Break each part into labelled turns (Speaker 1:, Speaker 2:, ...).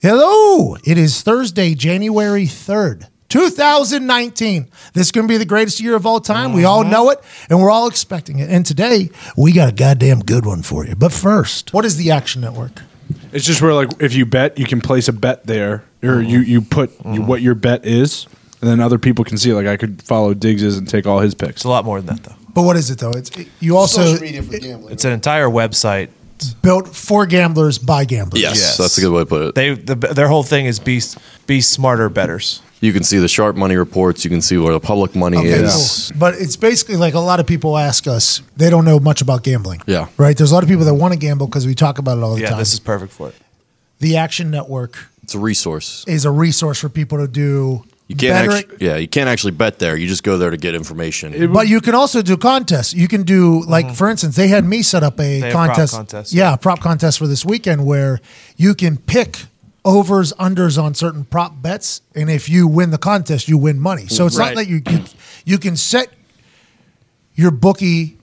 Speaker 1: Hello, it is Thursday, January 3rd, 2019. This is going to be the greatest year of all time. We
Speaker 2: Mm-hmm.
Speaker 1: all know it, and we're all expecting it. And today, we got a goddamn good one for you. But first, what is the Action Network?
Speaker 3: It's just where like if you bet, you can place a bet there, or you
Speaker 1: Mm-hmm.
Speaker 3: you put you, what your bet is, and then other people can see. Like I could follow Diggs's and take all his picks.
Speaker 4: It's a lot more than that, though.
Speaker 1: But what is it, though? It's You also
Speaker 2: Social media for gambling.
Speaker 4: It's an entire website.
Speaker 1: built for gamblers by gamblers.
Speaker 5: Yes,
Speaker 4: Yes.
Speaker 5: that's a good way to put it.
Speaker 4: They the, their whole thing is be be smarter, betters.
Speaker 5: you can see the sharp money reports. You can see where the public money
Speaker 1: Okay,
Speaker 5: is.
Speaker 1: cool. But it's basically like a lot of people ask us, they don't know much about gambling.
Speaker 5: Yeah.
Speaker 1: Right? There's a lot of people that want to gamble because we talk about it all the
Speaker 4: Yeah,
Speaker 1: time.
Speaker 4: this is perfect for it.
Speaker 1: the Action Network
Speaker 5: It's a resource.
Speaker 1: is a resource for people to do.
Speaker 5: You can't
Speaker 1: better-
Speaker 5: actually, yeah, you can't actually bet there. You just go there to get information.
Speaker 1: but you can also do contests. You can do like, for instance, they had me set up a
Speaker 4: They have prop
Speaker 1: contest.
Speaker 4: contests.
Speaker 1: Yeah, a prop contest for this weekend where you can pick overs, unders on certain prop bets, and if you win the contest, you win money. So it's not
Speaker 5: Right.
Speaker 1: that you, you you can set your bookie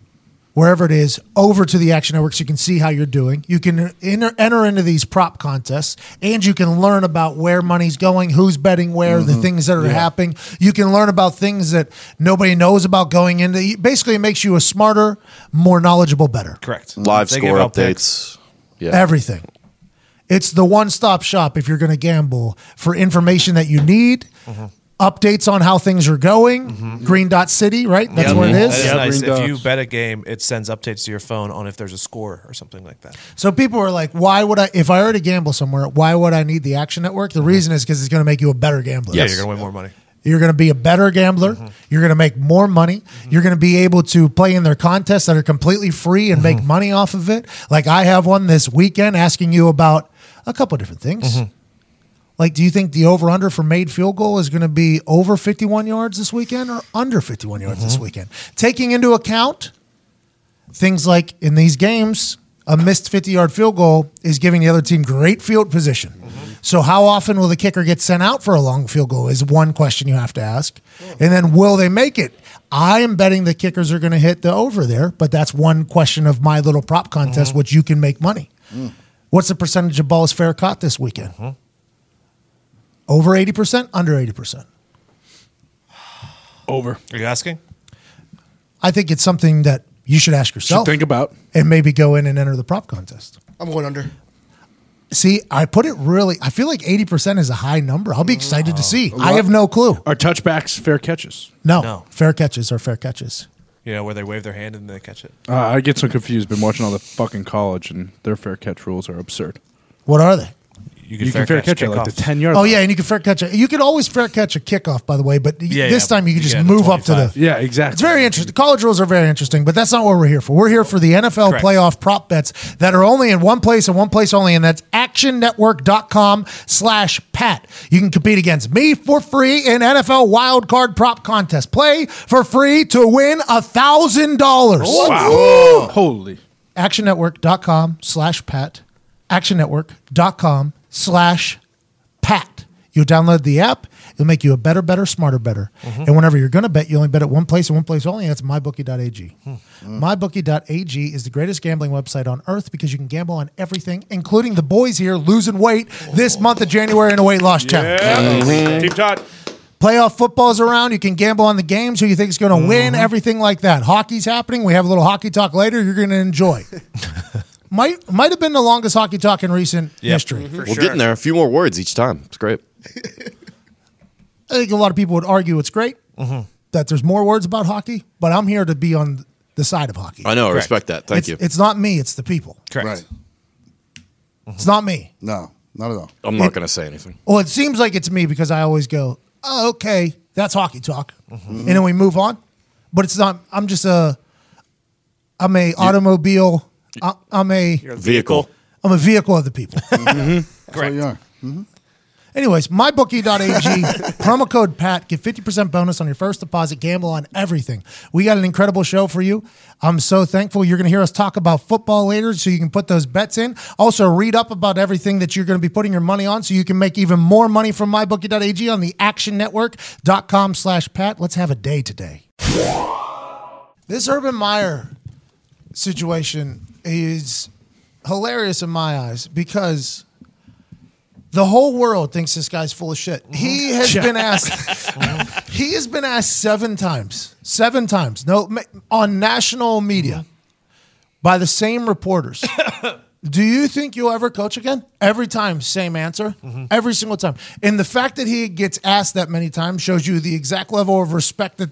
Speaker 1: wherever it is over to the action network so you can see how you're doing you can enter, enter into these prop contests and you can learn about where money's going who's betting where the
Speaker 4: Mm-hmm.
Speaker 1: things that are happening you can learn about things that nobody knows about going into basically it makes you a smarter more knowledgeable better
Speaker 4: Correct.
Speaker 5: Live
Speaker 4: They
Speaker 5: score
Speaker 4: give out
Speaker 5: updates.
Speaker 4: picks.
Speaker 5: Yeah,
Speaker 1: everything it's the one-stop shop if you're going to gamble for information that you need
Speaker 4: Mm-hmm.
Speaker 1: updates on how things are going green dot city right that's
Speaker 4: Yeah,
Speaker 1: what it
Speaker 4: Mm-hmm. that
Speaker 1: is
Speaker 4: is
Speaker 3: Yeah,
Speaker 4: nice.
Speaker 3: green
Speaker 4: If you
Speaker 3: dots.
Speaker 4: bet a game, it sends updates to your phone on if there's a score or something like that.
Speaker 1: So people are like, why would I, if I already gamble somewhere, why would I need the Action Network? The reason is because it's going to make you a better gambler.
Speaker 4: Mm-hmm. Yeah, you're gonna win Mm-hmm. more money.
Speaker 1: You're going to be a better gambler. You're going to make more money.
Speaker 4: Mm-hmm.
Speaker 1: You're going to be able to play in their contests that are completely free and
Speaker 4: Mm-hmm.
Speaker 1: make money off of it. Like I have one this weekend asking you about a couple different things.
Speaker 4: Mm-hmm.
Speaker 1: Like, do you think the over under for made field goal is going to be over 51 yards this weekend or under 51 yards this
Speaker 4: Mm-hmm.
Speaker 1: weekend? Taking into account things like in these games, a missed 50 yard field goal is giving the other team great field position.
Speaker 3: Mm-hmm.
Speaker 1: So, how often will the kicker get sent out for a long field goal is one question you have to ask. And then, will they make it? I am betting the kickers are going to hit the over there, but that's one question of my little prop contest,
Speaker 3: Mm-hmm.
Speaker 1: which you can make money. What's the percentage of balls fair caught this weekend?
Speaker 3: Mm-hmm.
Speaker 1: Over 80%, under 80%.
Speaker 3: Over.
Speaker 4: Are you asking?
Speaker 1: I think it's something that you should ask
Speaker 3: Should
Speaker 1: yourself
Speaker 3: think about.
Speaker 1: and maybe go in and enter the prop contest.
Speaker 2: I'm going under.
Speaker 1: See, I put it really. I feel like eighty percent is a high number. I'll be excited to see. I have no clue.
Speaker 3: Are touchbacks fair catches?
Speaker 1: No,
Speaker 4: No.
Speaker 1: fair catches are fair catches.
Speaker 4: You know where they wave their hand and they catch it.
Speaker 3: Uh, I get so confused. Been watching all the fucking college, and their fair catch rules are absurd.
Speaker 1: What are they?
Speaker 3: You, can fair catch, it like the
Speaker 4: kickoffs.
Speaker 3: ten yard.
Speaker 1: Oh yeah, and you can fair catch a. You could always fair catch a kickoff, by the way. But y-
Speaker 4: Yeah,
Speaker 1: this
Speaker 4: yeah.
Speaker 1: time you can
Speaker 4: You
Speaker 1: just
Speaker 4: get the
Speaker 1: move up to the.
Speaker 4: 25.
Speaker 3: Yeah, exactly.
Speaker 1: It's very interesting. College rules are very interesting, but that's not what we're here for. We're here for the NFL
Speaker 4: Correct.
Speaker 1: playoff prop bets that are only in one place and one place only, and that's actionnetwork.com slash pat. You can compete against me for free in NFL wild card prop contest. Play for free to win a thousand dollars.
Speaker 3: Wow. Holy.
Speaker 1: Actionnetwork.com Um, slash pat. Actionnetwork.com slash pat. You'll download the app. It'll make you a better, better, smarter, better. And whenever you're going to bet, you only bet at one place and one place only. And that's mybookie.ag. Mm-hmm.
Speaker 6: Mm.
Speaker 1: Mybookie.ag is the greatest gambling website on earth because you can gamble on everything, including the boys here losing weight this month of January in a weight loss challenge.
Speaker 3: Team Todd.
Speaker 1: Playoff football's around. You can gamble on the games, who you think is going to win, everything like that. Hockey's happening. We have a little hockey talk later. You're going to enjoy. might might have been the longest hockey talk in recent history.
Speaker 4: Mm-hmm.
Speaker 5: we're getting there. A few more words each time. It's great.
Speaker 1: I think a lot of people would argue it's great
Speaker 5: Mm-hmm.
Speaker 1: that there's more words about hockey, but I'm here to be on the side of hockey.
Speaker 5: I know. I respect that. Thank
Speaker 1: it's,
Speaker 5: you.
Speaker 1: It's not me. It's the people.
Speaker 4: Correct.
Speaker 2: Right.
Speaker 5: Mm-hmm.
Speaker 1: It's not me.
Speaker 2: No, not at all.
Speaker 5: I'm not going to say anything.
Speaker 1: Well, it seems like it's me because I always go, oh, okay, that's hockey talk.
Speaker 5: Mm-hmm.
Speaker 1: And then we move on. But it's not, I'm just a, I'm a automobile, I- I'm a,
Speaker 5: Vehicle.
Speaker 1: I'm a vehicle of the people.
Speaker 2: That's what you are.
Speaker 1: Mm-hmm. Anyways, mybookie.ag, promo code PAT, get 50% bonus on your first deposit, gamble on everything. We got an incredible show for you. I'm so thankful. You're going to hear us talk about football later so you can put those bets in. Also, read up about everything that you're going to be putting your money on so you can make even more money from mybookie.ag on the actionnetwork.com slash PAT. Let's have a day today. This Urban Meyer situation is hilarious in my eyes because the whole world thinks this guy's full of shit.
Speaker 7: Mm-hmm.
Speaker 1: He has been asked. he has been asked seven times, seven times, no, ma- on national media by the same reporters. Do you think you'll ever coach again? Every time, same answer.
Speaker 4: Mm-hmm.
Speaker 1: Every single time. And the fact that he gets asked that many times shows you the exact level of respect that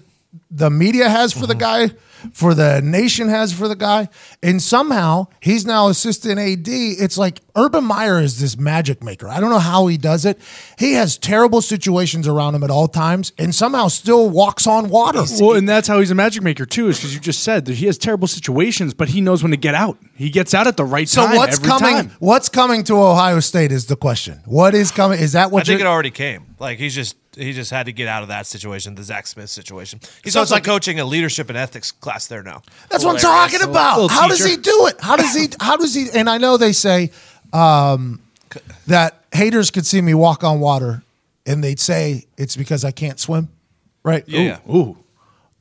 Speaker 1: the media has for the guy,
Speaker 4: Mm-hmm.
Speaker 1: for the nation has for the guy. And somehow he's now assistant AD. It's like Urban Meyer is this magic maker. I don't know how he does it. He has terrible situations around him at all times and somehow still walks on water.
Speaker 3: Well, and that's how he's a magic maker too, is because you just said that he has terrible situations, but he knows when to get out. He gets out at the right
Speaker 1: So
Speaker 3: time.
Speaker 1: what's
Speaker 3: every
Speaker 1: coming?
Speaker 3: time.
Speaker 1: What's coming to Ohio State is the question. What is coming? Is that what
Speaker 4: I think it
Speaker 1: you're-
Speaker 4: already came. Like he's just he just had to get out of that situation, the Zach Smith situation. He's
Speaker 1: Sounds
Speaker 4: also
Speaker 1: like-
Speaker 4: coaching a leadership and ethics class there now.
Speaker 1: That's what I'm
Speaker 4: Hilarious.
Speaker 1: talking about.
Speaker 3: Little
Speaker 1: How does
Speaker 3: teacher.
Speaker 1: he do it? How does he? How does he? And I know they say um, that haters could see me walk on water, and they'd say it's because I can't swim. Right?
Speaker 4: Yeah.
Speaker 3: Ooh, ooh.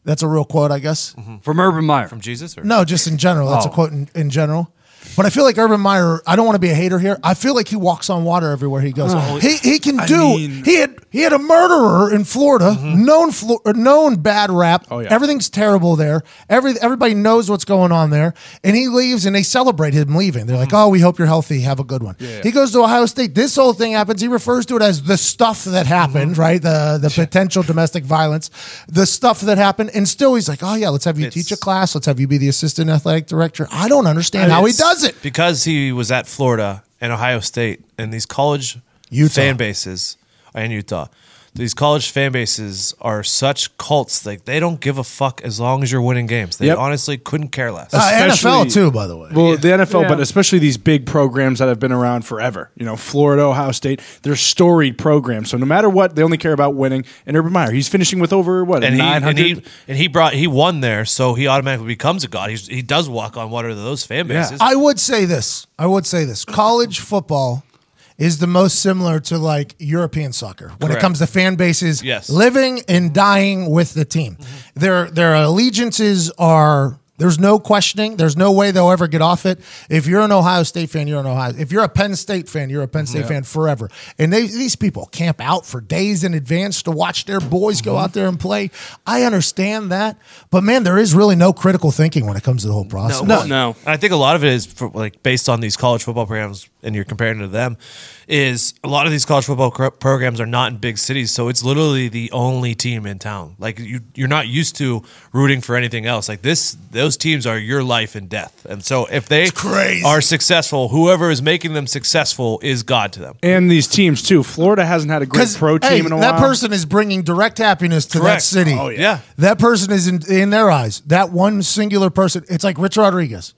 Speaker 1: That's a real quote, I guess.
Speaker 8: Mm-hmm.
Speaker 3: from Urban Meyer.
Speaker 4: From Jesus or
Speaker 1: No, just in general. That's
Speaker 3: Oh.
Speaker 1: a quote in, in general. But I feel like Urban Meyer. I don't want to be a hater here. I feel like he walks on water everywhere he goes. he he can do.
Speaker 3: mean- Mm-hmm.
Speaker 1: he had he had a murderer in Florida, known Flo- or known bad rap.
Speaker 3: Oh, yeah.
Speaker 1: Everything's terrible there. Every everybody knows what's going on there, and he leaves, and they celebrate him leaving. They're
Speaker 3: Mm-hmm.
Speaker 1: like, "Oh, we hope you're healthy. Have a good one." He goes to Ohio State. This whole thing happens. He refers to it as the stuff that happened,
Speaker 3: Mm-hmm.
Speaker 1: right? The the potential domestic violence, the stuff that happened, and still he's like, "Oh yeah, let's have you teach a
Speaker 4: It's-
Speaker 1: class. Let's have you be the assistant athletic director." I don't understand how he
Speaker 3: it's-
Speaker 1: does it.
Speaker 4: because he was at Florida and Ohio State and these college
Speaker 1: Utah.
Speaker 4: fan bases and Utah. These college fan bases are such cults. Like they don't give a fuck as long as you're winning games. They
Speaker 3: Yep.
Speaker 4: honestly couldn't care less.
Speaker 1: Uh, NFL
Speaker 3: Especially-
Speaker 1: too, by the way.
Speaker 3: Well, the NFL, but especially these big programs that have been around forever. You know, Florida, Ohio State, they're storied programs. So no matter what, they only care about winning. And Urban Meyer, he's finishing with over what
Speaker 4: and he,
Speaker 3: nine
Speaker 4: and he
Speaker 3: hundred.
Speaker 4: and he brought he won there, so he automatically becomes a god. He's, he does walk on water to those fan
Speaker 3: Yeah.
Speaker 4: bases.
Speaker 1: I would say this. I would say this. College football is the most similar to like European soccer when it
Speaker 4: Correct.
Speaker 1: comes to fan bases
Speaker 4: Yes. Mm-hmm.
Speaker 1: living and dying with the team. Their their allegiances are there's no questioning. There's no way they'll ever get off it. If you're an Ohio State fan, you're an Ohio. If you're a Penn State fan, you're a Penn State fan forever. And they, these people camp out for days in advance to watch their boys
Speaker 4: Mm-hmm.
Speaker 1: go out there and play. I understand that, but man, there is really no critical thinking when it comes to the whole process.
Speaker 3: No, no.
Speaker 4: And I think a lot of it is for, like based on these college football programs, and you're comparing to them. Is a lot of these college football cr- programs are not in big cities, so it's literally the only team in town. Like you, you're not used to rooting for anything else. Like this, those teams are your life and death. And so if they
Speaker 1: crazy.
Speaker 4: are successful, whoever is making them successful is God to them.
Speaker 3: And these teams too. Florida hasn't had a great pro team
Speaker 1: hey,
Speaker 3: in a while.
Speaker 1: that person is bringing direct happiness to that
Speaker 4: Correct.
Speaker 1: city.
Speaker 4: Oh, yeah. Yeah.
Speaker 1: that person is in, in their eyes. That one singular person. It's like Rich Rodriguez.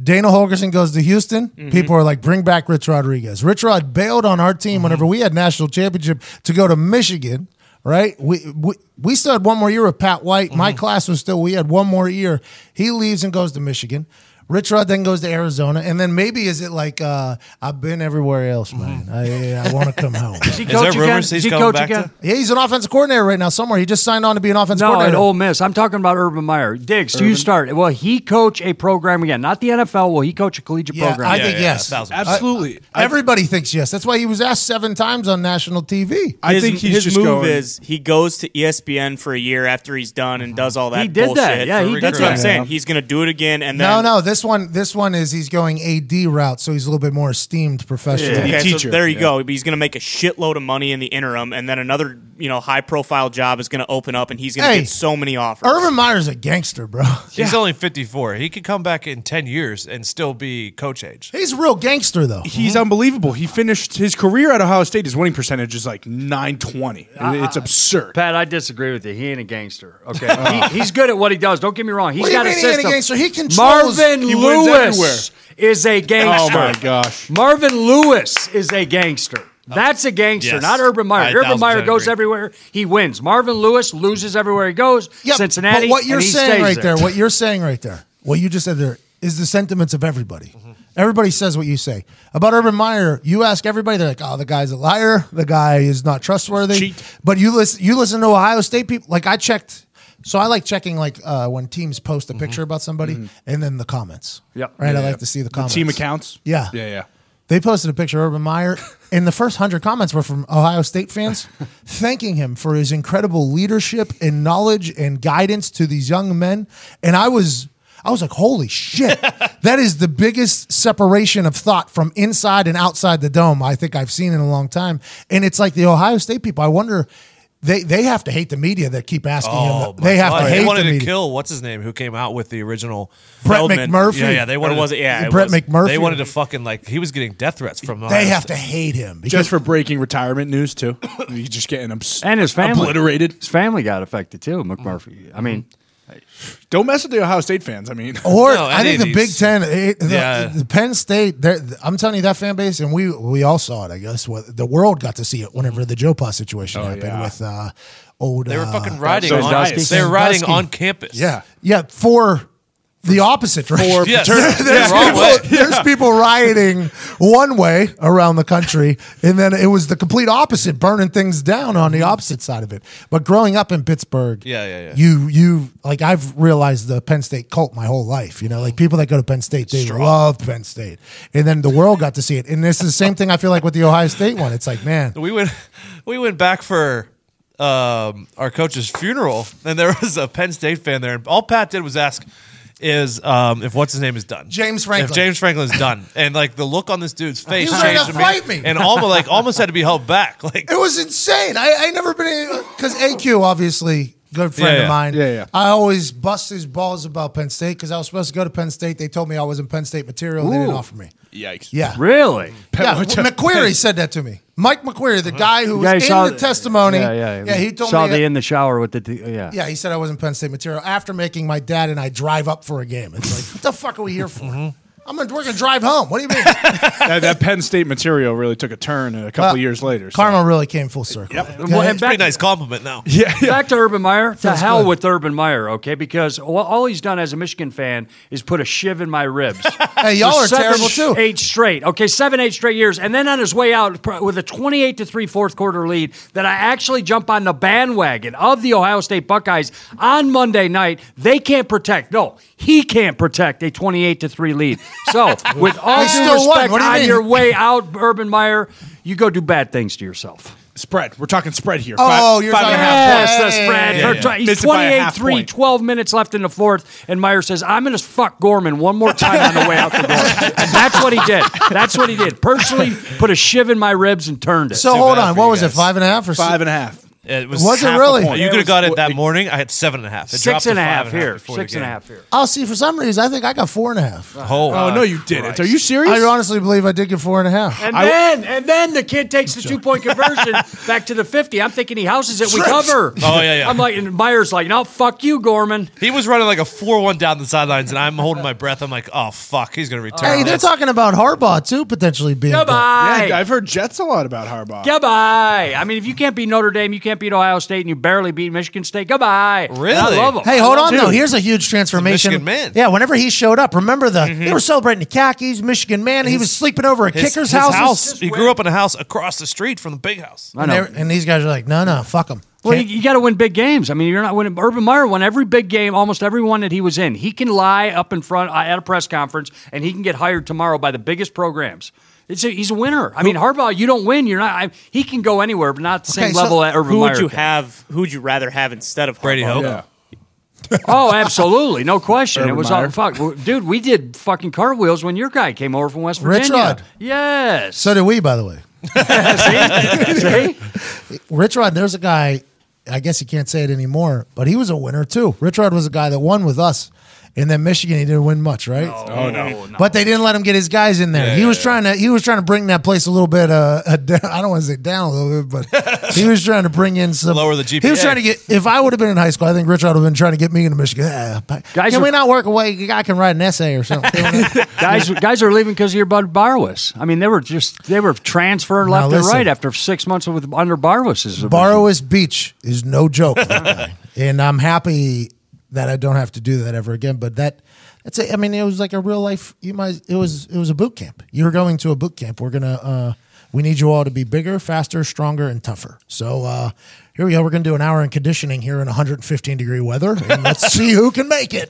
Speaker 1: Dana Holgerson goes to Houston.
Speaker 4: Mm-hmm.
Speaker 1: People are like, bring back Rich Rodriguez. Rich Rod bailed on our
Speaker 4: Mm-hmm.
Speaker 1: team whenever we had national championship to go to Michigan. Right? We, we we still had one more year with Pat White.
Speaker 4: Mm-hmm.
Speaker 1: My class was still. We had one more year. He leaves and goes to Michigan. Rich Rod then goes to Arizona, and then maybe is it like uh, I've been everywhere else, man. I, I want to come home.
Speaker 8: Is
Speaker 4: Mm-hmm. there rumors he's coming back to?
Speaker 1: Yeah, he's an offensive coordinator right now somewhere. He just signed on to be an offensive
Speaker 8: No, at
Speaker 1: coordinator.
Speaker 8: Ole Miss. I'm talking about Urban Meyer. Diggs, do you start? Will he coach a program again? Not the NFL. Will he coach a collegiate
Speaker 1: Yeah,
Speaker 8: program?
Speaker 1: I think yes.
Speaker 4: a thousand percent.
Speaker 3: absolutely. I,
Speaker 1: Everybody thinks yes. That's why he was asked seven times on national TV.
Speaker 3: I
Speaker 9: his,
Speaker 3: think he's
Speaker 9: his
Speaker 3: just
Speaker 9: move
Speaker 3: going-
Speaker 9: is he goes to E ESPN for a year after he's done and does all that.
Speaker 8: He did that.
Speaker 9: bullshit
Speaker 8: Yeah,
Speaker 9: for
Speaker 8: he did
Speaker 9: That's what I'm
Speaker 8: that.
Speaker 9: saying. He's going to do it again, and
Speaker 1: No,
Speaker 9: then
Speaker 1: no, this one, this one is he's going AD route, so he's a little bit more esteemed professional.
Speaker 9: Okay, so
Speaker 3: Teacher.
Speaker 9: there you
Speaker 3: Yeah.
Speaker 9: go. He's going to make a shitload of money in the interim, and then another you know high profile job is going to open up, and he's going to
Speaker 1: Hey,
Speaker 9: get so many offers.
Speaker 1: Urban Meyer's a gangster, bro.
Speaker 4: He's only 54. He could come back in 10 years and still be coach age.
Speaker 1: He's a real gangster though. Mm-hmm.
Speaker 3: He's unbelievable. He finished his career at Ohio State. His winning percentage is like 920. it's absurd.
Speaker 8: Pat, I disagree with you. He ain't a gangster. Okay, He- he's good at what he does. Don't get me wrong. He's
Speaker 1: Uh-huh. What do you mean he
Speaker 8: got a
Speaker 1: ain't a
Speaker 8: system.
Speaker 1: gangster? He controls-
Speaker 8: Marvin
Speaker 3: He wins everywhere.
Speaker 8: Lewis is a
Speaker 3: Oh
Speaker 8: gangster.
Speaker 3: my gosh.
Speaker 8: Marvin Lewis is a gangster. That's a gangster,
Speaker 4: Yes.
Speaker 8: not Urban Meyer.
Speaker 4: I
Speaker 8: Urban
Speaker 4: 1000%
Speaker 8: Meyer goes
Speaker 4: agree.
Speaker 8: everywhere. He wins. Marvin Lewis loses everywhere he goes.
Speaker 1: Yeah,
Speaker 8: Cincinnati.
Speaker 1: But what you're
Speaker 8: and he
Speaker 1: saying
Speaker 8: stays
Speaker 1: right there,
Speaker 8: there
Speaker 1: what you're saying right there, what you just said there is the sentiments of everybody. Everybody says what you say about Urban Meyer. You ask everybody, they're like, "Oh, the guy's a liar. The guy is not trustworthy."
Speaker 3: Cheat.
Speaker 1: But you listen, you listen to Ohio State people. Like I checked, so I like checking like uh, when teams post a picture about somebody and then the comments.
Speaker 8: Yep.
Speaker 1: right. I
Speaker 3: Yeah,
Speaker 1: like
Speaker 3: yeah.
Speaker 1: to see the
Speaker 3: The
Speaker 1: comments.
Speaker 3: team accounts.
Speaker 1: Yeah.
Speaker 3: Yeah, yeah.
Speaker 1: They posted a picture of Urban Meyer, and the first hundred comments were from Ohio State fans thanking him for his incredible leadership and knowledge and guidance to these young men. And I was, I was like, holy shit, that is the biggest separation of thought from inside and outside the dome I think I've seen in a long time. And it's like the Ohio State people. I wonder. They, they have to hate the media that keep asking him.
Speaker 4: Oh, my
Speaker 1: They have to
Speaker 4: God. They
Speaker 1: hate
Speaker 4: wanted
Speaker 1: the
Speaker 4: to
Speaker 1: media.
Speaker 4: kill what's his name who came out with the original
Speaker 1: Brett
Speaker 9: Feldman.
Speaker 1: McMurphy.
Speaker 4: Yeah, yeah. They wanted.
Speaker 9: was it? Yeah, it
Speaker 1: Brett
Speaker 9: was.
Speaker 1: McMurphy.
Speaker 4: They wanted to fucking like he was getting death threats from.
Speaker 1: They have to hate him because
Speaker 3: Just for breaking retirement news, too. He's just getting obs-
Speaker 8: and his family
Speaker 3: obliterated.
Speaker 8: His family got affected too. McMurphy. I mean,
Speaker 1: Mm-hmm.
Speaker 3: Don't mess with the Ohio State fans. I mean,
Speaker 1: Or
Speaker 4: No,
Speaker 1: I
Speaker 4: any
Speaker 1: think
Speaker 4: of
Speaker 1: the Big
Speaker 4: these.
Speaker 1: Ten, it, the,
Speaker 4: Yeah.
Speaker 1: the Penn State. they're- I'm telling you that fan base, and we we all saw it. I guess what the world got to see it whenever the Joe Pa situation happened
Speaker 3: yeah.
Speaker 1: with uh, old.
Speaker 4: Oh, They were
Speaker 1: uh,
Speaker 4: fucking riding.
Speaker 3: so
Speaker 4: On,
Speaker 3: Sandusky.
Speaker 4: they were riding
Speaker 1: Sandusky.
Speaker 4: on campus.
Speaker 1: Yeah, yeah, for the opposite direction.
Speaker 4: Yes.
Speaker 1: There's,
Speaker 4: Yeah, wrong way.
Speaker 1: people, there's people rioting one way around the country, and then it was the complete opposite, burning things down on the opposite side of it. But growing up in Pittsburgh,
Speaker 4: Yeah, yeah, yeah.
Speaker 1: you you like I've realized the Penn State cult my whole life. You know, like people that go to Penn State, they love Penn State, and then the world got to see it. And this is the same thing I feel like with the Ohio State one. It's like, man,
Speaker 4: we went we went back for um, our coach's funeral, and there was a Penn State fan there, and all Pat did was ask is um, if what's his name is done,
Speaker 1: James Franklin.
Speaker 4: If James Franklin's done, and like the look on this dude's face
Speaker 1: He was ready
Speaker 4: changed
Speaker 1: to fight me.
Speaker 4: and almost like almost had to be held back. Like
Speaker 1: It was insane. I, I never been because AQ obviously good friend
Speaker 4: Yeah, yeah.
Speaker 1: of mine.
Speaker 3: Yeah, yeah.
Speaker 1: I always bust his balls about Penn State because I was supposed to go to Penn State. They told me I wasn't Penn State material. They didn't
Speaker 8: Ooh.
Speaker 1: offer me.
Speaker 5: Yikes.
Speaker 1: Yeah.
Speaker 8: really?
Speaker 1: Yeah,
Speaker 3: What the-
Speaker 1: McQuarrie said that to me. Mike McQuarrie, the guy who
Speaker 8: Uh-huh. You
Speaker 1: was
Speaker 8: guys
Speaker 1: in
Speaker 8: saw
Speaker 1: the testimony.
Speaker 8: Yeah, yeah.
Speaker 1: he told
Speaker 8: saw
Speaker 1: me.
Speaker 8: the in the shower with the. Yeah.
Speaker 1: yeah, he said I wasn't Penn State material after making my dad and I drive up for a game. It's like, what the fuck are we here for? Mm-hmm. I'm gonna, we're gonna drive home. What do you mean?
Speaker 3: that, that Penn State material really took a turn a couple
Speaker 1: Well,
Speaker 3: years later. so-
Speaker 1: Karma really came full circle.
Speaker 8: Well, and
Speaker 4: it's a pretty
Speaker 8: back-
Speaker 4: nice compliment now.
Speaker 3: Yeah, yeah.
Speaker 8: Back to Urban Meyer. To
Speaker 1: Feels
Speaker 8: hell
Speaker 1: good.
Speaker 8: with Urban Meyer, okay? Because all- all he's done as a Michigan fan is put a shiv in my ribs.
Speaker 1: Hey, y'all
Speaker 8: For
Speaker 1: are
Speaker 8: seven,
Speaker 1: terrible too.
Speaker 8: Eight straight, okay, seven, eight straight years, and then on his way out pr- with a twenty-eight to three fourth quarter lead, that I actually jump on the bandwagon of the Ohio State Buckeyes on Monday night. They can't protect. No, he can't protect a twenty-eight to three lead. So, with all
Speaker 1: They
Speaker 8: due
Speaker 1: still won.
Speaker 8: respect,
Speaker 1: What do you
Speaker 8: on
Speaker 1: mean?
Speaker 8: your way out, Urban Meyer, you go do bad things to yourself.
Speaker 3: Spread. We're talking spread here.
Speaker 1: Oh, you're
Speaker 3: five and a
Speaker 1: talking-
Speaker 3: half
Speaker 8: Yes,
Speaker 1: Yeah,
Speaker 8: the spread.
Speaker 1: yeah,
Speaker 8: Her
Speaker 3: yeah.
Speaker 8: try- He's
Speaker 3: Missed it by a
Speaker 8: 28
Speaker 3: half
Speaker 8: 3,
Speaker 3: point.
Speaker 8: 12 minutes left in the fourth. And Meyer says, I'm going to fuck Gorman one more time on the way out the door. And that's what he did. That's what he did. Personally, put a shiv in my ribs and turned it.
Speaker 1: So
Speaker 4: too
Speaker 1: hold
Speaker 4: bad
Speaker 1: on,
Speaker 4: for
Speaker 1: what
Speaker 4: you
Speaker 1: was it?
Speaker 4: guys.
Speaker 1: Five and a half or si-
Speaker 3: Five and a half.
Speaker 4: It was,
Speaker 1: Was it
Speaker 4: half a
Speaker 1: really?
Speaker 4: point. You
Speaker 3: It
Speaker 4: could
Speaker 3: was-
Speaker 4: have got it that
Speaker 3: it-
Speaker 4: morning. I had seven and a half. It dropped
Speaker 8: Six
Speaker 4: to
Speaker 8: and a
Speaker 4: five
Speaker 8: half
Speaker 4: half
Speaker 8: here.
Speaker 4: before the
Speaker 8: Six and a
Speaker 4: game.
Speaker 8: half here.
Speaker 1: Oh, see, for some reason, I think I got four and a half.
Speaker 4: Oh,
Speaker 3: Oh, no, you didn't. Are you serious?
Speaker 1: I honestly believe I did get four and a half.
Speaker 8: And
Speaker 3: I-
Speaker 8: then, and then the kid takes the two point conversion back to the fifty. I'm thinking he houses it. We cover.
Speaker 4: Oh, yeah, yeah.
Speaker 8: I'm like, and Meyer's like, no, fuck you, Gorman.
Speaker 4: He was running like a four-one down the sidelines, and I'm holding my breath. I'm like, oh fuck, he's gonna return.
Speaker 1: Hey, they're
Speaker 4: this.
Speaker 1: talking about Harbaugh too potentially being.
Speaker 8: Goodbye.
Speaker 3: Yeah, I've heard Jets a lot about Harbaugh.
Speaker 8: Goodbye. I mean, if you can't beat Notre Dame, you can't beat Ohio State, and you barely beat Michigan State. Goodbye. And
Speaker 4: Really?
Speaker 8: I love them.
Speaker 1: Hey, hold on though. Here's a huge transformation.
Speaker 4: Michigan man.
Speaker 1: Yeah, whenever he showed up, remember the
Speaker 8: Mm-hmm.
Speaker 1: they were celebrating the khakis, Michigan man. he was sleeping over at
Speaker 4: His-
Speaker 1: kickers'
Speaker 4: his
Speaker 1: houses.
Speaker 4: house. He grew up in a house across the street from the big house.
Speaker 1: And, they were- and these guys are like, no, no, fuck them.
Speaker 8: Well, you, you got to win big games. I mean, you're not winning. Urban Meyer won every big game, almost every one that he was in. He can lie up in front uh, at a press conference, and he can get hired tomorrow by the biggest programs. It's a, he's a winner. I mean, Harbaugh, you don't win, you're not. I, he can go anywhere, but not the same
Speaker 1: Okay, so
Speaker 8: level at Urban
Speaker 9: Who
Speaker 8: Meyer.
Speaker 9: would you
Speaker 8: can.
Speaker 9: have? Who would you rather have instead of
Speaker 4: Brady
Speaker 9: Harbaugh?
Speaker 4: Hope.
Speaker 3: Yeah.
Speaker 8: Oh, absolutely, no question. it
Speaker 3: Urban
Speaker 8: was
Speaker 3: Meyer.
Speaker 8: all fuck, Well, dude. We did fucking cartwheels when your guy came over from West Virginia.
Speaker 1: Rod.
Speaker 8: Yes.
Speaker 1: So did we, by the way.
Speaker 8: See?
Speaker 1: Rich Rod, there's a guy, I guess he can't say it anymore, but he was a winner too. Rich Rod was a guy that won with us. And then Michigan, he didn't win much, right?
Speaker 8: Oh no.
Speaker 1: But they didn't let him get his guys in there. he was trying to he was trying to bring that place a little bit uh, uh down, I don't want to say down a little bit, but he was trying to bring in some
Speaker 4: Lower the
Speaker 1: He was
Speaker 4: GPA.
Speaker 1: trying to get if I would have been in high school, I think Richard would have been trying to get me into Michigan. Ah, but
Speaker 8: Guys
Speaker 1: can
Speaker 8: are-
Speaker 1: we not work away? A guy can write an essay or something.
Speaker 8: guys, guys are leaving because of your Bud Barwis. I mean, they were just they were transferring
Speaker 1: Now,
Speaker 8: left
Speaker 1: listen.
Speaker 8: and right after six months with under Barwis's.
Speaker 1: Borrowers Beach is no joke, that guy. and I'm happy that I don't have to do that ever again. But that, that's it. I mean, it was like a real life. You might. It was. It was a boot camp. You were going to a boot camp. We're gonna. Uh, we need you all to be bigger, faster, stronger, and tougher. So uh, here we go. We're gonna do an hour in conditioning here in 115 degree weather, and let's see who can make it.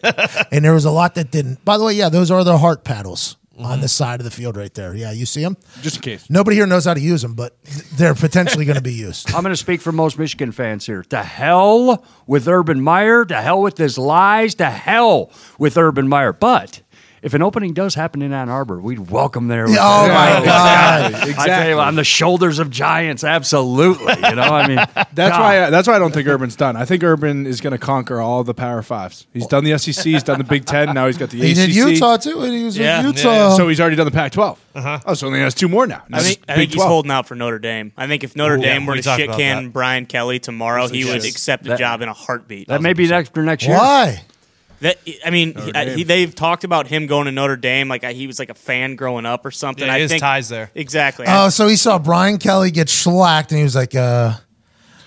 Speaker 1: And there was a lot that didn't. By the way, yeah, those are the heart paddles. On the side of the field, right there. Yeah, you see them.
Speaker 3: Just in case.
Speaker 1: Nobody here knows how to use them, but they're potentially going to be used.
Speaker 8: I'm going to speak for most Michigan fans here. To hell with Urban Meyer. To hell with his lies. To hell with Urban Meyer. But if an opening does happen in Ann Arbor, we'd welcome there. with
Speaker 1: Oh my God!
Speaker 8: I tell you, what, on the shoulders of giants, absolutely. You know, I mean,
Speaker 3: That's
Speaker 8: God.
Speaker 3: why. uh, I, that's why I don't think Urban's done. I think Urban is going to conquer all the Power Fives. He's done the SEC. He's done the Big Ten. Now he's got the
Speaker 1: He
Speaker 3: ACC.
Speaker 1: did Utah too, and he was
Speaker 4: Yeah,
Speaker 1: with
Speaker 4: yeah,
Speaker 1: Utah.
Speaker 3: So he's already done the Pac-12. Uh-huh. Oh, so he only has two more now.
Speaker 9: I think, I think he's holding out for Notre Dame. I think if Notre
Speaker 4: Ooh,
Speaker 9: Dame
Speaker 4: yeah,
Speaker 9: were
Speaker 4: we
Speaker 9: to
Speaker 4: talked
Speaker 9: shit
Speaker 4: about
Speaker 9: can
Speaker 4: that.
Speaker 9: Brian Kelly tomorrow, he would
Speaker 3: Yes.
Speaker 9: accept the
Speaker 8: That-
Speaker 9: job in a heartbeat.
Speaker 8: that may be next for next year.
Speaker 1: Why?
Speaker 9: That I mean, he, I- he, they've talked about him going to Notre Dame like I, he was like a fan growing up or something.
Speaker 4: Yeah,
Speaker 9: I
Speaker 4: his
Speaker 9: think
Speaker 4: ties there.
Speaker 9: exactly. I-
Speaker 1: Oh, so he saw Brian Kelly get shellacked, and he was like, uh,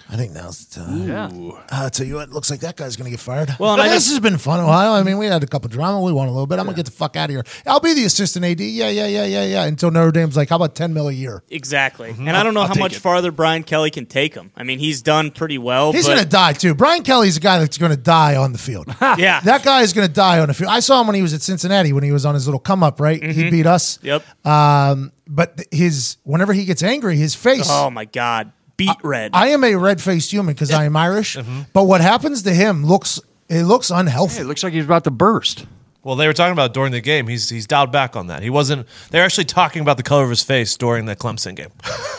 Speaker 1: "I think now's the time."
Speaker 8: Yeah.
Speaker 1: Uh, tell you what, looks like that guy's gonna get fired.
Speaker 9: Well,
Speaker 1: Well,
Speaker 9: and I
Speaker 1: this
Speaker 9: just-
Speaker 1: has been fun, Ohio. I mean, we had a couple drama, we won a little bit. I'm gonna get the fuck out of here. I'll be the assistant AD. Yeah, yeah, yeah, yeah, yeah. Until Notre Dame's like, "How about ten mil a year?"
Speaker 9: exactly. And I don't know how much farther Brian Kelly can take him. I mean, he's done pretty well.
Speaker 1: He's
Speaker 9: Oh, but
Speaker 1: gonna die too. Brian Kelly's a guy that's gonna die on the field.
Speaker 9: Yeah.
Speaker 1: that guy is gonna die on the field. I saw him when he was at Cincinnati when he was on his little come up. Right,
Speaker 9: Mm-hmm.
Speaker 1: he beat us.
Speaker 9: Yep.
Speaker 1: Um, but th- his whenever he gets angry, his face.
Speaker 9: Oh my God, beat red.
Speaker 1: I am a red faced human because I am Irish. But what happens to him looks it looks unhealthy.
Speaker 8: Mm-hmm. It looks like he's about to burst.
Speaker 4: Well, they were talking about during the game. He's he's dialed back on that. He wasn't. They're actually talking about the color of his face during the Clemson game.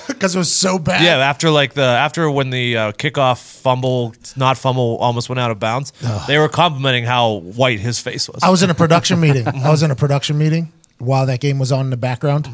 Speaker 1: because it was so bad.
Speaker 4: Yeah, after like the after when the uh, kickoff fumble, not fumble, almost went out of bounds. They were complimenting how white his face was.
Speaker 1: I was in a production meeting. I was in a production meeting while that game was on in the background.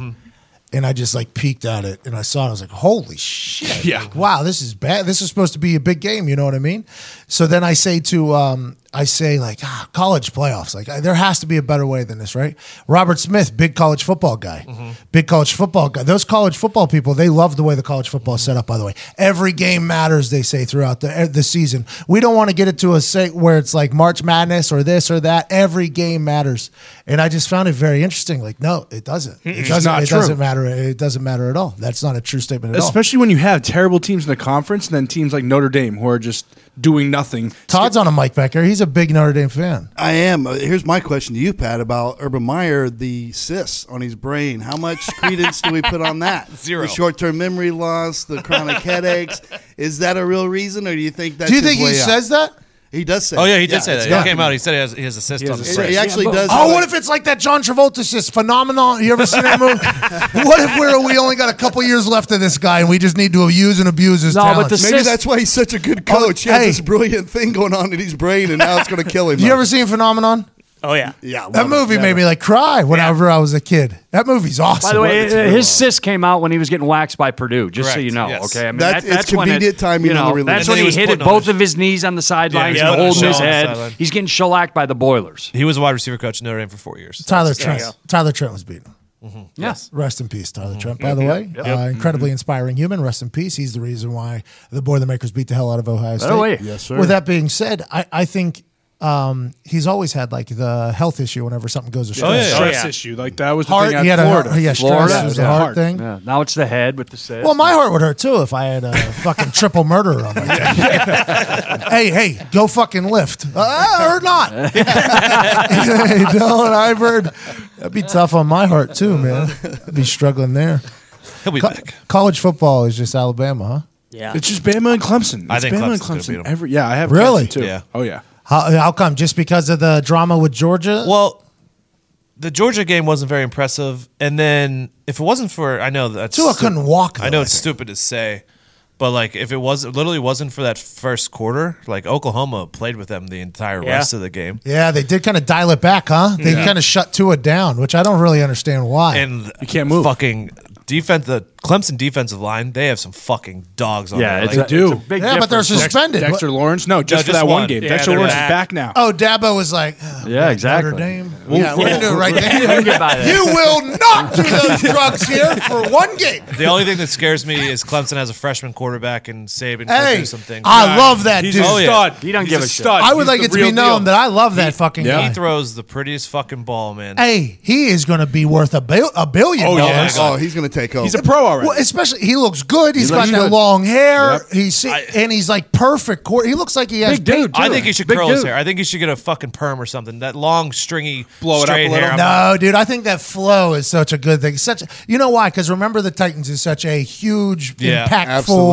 Speaker 1: And I just like peeked at it and I saw it. I was like, holy shit.
Speaker 3: Yeah.
Speaker 1: Like, wow, this is bad. This is supposed to be a big game. You know what I mean? So then I say to, um, I say like, ah, college playoffs. Like, I, there has to be a better way than this, right? Robert Smith, big college football guy. Big college football guy. Those college football people, they love the way the college football is set up, by the way. Every game matters, they say, throughout the, eh, the season. We don't want to get it to a state where it's like March Madness or this or that. Every game matters. And I just found it very interesting. Like, no, it doesn't. It doesn't,
Speaker 3: not
Speaker 1: it
Speaker 3: true.
Speaker 1: doesn't matter. It doesn't matter at all. That's not a true statement at all.
Speaker 3: Especially when you have terrible teams in the conference, and then teams like Notre Dame who are just doing nothing.
Speaker 1: Todd's on a mic back here. He's a big Notre Dame fan.
Speaker 2: I am. Uh, Here's my question to you, Pat, about Urban Meyer, the cysts on his brain. How much credence do we put on that?
Speaker 4: Zero.
Speaker 2: The short term memory loss, the chronic headaches. Is that a real reason, or do you think that's
Speaker 1: Do you
Speaker 2: his
Speaker 1: think he
Speaker 2: way out?
Speaker 1: says that?
Speaker 2: He does say
Speaker 4: oh yeah, he
Speaker 2: it.
Speaker 4: did say
Speaker 2: it's
Speaker 4: that.
Speaker 2: got-
Speaker 4: He came out. He said he has, he has a cyst on his
Speaker 2: it- He
Speaker 4: face.
Speaker 2: actually
Speaker 8: Yeah, but-
Speaker 2: does.
Speaker 1: Oh,
Speaker 2: have
Speaker 1: what
Speaker 2: a-
Speaker 1: if it's like that John Travolta cyst phenomenon? You ever seen that movie? what if we're, we only got a couple years left of this guy and we just need to abuse and abuse his
Speaker 8: No, Oh, but
Speaker 1: talents?
Speaker 8: the
Speaker 2: Maybe
Speaker 8: cyst-
Speaker 2: that's why he's such a good coach. he has
Speaker 1: Oh, hey.
Speaker 2: this brilliant thing going on in his brain, and now it's going to kill him.
Speaker 1: you ever seen Phenomenon?
Speaker 9: oh yeah.
Speaker 2: Yeah,
Speaker 1: That
Speaker 2: love it.
Speaker 1: movie
Speaker 2: Yeah.
Speaker 1: made me like cry whenever I was a kid. That movie's awesome.
Speaker 8: By the way, uh, his cyst came out when he was getting waxed by Purdue. Just so
Speaker 4: Correct,
Speaker 8: you know,
Speaker 4: yes.
Speaker 8: okay. I mean,
Speaker 2: That's-
Speaker 8: that-
Speaker 2: it's
Speaker 8: that's when it-
Speaker 2: convenient timing
Speaker 8: You
Speaker 2: on
Speaker 8: know,
Speaker 2: the release.
Speaker 8: that's
Speaker 4: And then
Speaker 8: when
Speaker 4: he
Speaker 8: he,
Speaker 4: was
Speaker 8: hit it
Speaker 4: putting on
Speaker 8: both
Speaker 4: his-
Speaker 8: of his knees on the sidelines,
Speaker 4: Yeah, he was putting
Speaker 8: and
Speaker 4: his
Speaker 8: holding his
Speaker 4: knee on the
Speaker 8: head.
Speaker 4: sideline.
Speaker 8: He's getting shellacked by the boilers.
Speaker 4: He was a wide receiver coach at Notre Dame for four years.
Speaker 1: Tyler
Speaker 9: There you
Speaker 1: Trent. Tyler Trent was beaten.
Speaker 8: Yes.
Speaker 1: Rest in peace, Tyler Trent. By the way, uh, incredibly inspiring human. Rest in peace. He's the reason why the Boilermakers beat the hell out of Ohio State.
Speaker 8: way. Yes,
Speaker 1: sir. With that being said, I, I think um, he's always had like the health issue whenever something goes astray.
Speaker 4: Oh, yeah.
Speaker 3: stress
Speaker 9: yeah.
Speaker 3: issue like that was the
Speaker 1: Heart,
Speaker 3: thing out
Speaker 1: he had
Speaker 3: of Florida.
Speaker 1: a yeah, stress
Speaker 8: Florida,
Speaker 1: was
Speaker 3: yeah.
Speaker 1: a heart
Speaker 3: Heart.
Speaker 1: thing.
Speaker 8: Yeah. Now it's the head with the cyst.
Speaker 1: Well, my heart would hurt too if I had a fucking triple murderer on my team. hey, hey, go fucking lift uh, or not. you know what I've heard? That'd be tough on my heart too, man. I'd be struggling there.
Speaker 4: He'll be
Speaker 1: Co-
Speaker 4: back.
Speaker 1: college football is just Alabama, huh?
Speaker 9: Yeah.
Speaker 3: It's just Bama and Clemson. It's
Speaker 4: I think
Speaker 3: Bama and
Speaker 4: Clemson's gonna beat 'em.
Speaker 3: Clemson. Every yeah, I have
Speaker 1: Really?
Speaker 3: Clemson, too.
Speaker 4: Yeah.
Speaker 3: Oh yeah.
Speaker 1: How, how come? Just because of the drama with Georgia?
Speaker 4: Well, the Georgia game wasn't very impressive, and then if it wasn't for I know that's
Speaker 1: Tua couldn't walk,
Speaker 4: I
Speaker 1: though,
Speaker 4: know
Speaker 1: I
Speaker 4: it's stupid to say, but like if it was it literally wasn't for that first quarter, like Oklahoma played with them the entire
Speaker 9: Yeah.
Speaker 4: rest of the game,
Speaker 1: Yeah, they did kind of dial it back, huh? They kind of shut Tua down, which I don't really understand why.
Speaker 4: and
Speaker 3: You can't move.
Speaker 4: Fucking defense, the Clemson defensive line, they have some fucking dogs on.
Speaker 8: Yeah,
Speaker 4: there.
Speaker 8: it's
Speaker 4: Like,
Speaker 3: They do.
Speaker 8: big
Speaker 1: yeah, but they're
Speaker 8: difference.
Speaker 1: suspended.
Speaker 3: Dexter Lawrence? No, just for
Speaker 4: just
Speaker 3: that one,
Speaker 4: one.
Speaker 3: game.
Speaker 9: Yeah,
Speaker 3: Dexter
Speaker 9: they're
Speaker 3: Lawrence
Speaker 9: back.
Speaker 3: is back now.
Speaker 1: oh, Dabo was like, oh,
Speaker 10: Yeah,
Speaker 1: man,
Speaker 10: exactly.
Speaker 1: Notre Dame. yeah, we're gonna do it right
Speaker 8: Think
Speaker 1: there.
Speaker 8: about it.
Speaker 1: you will not do those drugs here for one game.
Speaker 4: The only thing that scares me is Clemson has a freshman quarterback and Saban could
Speaker 1: Hey,
Speaker 4: do some things.
Speaker 1: I love that
Speaker 3: He's
Speaker 1: dude.
Speaker 4: Oh,
Speaker 3: a
Speaker 4: yeah.
Speaker 3: stud.
Speaker 8: He don't
Speaker 3: He's
Speaker 8: give a shit.
Speaker 3: stud.
Speaker 1: I would
Speaker 3: He's
Speaker 1: like
Speaker 3: the
Speaker 1: it to be
Speaker 3: real
Speaker 1: known
Speaker 3: deal.
Speaker 1: that I love that fucking
Speaker 4: He
Speaker 1: guy.
Speaker 4: throws the prettiest fucking ball, man.
Speaker 1: Hey, he is going to be worth a, bil- a billion
Speaker 3: Oh, yeah.
Speaker 1: dollars.
Speaker 2: Oh, he's going to take over.
Speaker 3: He's a pro already.
Speaker 1: Well, especially he looks good. He's got
Speaker 2: looks
Speaker 1: that
Speaker 2: good.
Speaker 1: long hair. He's and he's like perfect. Court. He looks like he has
Speaker 3: Big dude,
Speaker 1: paint.
Speaker 4: I think he should
Speaker 3: Big
Speaker 4: curl his
Speaker 3: dude.
Speaker 4: hair. I think he should get a fucking perm or something. That long, stringy,
Speaker 3: Blow it up a
Speaker 4: straight
Speaker 3: little.
Speaker 4: hair. I'm
Speaker 1: No, dude, I think that flow is such a good thing. Such, you know why? Because remember, the Titans is such a huge,
Speaker 4: Yeah.
Speaker 1: impactful,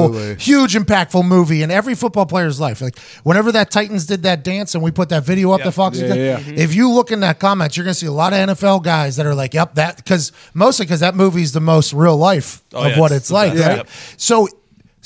Speaker 2: Absolutely.
Speaker 1: huge, impactful movie in every football player's life. Like whenever that Titans did that dance, and we put that video up to Fox.
Speaker 3: Yeah, yeah, yeah.
Speaker 1: If you look in that comments, you're gonna see a lot of NFL guys that are like, "Yep, that." Because mostly because that movie's the most real life
Speaker 4: Oh,
Speaker 1: of
Speaker 4: yeah,
Speaker 1: what
Speaker 4: it's
Speaker 1: it's
Speaker 4: the
Speaker 1: like,
Speaker 4: best.
Speaker 1: right?
Speaker 4: Yep.
Speaker 1: So.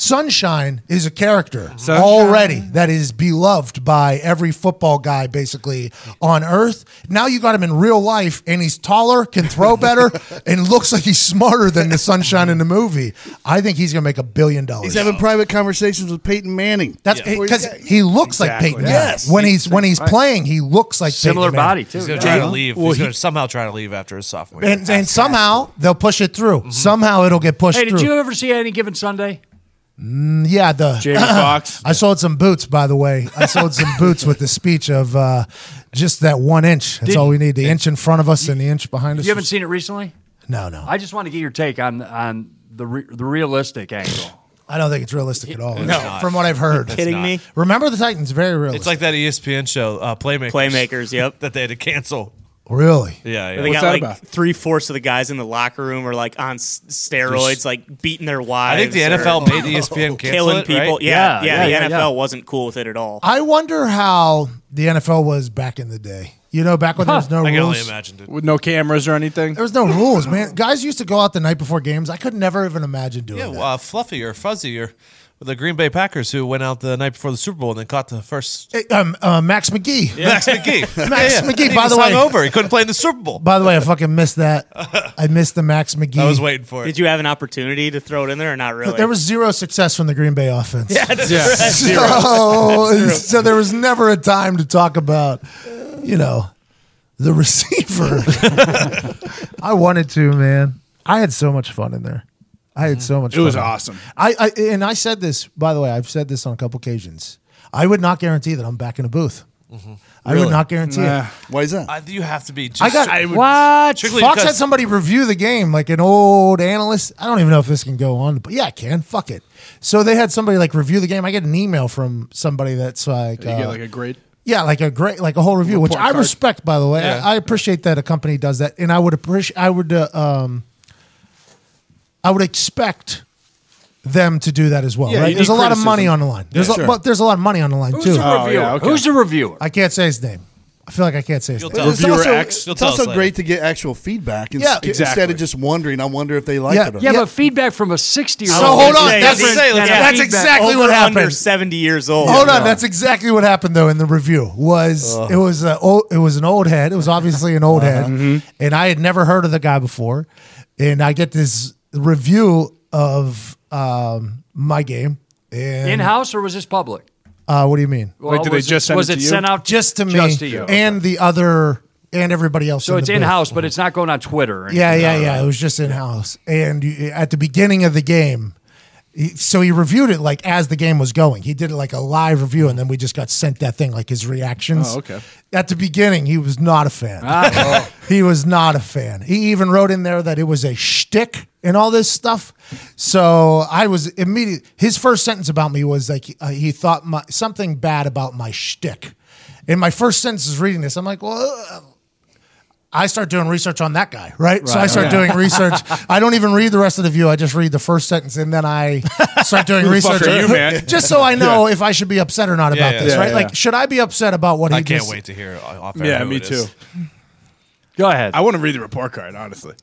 Speaker 1: Sunshine is a character
Speaker 3: Sunshine.
Speaker 1: already that is beloved by every football guy basically on earth. Now you got him in real life and he's taller, can throw better, and looks like he's smarter than the sunshine in the movie. I think he's going to make a billion
Speaker 8: Oh,
Speaker 1: dollars.
Speaker 2: He's having private conversations with Peyton Manning.
Speaker 1: That's
Speaker 2: Before
Speaker 1: because
Speaker 2: he-
Speaker 1: he looks
Speaker 3: Exactly.
Speaker 1: like Peyton.
Speaker 2: Yes.
Speaker 1: When he's when he's playing, he looks like
Speaker 8: Similar
Speaker 1: Peyton Manning.
Speaker 8: body, too.
Speaker 4: He's gonna
Speaker 8: yeah.
Speaker 4: try to leave. He's gonna somehow try to leave after his sophomore year.
Speaker 1: And, and somehow they'll push it through. Somehow it'll get pushed
Speaker 8: Mm-hmm. Hey, did
Speaker 1: through.
Speaker 8: you ever see any given Sunday?
Speaker 1: Mm, yeah, the
Speaker 3: Jamie Foxx.
Speaker 1: I sold some boots, by the way. I sold some boots with the speech of uh, just that one inch. That's all we need. The inch in front of us and the inch behind us.
Speaker 8: You haven't seen it recently?
Speaker 1: no, no.
Speaker 8: I just want to get your take on on the re- the realistic angle.
Speaker 1: I don't think it's realistic at all. From what I've heard.
Speaker 9: Kidding me?
Speaker 1: Remember the Titans, very realistic.
Speaker 4: It's like that ESPN show, uh, Playmakers.
Speaker 9: Playmakers, yep.
Speaker 4: That they had to cancel.
Speaker 1: really.
Speaker 4: Yeah,
Speaker 9: They
Speaker 4: yeah.
Speaker 9: got
Speaker 3: that
Speaker 9: like
Speaker 3: about?
Speaker 9: three fourths of the guys in the locker room are like on s- steroids, like beating their
Speaker 4: I
Speaker 9: wives.
Speaker 4: think the
Speaker 9: or
Speaker 4: NFL made E ESPN cancel
Speaker 9: killing
Speaker 4: it,
Speaker 9: people.
Speaker 4: right?
Speaker 9: Yeah, yeah,
Speaker 8: Yeah, yeah, yeah,
Speaker 9: The
Speaker 8: yeah.
Speaker 9: NFL wasn't cool with it at all.
Speaker 1: I wonder how the NFL was back in the day. You know, back when there was no
Speaker 4: I can only
Speaker 1: rules.
Speaker 4: imagine. Dude.
Speaker 3: with no cameras or anything.
Speaker 1: There was no rules, man. Guys used to go out the night before games. I could never even imagine doing
Speaker 4: Yeah,
Speaker 1: that.
Speaker 4: well, uh, Fluffy or Fuzzy or the Green Bay Packers who went out the night before the Super Bowl and then caught the first
Speaker 1: Hey, um, uh, Max McGee.
Speaker 4: Max McGee.
Speaker 1: Max McGee,
Speaker 4: He
Speaker 1: by
Speaker 4: was
Speaker 1: the way-
Speaker 4: over. He couldn't play in the Super Bowl.
Speaker 1: By the way, I fucking missed that. I missed the Max McGee.
Speaker 4: I was waiting for it.
Speaker 9: Did you have an opportunity to throw it in there or not really?
Speaker 1: There was zero success from the Green Bay offense.
Speaker 3: yeah.
Speaker 1: So, so there was never a time to talk about, you know, the receiver. I wanted to, man. I had so much fun in there. I had so much
Speaker 3: It
Speaker 1: fun.
Speaker 3: was awesome.
Speaker 1: I, I and I said this, by the way, I've said this on a couple occasions. I would not guarantee that I'm back in a booth. I would not guarantee
Speaker 3: Nah.
Speaker 1: it.
Speaker 2: Why is that?
Speaker 4: I, you have to be. Just,
Speaker 1: I got
Speaker 8: What?
Speaker 4: strictly
Speaker 1: Fox had
Speaker 4: because-
Speaker 1: somebody review the game, like an old analyst. I don't even know if this can go on, but yeah, I can. Fuck it. So they had somebody like review the game. I get an email from somebody that's like,
Speaker 3: You
Speaker 1: uh,
Speaker 3: get like a grade.
Speaker 1: yeah, like a great, like a whole review, which
Speaker 3: Report
Speaker 1: I
Speaker 3: card.
Speaker 1: respect, by the way.
Speaker 4: Yeah.
Speaker 1: I, I appreciate that a company does that, and I would appreciate, I would, uh, um, I would expect them to do that as well.
Speaker 3: Yeah,
Speaker 1: right?
Speaker 3: you
Speaker 1: There's a
Speaker 3: need
Speaker 1: lot of
Speaker 3: criticism.
Speaker 1: money on the line. There's,
Speaker 3: Yeah,
Speaker 1: a,
Speaker 3: sure.
Speaker 1: but there's a lot of money on the line too.
Speaker 8: Who's the
Speaker 3: Oh,
Speaker 8: reviewer?
Speaker 3: yeah, okay.
Speaker 8: Who's the reviewer?
Speaker 1: I can't say his name. I feel like I can't say his
Speaker 4: You'll
Speaker 1: name.
Speaker 4: tell us
Speaker 2: it's
Speaker 4: later.
Speaker 2: also,
Speaker 3: X,
Speaker 4: you'll
Speaker 2: it's
Speaker 4: tell
Speaker 2: also
Speaker 4: us later.
Speaker 2: great to get actual feedback ins-
Speaker 1: Yeah,
Speaker 2: instead
Speaker 3: exactly.
Speaker 2: of just wondering. I wonder if they like
Speaker 1: Yeah.
Speaker 2: it. Or
Speaker 8: yeah,
Speaker 2: not.
Speaker 8: but feedback from a sixty-year-old.
Speaker 1: So hold on.
Speaker 9: Yeah,
Speaker 1: that's
Speaker 9: yeah,
Speaker 4: say, let's-
Speaker 9: yeah.
Speaker 1: that's
Speaker 8: Feedback.
Speaker 1: exactly
Speaker 9: Over
Speaker 1: what
Speaker 9: Under
Speaker 1: happened.
Speaker 9: seventy years old.
Speaker 1: Hold on, that's exactly what happened though in the review. Was it was a old, it was an old head. It was obviously an old head, and I had never heard of the guy before. And I get this review of um, my game. And,
Speaker 8: In-house or was this public?
Speaker 1: uh, what do you mean?
Speaker 3: Like, did they
Speaker 8: was
Speaker 3: just
Speaker 8: it,
Speaker 3: send
Speaker 8: was
Speaker 3: it to you?
Speaker 8: sent out
Speaker 1: Just to me
Speaker 8: Just to you.
Speaker 1: and the other and everybody else.
Speaker 8: So
Speaker 1: in
Speaker 8: it's
Speaker 1: the booth.
Speaker 8: in-house, but it's not going on Twitter. or
Speaker 1: Yeah,
Speaker 8: anything.
Speaker 1: yeah, yeah. It was just in house. And you, eh, at the beginning of the game, he- so he reviewed it like as the game was going. He did it like a live review, and then we just got sent that thing like his reactions.
Speaker 3: Oh, okay.
Speaker 1: At the beginning, he was not a fan. he was not a fan. He even wrote in there that it was a shtick and all this stuff. So I was immediate. His first sentence about me was like uh, he thought my, something bad about my shtick. And my first sentence is reading this. I'm like, well, uh, I start doing research on that guy, right? so I start doing research. I don't even read the rest of the view. I just read the first sentence and then I start doing
Speaker 3: the fuck
Speaker 1: research.
Speaker 3: are you, man?
Speaker 1: just so I know if I should be upset or not about
Speaker 4: yeah.
Speaker 1: this,
Speaker 3: Yeah,
Speaker 1: right?
Speaker 3: yeah.
Speaker 1: Like, should I be upset about what he
Speaker 4: I can't
Speaker 1: just-
Speaker 4: wait to hear. Off air
Speaker 3: Yeah,
Speaker 4: who
Speaker 3: me
Speaker 4: it
Speaker 3: too.
Speaker 4: is.
Speaker 8: Go ahead.
Speaker 3: I want to read the report card, honestly.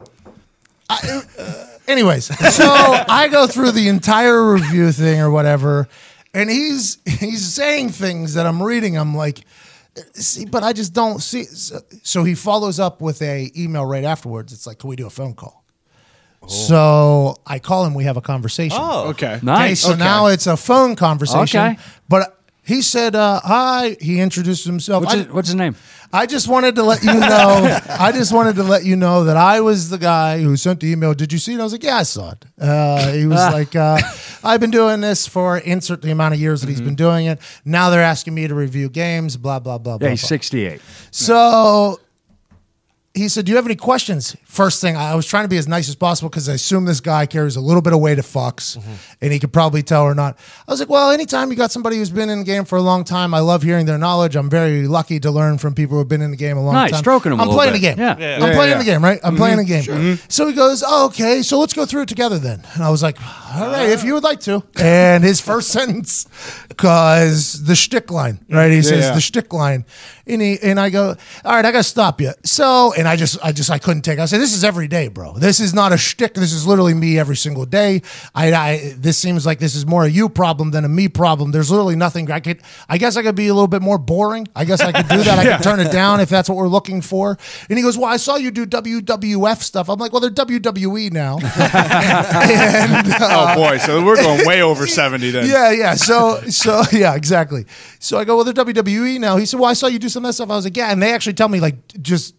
Speaker 1: Anyways, so I go through the entire review thing or whatever, and he's he's saying things that I'm reading. I'm like, see, but I just don't see. So, so he follows up with a email right afterwards. It's like, can we do a phone call?
Speaker 8: Oh.
Speaker 1: So I call him. We have a conversation.
Speaker 4: Oh,
Speaker 3: Okay.
Speaker 1: Okay,
Speaker 8: nice.
Speaker 1: so now it's a phone conversation.
Speaker 8: Okay.
Speaker 1: But he said, uh, hi. He introduced himself.
Speaker 8: What's
Speaker 1: I-
Speaker 8: his, what's his name?
Speaker 1: I just wanted to let you know. I just wanted to let you know that I was the guy who sent the email. Did you see it? I was like, yeah, I saw it. Uh, he was like, uh, I've been doing this for insert the amount of years that he's
Speaker 8: Mm-hmm.
Speaker 1: been doing it. Now they're asking me to review games. Blah blah blah.
Speaker 8: Yeah,
Speaker 1: blah,
Speaker 8: he's
Speaker 1: blah.
Speaker 8: 68.
Speaker 1: So he said, Do you have any questions? First thing, I was trying to be as nice as possible because I assume this guy carries a little bit of weight of fucks and he could probably tell or not. I was like, Well, anytime you got somebody who's been in the game for a long time, I love hearing their knowledge. I'm very lucky to learn from people who have been in the game a long
Speaker 8: Nice,
Speaker 1: time.
Speaker 8: stroking 'em a
Speaker 1: I'm
Speaker 8: little
Speaker 1: playing
Speaker 8: bit.
Speaker 1: the game.
Speaker 8: Yeah. Mm-hmm.
Speaker 1: I'm playing the game, right? I'm playing the game.
Speaker 3: Mm-hmm.
Speaker 1: So he goes, oh, okay, so let's go through it together then. And I was like, all right, if you would like to. And his first sentence, cause the shtick line, right? He says
Speaker 3: yeah.
Speaker 1: the shtick line, and he and I go, all right, I gotta stop you. So and I just I just I couldn't take. it. I said, this is every day, bro. This is not a shtick. This is literally me every single day. I, I this seems like this is more a you problem than a me problem. There's literally nothing I could. I guess I could be a little bit more boring. I guess I could do that. I could turn it down if that's what we're looking for. And he goes, well, I saw you do WWF stuff. I'm like, well, they're WWE now. and, uh,
Speaker 3: Oh boy, so we're going way over seventy then.
Speaker 1: yeah, yeah. So, so yeah, exactly. So I go, well, they're WWE now. He said, well, I saw you do some of that stuff. I was like, yeah, and they actually tell me like just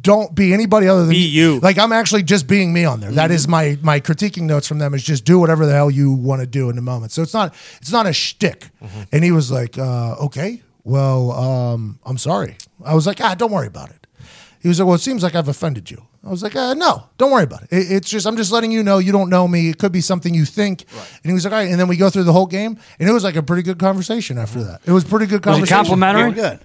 Speaker 1: don't be anybody other than
Speaker 9: Be you.
Speaker 1: Like I'm actually just being me on there. That is my my critiquing notes from them is just do whatever the hell you want to do in the moment. So it's not it's not a shtick.
Speaker 3: Mm-hmm.
Speaker 1: And he was like, uh, okay, well, um, I'm sorry. I was like, ah, don't worry about it. He was like, well, it seems like I've offended you. I was like, uh, no, don't worry about it. it. It's just, I'm just letting you know you don't know me. It could be something you think. And he was like, all right. And then we go through the whole game. And it was like a pretty good conversation after that. It was pretty good
Speaker 8: Was it
Speaker 1: conversation.
Speaker 2: Very
Speaker 8: complimentary?
Speaker 2: good.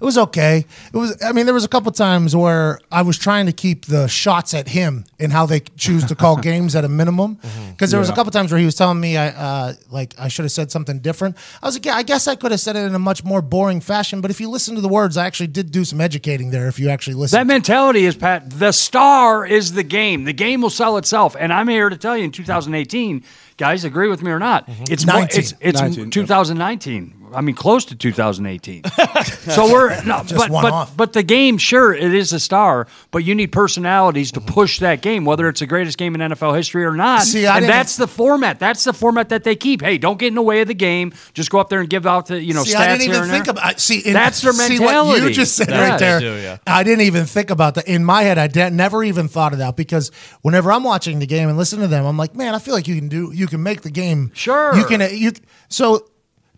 Speaker 1: It was okay. It was. I mean, there was a couple times where I was trying to keep the shots at him and how they choose to call games at a minimum. Because there was a couple times where he was telling me, I uh, like I should have said something different. I was like, yeah, I guess I could have said it in a much more boring fashion. But if you listen to the words, I actually did do some educating there. If you actually listen,
Speaker 8: That mentality is Pat. The star is the game. The game will sell itself. And I'm here to tell you, in 2018, guys, agree with me or not,
Speaker 1: Mm-hmm.
Speaker 8: it's more-
Speaker 1: 19.
Speaker 8: it's, it's
Speaker 3: 19, yeah.
Speaker 8: 2019. I mean, close to 2018. so we're no, but
Speaker 1: one
Speaker 8: but,
Speaker 1: off.
Speaker 8: but the game, sure, it is a star, but you need personalities to push that game, whether it's the greatest game in NFL history or not.
Speaker 1: Mm-hmm. See, I
Speaker 8: and
Speaker 1: didn't-
Speaker 8: that's the format. That's the format that they keep. Hey, don't get in the way of the game. Just go up there and give out the you know
Speaker 1: See,
Speaker 8: stats
Speaker 1: I didn't
Speaker 8: here
Speaker 1: even
Speaker 8: and
Speaker 1: think
Speaker 8: there.
Speaker 1: about. See, in,
Speaker 8: That's their
Speaker 1: See what
Speaker 8: mentality.
Speaker 1: you just said
Speaker 8: That's
Speaker 1: right
Speaker 8: what
Speaker 1: there.
Speaker 4: they do, yeah.
Speaker 1: I didn't even think about that. In my head, I de- never even thought of that because whenever I'm watching the game and listen to them, I'm like, man, I feel like you can do. You can make the game.
Speaker 8: Sure.
Speaker 1: You can. uh, You so.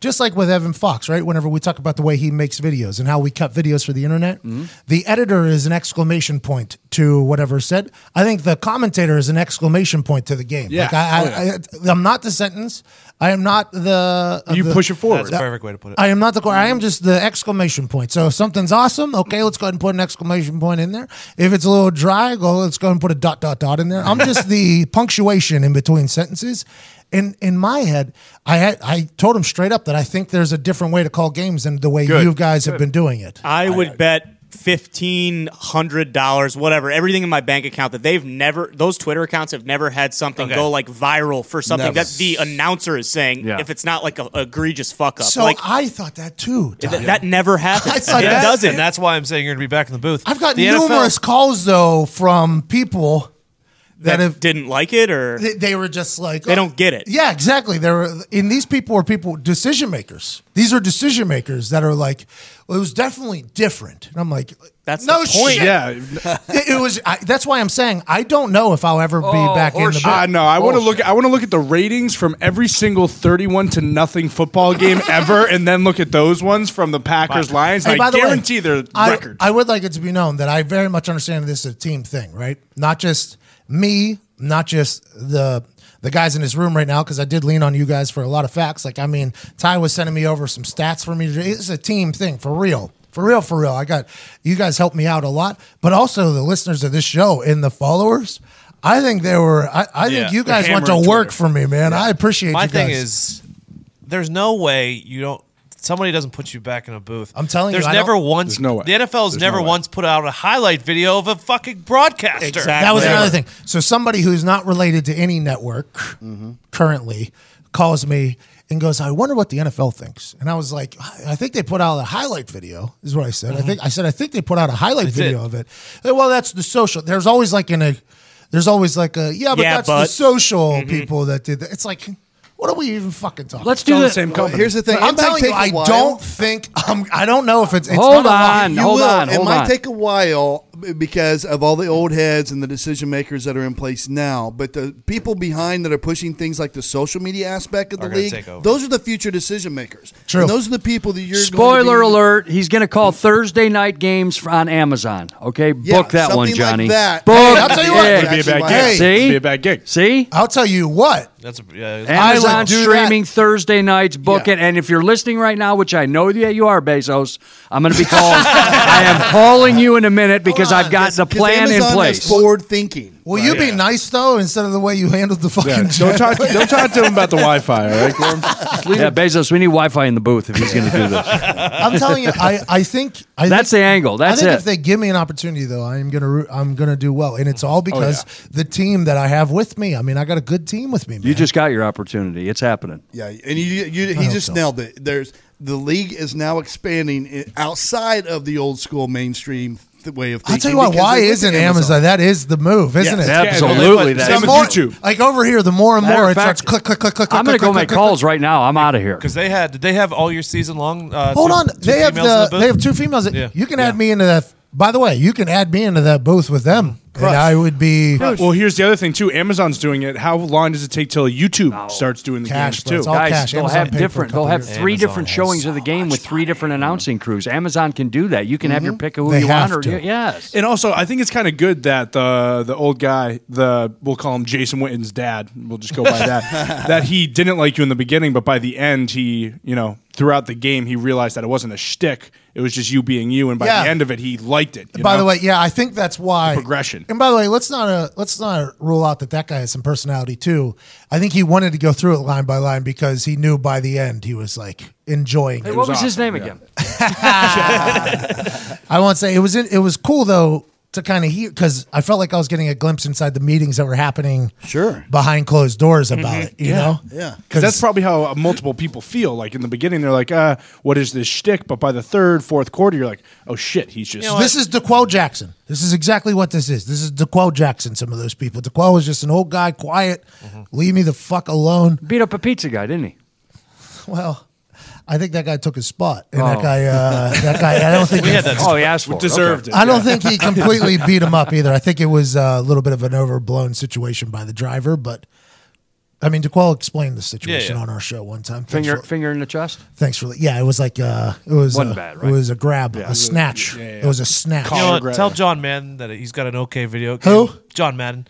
Speaker 1: Just like with Evan Fox, right? Whenever we talk about the way he makes videos and how we cut videos for the internet,
Speaker 8: Mm-hmm.
Speaker 1: the editor is an exclamation point to whatever said. I think the commentator is an exclamation point to the game.
Speaker 3: Yeah.
Speaker 1: Like I,
Speaker 3: Oh, yeah.
Speaker 1: I, I, I'm not the sentence. I am not the. uh,
Speaker 3: You
Speaker 1: the-
Speaker 3: push it forward.
Speaker 4: that's a perfect way to put it.
Speaker 1: I am not the I am just the exclamation point. So if something's awesome, okay, let's go ahead and put an exclamation point in there. If it's a little dry, go let's go ahead and put a dot dot dot in there. I'm just the punctuation in between sentences. In in my head, I had I told him straight up that I think there's a different way to call games than the way you guys have been doing it.
Speaker 9: I would bet fifteen hundred dollars, whatever, everything in my bank account that they've never those Twitter accounts have never had something
Speaker 4: Okay.
Speaker 9: go like viral for something
Speaker 3: Never.
Speaker 9: that the announcer is saying
Speaker 8: Yeah.
Speaker 9: if it's not like a, egregious fuck up.
Speaker 1: So
Speaker 9: like
Speaker 1: I thought that too. Todd.
Speaker 9: th- that never happens.
Speaker 1: I thought
Speaker 9: it
Speaker 1: that-
Speaker 9: doesn't.
Speaker 4: And that's why I'm saying you're going to be back in the booth.
Speaker 1: I've got
Speaker 4: The NFL
Speaker 1: numerous calls though from people that,
Speaker 9: that
Speaker 1: have
Speaker 9: didn't like it or
Speaker 1: they, they were just like
Speaker 9: They don't get it.
Speaker 1: Yeah, exactly. There were in these people were people decision makers. These are decision makers that are like, well, it was definitely different. And I'm like,
Speaker 9: That's
Speaker 1: no
Speaker 9: the point.
Speaker 1: shit.
Speaker 3: Yeah.
Speaker 1: It, it was. I, that's why I'm saying I don't know if I'll ever be
Speaker 8: Oh,
Speaker 1: back in the.
Speaker 8: horseshit.
Speaker 3: Uh,
Speaker 1: booth.
Speaker 3: no, I want to look. I want to look at the ratings from every single thirty-one to nothing football game ever, and then look at those ones from the Packers Lions.
Speaker 1: Hey,
Speaker 3: and I
Speaker 1: by the way,
Speaker 3: guarantee their
Speaker 1: I,
Speaker 3: record.
Speaker 1: I would like it to be known that I very much understand this is a team thing, right? Not just me, not just the the guys in this room right now, because I did lean on you guys for a lot of facts. Like, I mean, Ty was sending me over some stats for me to do. It's a team thing for real. For real, for real. I got you guys helped me out a lot, but also the listeners of this show and the followers. I think they were. I, I
Speaker 4: Yeah,
Speaker 1: think you
Speaker 4: they're
Speaker 1: guys went to
Speaker 3: hammering
Speaker 1: work
Speaker 3: Twitter.
Speaker 1: for me, man. I appreciate.
Speaker 4: My
Speaker 1: you
Speaker 4: thing
Speaker 1: guys.
Speaker 4: is, there's no way you don't somebody doesn't put you back in a booth,
Speaker 1: I'm telling you,
Speaker 4: there's
Speaker 1: I
Speaker 4: never
Speaker 1: don't-
Speaker 4: once
Speaker 3: There's no way.
Speaker 4: the NFL's
Speaker 3: There's
Speaker 4: never
Speaker 3: no way.
Speaker 4: once put out a highlight video of a fucking broadcaster.
Speaker 9: Exactly.
Speaker 1: That was
Speaker 9: Never.
Speaker 1: another thing. So somebody who's not related to any network currently calls me and goes, "I wonder what the NFL thinks." And I was like, "I I think they put out a highlight video." Is what I said. I
Speaker 3: Mm-hmm.
Speaker 1: think I said I think they put out a highlight video
Speaker 4: it.
Speaker 1: of it. They're, well, that's the social. There's always like in a. There's always like a yeah, but
Speaker 9: Yeah,
Speaker 1: that's the
Speaker 9: but-
Speaker 1: social people that did that. It's like, what are we even fucking talking?
Speaker 8: Let's
Speaker 1: about?
Speaker 8: do
Speaker 3: Mm-hmm. It's all the
Speaker 8: this.
Speaker 3: same company.
Speaker 2: Here's the thing.
Speaker 1: I'm
Speaker 2: it might
Speaker 1: telling you,
Speaker 2: take a
Speaker 1: I
Speaker 2: while.
Speaker 1: don't think I'm. I don't know if it's. it's not
Speaker 8: Hold
Speaker 1: a lot.
Speaker 8: on,
Speaker 2: You
Speaker 8: hold
Speaker 2: will.
Speaker 8: on,
Speaker 2: it
Speaker 8: hold
Speaker 2: might
Speaker 8: on.
Speaker 2: take a while b- because of all the old heads and the decision makers that are in place now. But the people behind that are pushing things like the social media aspect of the
Speaker 4: Are gonna
Speaker 2: league,
Speaker 4: take over.
Speaker 2: those are the future decision makers.
Speaker 1: True.
Speaker 2: And those are the people that you're.
Speaker 8: Spoiler
Speaker 2: going to be,
Speaker 8: alert, he's going to call Thursday night games for- on Amazon. Okay,
Speaker 2: Yeah,
Speaker 8: book that one,
Speaker 2: something
Speaker 8: Johnny.
Speaker 2: Like that.
Speaker 8: Book
Speaker 2: Hey,
Speaker 1: I'll tell you what,
Speaker 8: it.
Speaker 3: It'd be a bad
Speaker 2: Hey,
Speaker 3: gig.
Speaker 8: see?
Speaker 3: It'd be a bad gig.
Speaker 8: See?
Speaker 1: I'll tell you what.
Speaker 4: That's a, yeah, it's-
Speaker 1: I would
Speaker 8: Amazon
Speaker 1: do
Speaker 8: streaming Thursday nights. Book
Speaker 2: Yeah.
Speaker 8: it. And if you're listening right now, which I know that you are, Bezos, I'm going to be calling. I am calling you in a minute because
Speaker 1: Hold on,
Speaker 8: I've got the
Speaker 2: 'cause
Speaker 8: plan
Speaker 2: Amazon
Speaker 8: in
Speaker 2: Is
Speaker 8: place.
Speaker 2: forward thinking.
Speaker 1: Will you be nice though instead of the way you handled the fucking?
Speaker 3: Yeah, don't talk. Don't talk to him about the Wi-Fi. All right, Gorm? Just leave
Speaker 8: Yeah,
Speaker 3: it.
Speaker 8: Bezos, we need Wi-Fi in the booth if he's going to do this.
Speaker 1: I'm telling you, I, I think I
Speaker 8: That's
Speaker 1: think,
Speaker 8: the angle. That's
Speaker 1: I think
Speaker 8: it.
Speaker 1: if they give me an opportunity, though, I'm gonna root- I'm gonna do well, and it's all because the team that I have with me. I mean, I got a good team with me. Man.
Speaker 8: You just got your opportunity. It's happening.
Speaker 2: Yeah, and you, you he
Speaker 1: hope
Speaker 2: just
Speaker 1: so.
Speaker 2: nailed it. There's the league is now expanding i- outside of the old school mainstream th- way of thinking.
Speaker 1: I'll tell you what.
Speaker 2: because
Speaker 1: Why
Speaker 2: they look
Speaker 1: isn't
Speaker 2: at
Speaker 1: Amazon? That is the move, isn't
Speaker 2: Yes.
Speaker 1: it?
Speaker 3: Yeah,
Speaker 8: Absolutely,
Speaker 3: it's
Speaker 8: that
Speaker 3: Same
Speaker 1: The
Speaker 3: with
Speaker 1: more-
Speaker 3: YouTube.
Speaker 1: Like over here, the more and
Speaker 8: Matter
Speaker 1: more
Speaker 8: of
Speaker 1: it starts
Speaker 8: fact,
Speaker 1: click click click click.
Speaker 8: I'm going
Speaker 1: click,
Speaker 8: to go
Speaker 1: click,
Speaker 8: make
Speaker 1: click,
Speaker 8: calls right now. I'm out of here.
Speaker 4: Because they had, did they have all your season long? Uh,
Speaker 1: Hold
Speaker 4: two-
Speaker 1: on,
Speaker 4: two
Speaker 1: they have
Speaker 4: females in
Speaker 1: the,
Speaker 4: booth?
Speaker 1: they have two females. that-
Speaker 4: Yeah.
Speaker 1: You can add me into that. By the way, you can add me into that booth with them,
Speaker 3: Mm-hmm.
Speaker 1: and I would be
Speaker 3: Well, here's the other thing too. Amazon's doing it. How long does it take till YouTube starts doing the
Speaker 1: Cash,
Speaker 3: games
Speaker 1: bro.
Speaker 3: too?
Speaker 1: It's all
Speaker 8: Guys,
Speaker 1: cash.
Speaker 8: they'll
Speaker 1: Amazon
Speaker 8: have
Speaker 1: paid for a
Speaker 8: different.
Speaker 1: couple
Speaker 8: They'll have
Speaker 1: years.
Speaker 8: three
Speaker 4: Amazon
Speaker 8: different
Speaker 4: has
Speaker 8: showings of the
Speaker 4: so
Speaker 8: game with three different announcing crews. Amazon can do that. You can have your pick of who
Speaker 1: Mm-hmm. They
Speaker 8: you want,
Speaker 1: have
Speaker 8: or
Speaker 1: to.
Speaker 8: yes,
Speaker 3: And also, I think it's kind of good that the the old guy, the we'll call him Jason Witten's dad. We'll just go by that. that he didn't like you in the beginning, but by the end, he you know throughout the game, he realized that it wasn't a shtick. It was just you being you, and by
Speaker 1: Yeah.
Speaker 3: the end of it, he liked it. you
Speaker 1: By
Speaker 3: know?
Speaker 1: the way, yeah, I think that's why
Speaker 3: The progression.
Speaker 1: And by the way, let's not uh, let's not rule out that that guy has some personality too. I think he wanted to go through it line by line because he knew by the end he was like enjoying
Speaker 8: Hey,
Speaker 1: it.
Speaker 8: what was his
Speaker 3: awesome,
Speaker 8: name
Speaker 3: yeah.
Speaker 8: again?
Speaker 1: I won't say it was in, it was cool though to kind of hear because I felt like I was getting a glimpse inside the meetings that were happening
Speaker 2: Sure. Mm-hmm.
Speaker 1: behind closed doors about it. You know,
Speaker 2: Yeah.
Speaker 3: Because that's probably how uh, multiple people feel. Like in the beginning, they're like, uh, "What is this shtick?" But by the third, fourth quarter, you're like, "Oh shit, he's just."
Speaker 1: This is DeQuell Jackson. This is exactly what this is. This is DeQuell Jackson. Some of those people. DeQuell was just an old guy, quiet. Leave me the fuck alone.
Speaker 8: Beat up a pizza guy, didn't he?
Speaker 1: Well, I think that guy took his spot, and
Speaker 8: Oh.
Speaker 1: that guy, uh, that guy, I don't think.
Speaker 4: We
Speaker 1: he-
Speaker 4: had that.
Speaker 8: Oh, he asked for it.
Speaker 3: deserved it.
Speaker 1: I don't think he completely beat him up either. I think it was uh, a little bit of an overblown situation by the driver, but I mean, DeQuell explained the situation
Speaker 4: yeah.
Speaker 1: on our show one time.
Speaker 8: Okay.
Speaker 1: Thanks
Speaker 8: Finger,
Speaker 1: for,
Speaker 8: finger in the chest.
Speaker 1: thanks for yeah. It was like uh, it was
Speaker 8: Wasn't
Speaker 1: a,
Speaker 8: bad,
Speaker 1: it
Speaker 8: right?
Speaker 1: was a grab, a snatch. It was a snatch.
Speaker 4: You know what?
Speaker 3: Grab.
Speaker 4: Tell John Madden that he's got an okay video.
Speaker 1: Who?
Speaker 4: game. John Madden.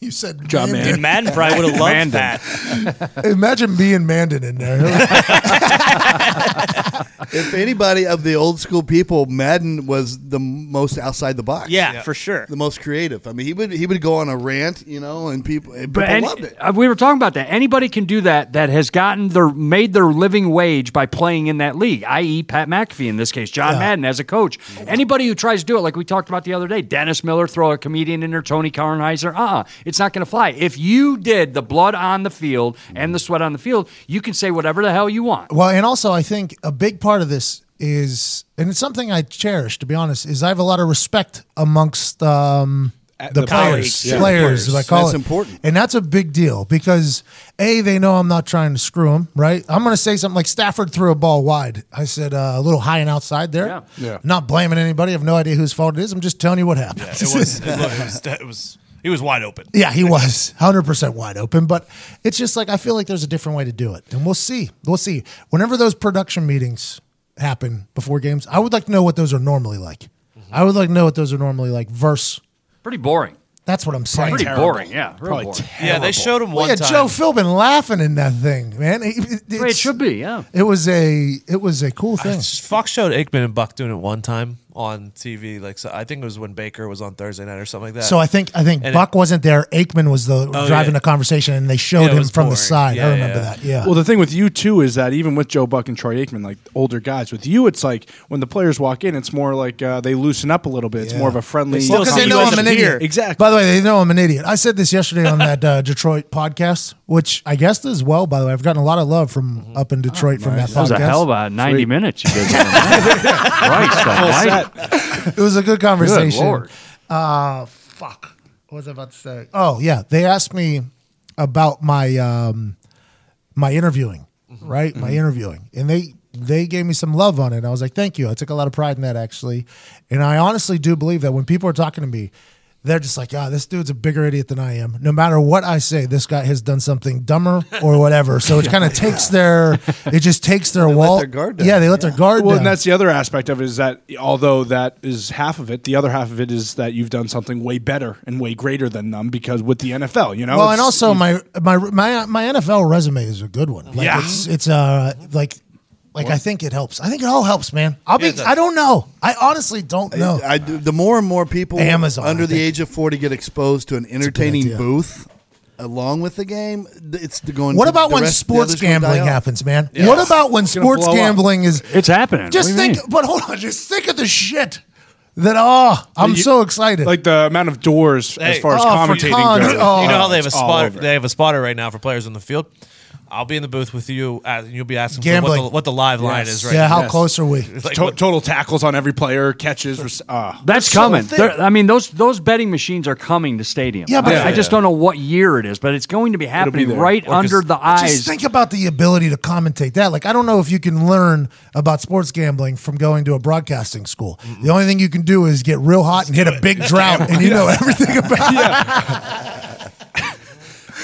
Speaker 1: You said
Speaker 3: Job, man.
Speaker 9: And Madden probably would have loved that.
Speaker 1: Imagine being Mandan in there.
Speaker 2: If anybody of the old school people, Madden was the most outside the box.
Speaker 9: Yeah, for sure.
Speaker 2: the most creative. I mean, he would he would go on a rant, you know, and people and people
Speaker 8: But any-
Speaker 2: loved it.
Speaker 8: uh, we were talking about that. Anybody can do that that has gotten their made their living wage by playing in that league, i.e., Pat McAfee in this case, John Madden as a coach. Anybody who tries to do it, like we talked about the other day, Dennis Miller, throw a comedian in there, Tony Kornheiser, uh uh it's not going to fly. If you did the blood on the field and the sweat on the field, you can say whatever the hell you want.
Speaker 1: Well, and also I think a big part of this is, and it's something I cherish to be honest, is I have a lot of respect amongst um, the,
Speaker 3: the
Speaker 1: players,
Speaker 3: colleagues, yeah.
Speaker 1: players, as I call
Speaker 2: That's
Speaker 1: it.
Speaker 2: important.
Speaker 1: and that's a big deal because a they know I'm not trying to screw them, right? I'm going to say something like Stafford threw a ball wide. I said uh, a little high and outside there.
Speaker 8: Yeah.
Speaker 3: Yeah.
Speaker 1: Not blaming anybody. I have no idea whose fault it is. I'm just telling you what happened.
Speaker 4: It was. It, look, it was. It was. He was wide open.
Speaker 1: Yeah, he was 100% wide open, but it's just like I feel like there's a different way to do it. And we'll see. We'll see. Whenever those production meetings happen before games, I would like to know what those are normally like.
Speaker 4: Mm-hmm.
Speaker 1: I would like to know what those are normally like versus
Speaker 8: Pretty boring.
Speaker 1: that's what I'm saying.
Speaker 8: Pretty
Speaker 3: Terrible.
Speaker 8: boring. Yeah, real
Speaker 3: Probably
Speaker 8: boring.
Speaker 4: Yeah, they showed him
Speaker 1: Well,
Speaker 4: one
Speaker 1: yeah,
Speaker 4: time.
Speaker 1: Joe Philbin laughing in that thing, man. It, it-
Speaker 8: The way it
Speaker 1: it's-
Speaker 8: should be. Yeah.
Speaker 1: It was a it was a cool thing.
Speaker 4: Fox showed Aikman and Buck doing it one time on TV. Like so I think it was when Baker was on Thursday night or something like that.
Speaker 1: So I think I think
Speaker 4: And it-
Speaker 1: Buck wasn't there. Aikman was the driving
Speaker 4: yeah.
Speaker 1: the conversation, and they showed
Speaker 4: Yeah, it
Speaker 1: him
Speaker 4: was
Speaker 1: from the
Speaker 4: boring.
Speaker 1: side. I
Speaker 4: Yeah, yeah,
Speaker 1: remember
Speaker 4: yeah.
Speaker 1: that. Yeah.
Speaker 3: Well, the thing with you too is that even with Joe Buck and Troy Aikman, like older guys, with you it's like when the players walk in, it's more like uh, they loosen up a little bit. It's more of a friendly.
Speaker 9: still Well, 'cause they know I'm an idiot.
Speaker 3: Exactly.
Speaker 1: By the way, they know I'm an idiot. I said this yesterday on that uh, Detroit podcast, which I guess as well. By the way, I've gotten a lot of love from up in Detroit from that podcast.
Speaker 8: That was a hell of a 90 minutes you did. Christ almighty.
Speaker 1: it was a good conversation.
Speaker 8: Good Lord.
Speaker 1: Uh, fuck. What was I about to say? Oh yeah, they asked me about my um, my interviewing,
Speaker 2: Mm-hmm.
Speaker 1: right? My interviewing, and they they gave me some love on it. I was like, thank you. I took a lot of pride in that actually, and I honestly do believe that when people are talking to me. They're just like, ah, this dude's a bigger idiot than I am. No matter what I say, this guy has done something dumber or whatever. So it kind of takes their, it just takes their wall.
Speaker 2: their guard down.
Speaker 1: Yeah, they let their guard
Speaker 3: Well,
Speaker 1: down.
Speaker 3: and that's the other aspect of it is that although that is half of it, the other half of it is that you've done something way better and way greater than them because with the NFL, you know.
Speaker 1: Well,
Speaker 3: it's-
Speaker 1: and also my my my my NFL resume is a good one. Like
Speaker 3: Yeah.
Speaker 1: it's it's uh like like I think it helps. I think it all helps, man. I'll be I don't know. I honestly don't know.
Speaker 2: I, do- the more and more people
Speaker 1: Amazon, I
Speaker 2: under the
Speaker 1: think.
Speaker 2: age of 40 get exposed to an entertaining
Speaker 1: idea.
Speaker 2: booth along with the game, th- it's the going.
Speaker 1: what
Speaker 2: the-
Speaker 1: about
Speaker 2: the
Speaker 1: when
Speaker 2: rest- the
Speaker 1: sports
Speaker 2: others gonna die
Speaker 1: gambling
Speaker 2: out.
Speaker 1: happens, man? What about when sports
Speaker 3: blow up.
Speaker 1: gambling is
Speaker 8: It's happening.
Speaker 1: just
Speaker 8: What do you
Speaker 1: think but hold on, just think of the shit that oh, I'm
Speaker 3: you-
Speaker 1: so excited.
Speaker 3: like the amount of doors as
Speaker 4: Hey,
Speaker 3: far as
Speaker 1: oh, for
Speaker 3: commentating
Speaker 1: cons-
Speaker 3: goes.
Speaker 1: oh.
Speaker 4: you know how they have a
Speaker 3: It's all
Speaker 4: spotter.
Speaker 3: over.
Speaker 4: They have a spotter right now for players on the field. I'll be in the booth with you, uh, and you'll be asking for what
Speaker 1: Gambling.
Speaker 4: the, what the live line is right.
Speaker 1: yeah, how
Speaker 3: yes.
Speaker 1: close are we?
Speaker 4: Like,
Speaker 3: To-
Speaker 4: what-
Speaker 3: total tackles on every player, catches. rec- Uh,
Speaker 8: That's coming. They're- I mean, those those betting machines are coming to stadium.
Speaker 1: Yeah, but-
Speaker 8: I, I just don't know what year it is, but it's going to be happening
Speaker 3: there.
Speaker 8: right under the eyes.
Speaker 1: Just think about the ability to commentate that. Like, I don't know if you can learn about sports gambling from going to a broadcasting school. The only thing you can do is get real hot and hit a big drought, and you know everything about it.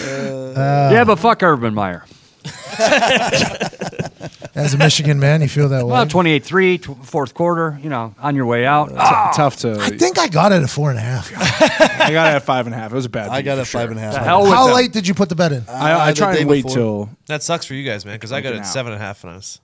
Speaker 8: yeah, but fuck Urban Meyer.
Speaker 1: Uh, As a Michigan man, you feel that way.
Speaker 8: Well, 28-3, tw- fourth quarter, you know, on your way out. Ah,
Speaker 3: tough to.
Speaker 1: I think I got it at four and a half.
Speaker 3: I got it at five and a half. It was a bad.
Speaker 2: I
Speaker 3: beat
Speaker 2: got
Speaker 3: for
Speaker 2: a
Speaker 3: sure.
Speaker 2: five and a half.
Speaker 8: the hell with
Speaker 1: How
Speaker 8: them.
Speaker 1: late did you put the bet in?
Speaker 3: I,
Speaker 2: Uh,
Speaker 3: I
Speaker 2: the
Speaker 3: try
Speaker 2: day
Speaker 3: and wait
Speaker 2: before.
Speaker 3: till
Speaker 4: that sucks for you guys, man, because I got it
Speaker 3: out.
Speaker 4: seven and a half when I was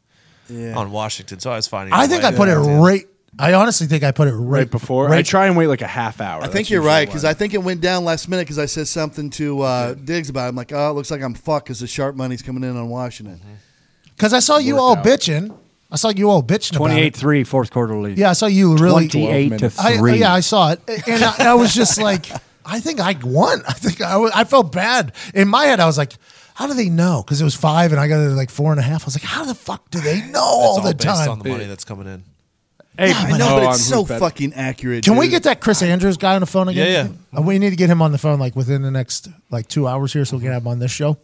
Speaker 2: Yeah.
Speaker 4: on Washington, so I was finding.
Speaker 1: I
Speaker 4: a
Speaker 1: think
Speaker 4: way
Speaker 1: I put it
Speaker 4: to-
Speaker 1: right. I honestly think I put it right,
Speaker 3: right before. I
Speaker 1: Right,
Speaker 3: try and wait like a half hour.
Speaker 2: I think you're right because I think it went down last minute because I said something to uh, Diggs about. It. I'm like, oh, it looks like I'm fucked because the sharp money's coming in on Washington.
Speaker 1: because I saw you all bitching. I saw you all bitching about it.
Speaker 8: 28-3, fourth quarter lead.
Speaker 1: Yeah, I saw you really
Speaker 8: 28 to 3.
Speaker 1: I, yeah, I saw it, and I, I was just like, I think I won. I think I, wa- I felt bad in my head. I was like, how do they know? Because it was five, and I got it like four and a half. I was like, how the fuck do they know
Speaker 4: It's
Speaker 1: all, the
Speaker 4: based
Speaker 1: time?
Speaker 4: on the money that's coming in.
Speaker 8: Hey,
Speaker 2: I know,
Speaker 3: Oh,
Speaker 2: but it's
Speaker 3: on
Speaker 2: so
Speaker 3: Hooped Bet.
Speaker 2: fucking accurate.
Speaker 1: Can we
Speaker 2: dude.
Speaker 1: get that Chris Andrews guy on the phone again?
Speaker 4: Yeah, yeah.
Speaker 1: Uh, We need to get him on the phone like within the next like two hours here, so we can have him on this show.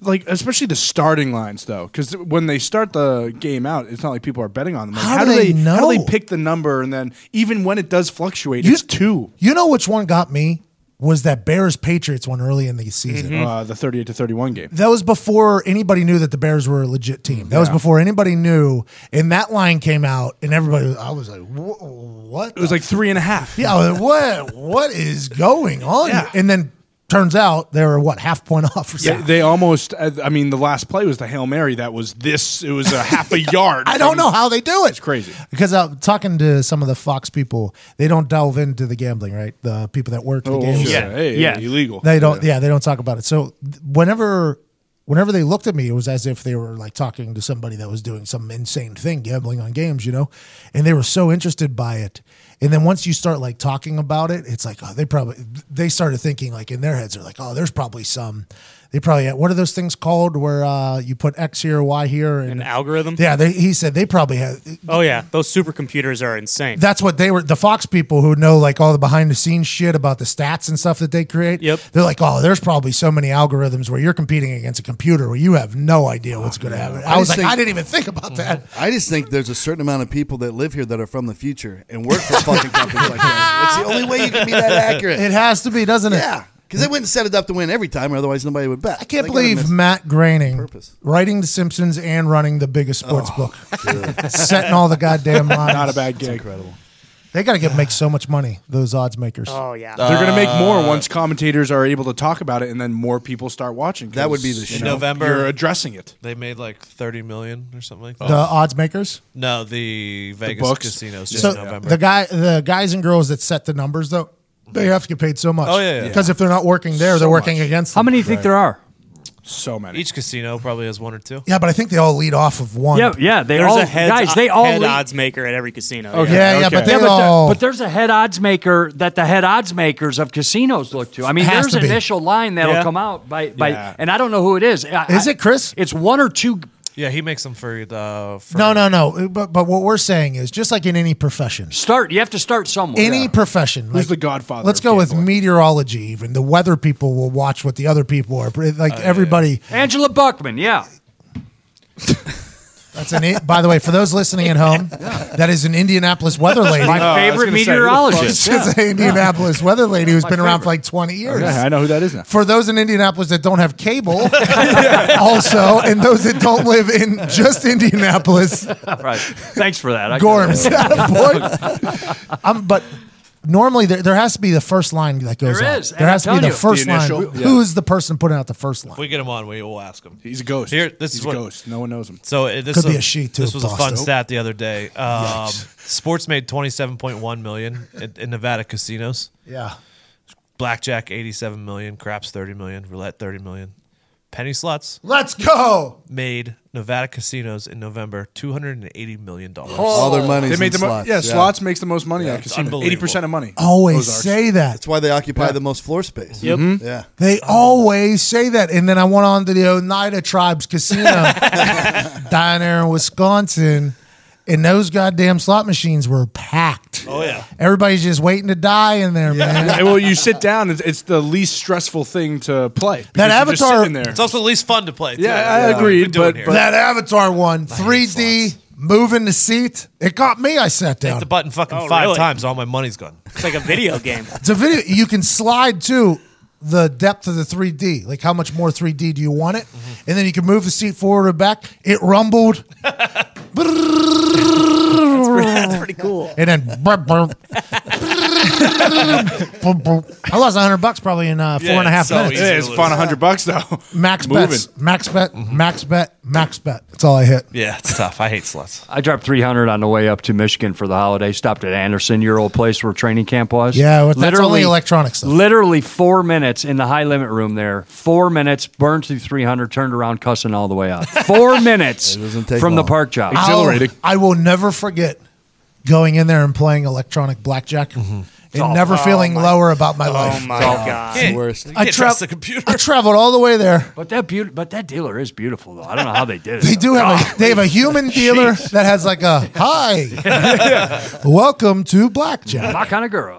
Speaker 3: like especially the starting lines though, because when they start the game out, it's not like people are betting on them. Like,
Speaker 1: How do they
Speaker 3: How do
Speaker 1: know?
Speaker 3: they pick the number? And then even when it does fluctuate, it's two.
Speaker 1: You know which one got me was that Bears Patriots one early in the season.
Speaker 3: Uh, the thirty-eight to thirty-one game.
Speaker 1: That was before anybody knew that the Bears were a legit team. That was before anybody knew, and that line came out, and everybody. I was like, "Wha- "What?"
Speaker 3: It was like three and a half.
Speaker 1: "Yeah, I was like, what? What is going on?"
Speaker 3: Yeah.
Speaker 1: And then turns out they were what half point off or
Speaker 3: Yeah,
Speaker 1: something.
Speaker 3: they almost. uh, I I mean, the last play was the hail mary. That was this. It was a half a yard.
Speaker 1: I don't
Speaker 3: from-
Speaker 1: know how they do it. It's
Speaker 3: crazy.
Speaker 1: Because I'm talking to some of the Fox people, they don't delve into the gambling, right? The people that work the
Speaker 3: Oh,
Speaker 1: games.
Speaker 3: yeah, hey,
Speaker 8: Yeah.
Speaker 3: illegal.
Speaker 1: They don't. Yeah. they don't talk about it. So th- whenever, whenever they looked at me, it was as if they were like talking to somebody that was doing some insane thing, gambling on games, you know. And they were so interested by it. And then once you start like talking about it, it's like oh, they probably they started thinking like in their heads they're like oh, there's probably some. They probably what are those things called where uh, you put X here, Y here, and
Speaker 9: An algorithm?
Speaker 1: yeah, they, he said they probably had.
Speaker 9: Oh yeah, those supercomputers are insane.
Speaker 1: That's what they were. The Fox people who know like all the behind the scenes shit about the stats and stuff that they create.
Speaker 9: Yep.
Speaker 1: They're like, oh, there's probably so many algorithms where you're competing against a computer where you have no idea what's going to happen. I was
Speaker 2: just
Speaker 1: like,
Speaker 2: think-
Speaker 1: I didn't even think about that.
Speaker 2: I just think there's a certain amount of people that live here that are from the future and work for fucking companies like that. It's the only way you can be that accurate.
Speaker 1: It has to be, doesn't it?
Speaker 2: yeah, because they wouldn't set it up to win every time, or otherwise nobody would bet.
Speaker 1: I can't
Speaker 2: They gotta
Speaker 1: believe
Speaker 2: miss-
Speaker 1: Matt Groening
Speaker 2: purpose. Oh,
Speaker 1: writing The Simpsons and running the biggest sports book, setting all the goddamn lines.
Speaker 3: Not a bad gig.
Speaker 2: incredible.
Speaker 1: They got to get make so much money. Those odds makers.
Speaker 9: Oh yeah.
Speaker 3: They're going to
Speaker 2: Uh,
Speaker 3: make
Speaker 1: Uh,
Speaker 3: more once commentators are able to talk about it, and then more people start watching. 'cause,
Speaker 2: That would be the
Speaker 3: you
Speaker 2: shit.
Speaker 4: In November-
Speaker 3: You're addressing it.
Speaker 4: They made like thirty million or something like that.
Speaker 1: The odds makers.
Speaker 4: No, the Vegas
Speaker 3: books?
Speaker 4: casinos just
Speaker 1: So
Speaker 4: in November.
Speaker 1: the guy, the guys and girls that set the numbers though, they have to get paid so much.
Speaker 4: Oh, yeah, yeah.
Speaker 1: Because if they're not working there, they're working against.
Speaker 8: How
Speaker 1: Them.
Speaker 8: many you think there are?
Speaker 3: So many.
Speaker 4: Each casino probably has one or two.
Speaker 1: Yeah, but I think they all lead off of one.
Speaker 8: Yeah, yeah. They
Speaker 9: There's
Speaker 8: all
Speaker 9: a head,
Speaker 8: guys. They all
Speaker 9: head
Speaker 8: lead-
Speaker 9: odds maker at every casino.
Speaker 3: Okay.
Speaker 1: Oh, Yeah, yeah, but
Speaker 3: Okay.
Speaker 1: they
Speaker 3: Yeah,
Speaker 8: Yeah, but, the-
Speaker 1: all.
Speaker 8: but there's a head odds maker that the head odds makers of casinos look to. I mean,
Speaker 1: Has
Speaker 8: there's
Speaker 1: to
Speaker 8: an
Speaker 1: be.
Speaker 8: initial line that'll
Speaker 9: Yeah.
Speaker 8: come out by, by
Speaker 3: Yeah.
Speaker 8: and I don't know who it is. I-
Speaker 1: Is
Speaker 8: I-
Speaker 1: it Chris?
Speaker 8: It's one or two.
Speaker 4: Yeah, he makes them for the. For
Speaker 1: no, no, no. uh, But but what we're saying is just like in any profession,
Speaker 8: Start. You have to start somewhere.
Speaker 1: any profession.
Speaker 3: Who's the godfather
Speaker 1: Let's
Speaker 3: of
Speaker 1: go with
Speaker 3: gambling?
Speaker 1: meteorology. Even the weather people will watch what the other people are.
Speaker 3: Oh,
Speaker 1: Like everybody.
Speaker 8: Angela Buckman. Yeah.
Speaker 1: That's an. By the way, for those listening at home, that is an Indianapolis weather lady.
Speaker 8: My
Speaker 3: I was gonna say, who
Speaker 8: favorite
Speaker 3: the
Speaker 8: meteorologist.
Speaker 1: She's an Indianapolis weather lady who's been around for like 20 years.
Speaker 3: yeah, I know who that is now.
Speaker 1: For those in Indianapolis that don't have cable, also, and those that don't live in just Indianapolis,
Speaker 8: right. Thanks for that. I-
Speaker 1: Gorms. Boy. um, but normally there, there has to be the first line that goes
Speaker 8: There
Speaker 1: out.
Speaker 8: is, and
Speaker 1: There
Speaker 8: I'm
Speaker 1: has to be
Speaker 8: telling
Speaker 1: the
Speaker 8: you.
Speaker 1: first
Speaker 3: The
Speaker 1: line.
Speaker 3: initial,
Speaker 1: Who-
Speaker 3: yeah.
Speaker 1: Who's the person putting out the first line?
Speaker 4: If we get him on, we will ask him.
Speaker 3: He's a ghost.
Speaker 4: Here, this
Speaker 3: He's
Speaker 4: is
Speaker 3: a
Speaker 4: what-
Speaker 3: ghost. No one knows him.
Speaker 4: So uh, this
Speaker 1: Could
Speaker 4: was,
Speaker 1: be a she, too,
Speaker 4: This was a fun
Speaker 1: Boston.
Speaker 4: stat the other day. Um, sports made twenty seven point one million in, in Nevada casinos.
Speaker 1: yeah.
Speaker 4: Blackjack eighty seven million. Craps thirty million. Roulette thirty million. Penny slots
Speaker 1: Let's go.
Speaker 4: made Nevada casinos in November two hundred and eighty million dollars.
Speaker 2: All their money.
Speaker 3: They made the
Speaker 2: in
Speaker 3: mo-
Speaker 2: slots.
Speaker 3: yeah, slots makes the most money out of
Speaker 4: Oh. it's
Speaker 3: casino. Eighty
Speaker 4: unbelievable.
Speaker 3: percent of money.
Speaker 1: Always
Speaker 3: Ozarks.
Speaker 1: say that. Mm-hmm.
Speaker 2: That's why they occupy the most floor space. Yep.
Speaker 3: Mm-hmm.
Speaker 4: Mm-hmm.
Speaker 2: Yeah.
Speaker 1: They always say that. And then I went on to the Oneida Tribes Casino down there in Wisconsin, and those goddamn slot machines were packed. Oh, yeah. Everybody's just waiting to die in there, man.
Speaker 3: Yeah, well, you sit down. It's, it's the least stressful thing to play.
Speaker 1: That
Speaker 3: because you're just
Speaker 1: Avatar-
Speaker 3: sitting there.
Speaker 4: It's also the least fun to play. too.
Speaker 3: Yeah, I
Speaker 4: That's what
Speaker 3: agreed,
Speaker 4: we've been doing
Speaker 3: but-
Speaker 4: here.
Speaker 3: but-
Speaker 1: That Avatar one, 3D, moving the seat. It got me. I sat
Speaker 4: hit
Speaker 1: down.
Speaker 4: the button fucking
Speaker 9: Oh,
Speaker 4: five
Speaker 9: really?
Speaker 4: times, all my money's gone.
Speaker 9: It's like a video game.
Speaker 1: It's a video. You can slide to the depth of the 3D. Like how much more 3D do you want it? And then you can move the seat forward or back. It rumbled.
Speaker 9: That's pretty cool.
Speaker 1: and then burp, burp. Burp, burp. I lost hundred bucks probably in uh, four
Speaker 4: Yeah,
Speaker 1: and a half
Speaker 4: so
Speaker 1: minutes.
Speaker 4: easy.
Speaker 3: Yeah, it's fun. hundred bucks though.
Speaker 1: Max
Speaker 3: Moving.
Speaker 1: bets, max bet, max bet, max bet. That's all I hit.
Speaker 4: Yeah, it's tough. I hate slots.
Speaker 8: I dropped 300 on the way up to Michigan for the holiday. Stopped at Anderson, your old place where training camp was.
Speaker 1: Yeah, well, that's only electronic stuff.
Speaker 8: Literally four minutes in the high limit room there. Four minutes, burned through 300, turned around, cussing all the way out. Four minutes
Speaker 2: doesn't take
Speaker 8: from the
Speaker 2: long.
Speaker 8: park job.
Speaker 1: I'll-
Speaker 3: Exhilarating.
Speaker 1: Oh, I will never forget going in there and playing electronic blackjack and
Speaker 8: Oh,
Speaker 1: never
Speaker 8: oh
Speaker 1: feeling lower about my
Speaker 9: Oh
Speaker 1: life.
Speaker 9: my god.
Speaker 4: Hey,
Speaker 2: worst.
Speaker 4: You
Speaker 1: I,
Speaker 4: can't
Speaker 1: tra-
Speaker 4: trust the computer.
Speaker 1: I traveled all the way there.
Speaker 8: But that beaut- but that dealer is beautiful though. I don't know how they did it.
Speaker 1: They do have a they have a human dealer that has like a hi, welcome to blackjack.
Speaker 8: my kind of girl.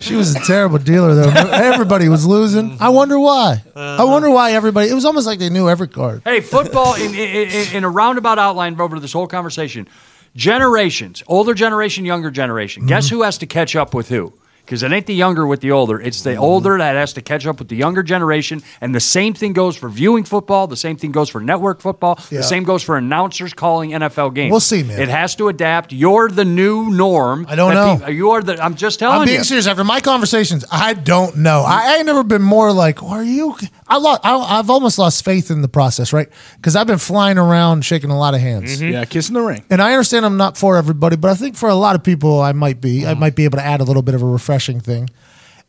Speaker 1: She was a terrible dealer, though. Everybody was losing. I wonder why. I wonder why everybody. It was almost like they knew every card.
Speaker 8: Hey, football in, in, in, in a roundabout outline over this whole conversation. Generations, older generation, younger generation. Guess
Speaker 1: Mm-hmm.
Speaker 8: who has to catch up with who? Because it ain't the younger with the older. It's the
Speaker 1: Mm-hmm.
Speaker 8: older that has to catch up with the younger generation. And the same thing goes for viewing football. The same thing goes for network football.
Speaker 1: Yeah.
Speaker 8: The same goes for announcers calling NFL games.
Speaker 1: We'll see, man.
Speaker 8: It has to adapt. You're the new norm.
Speaker 1: I don't
Speaker 8: that
Speaker 1: know.
Speaker 8: peop- you are the. I'm just telling
Speaker 1: I'm being
Speaker 8: you.
Speaker 1: serious. After my conversations, I don't know. I, I ain't never been more like, are you? I lost. I, I've almost lost faith in the process, right? Because I've been flying around, shaking a lot of hands.
Speaker 4: Mm-hmm.
Speaker 3: Yeah, kissing the ring.
Speaker 1: And I understand I'm not for everybody, but I think for a lot of people, I might be. I might be able to add a little bit of a refreshing thing.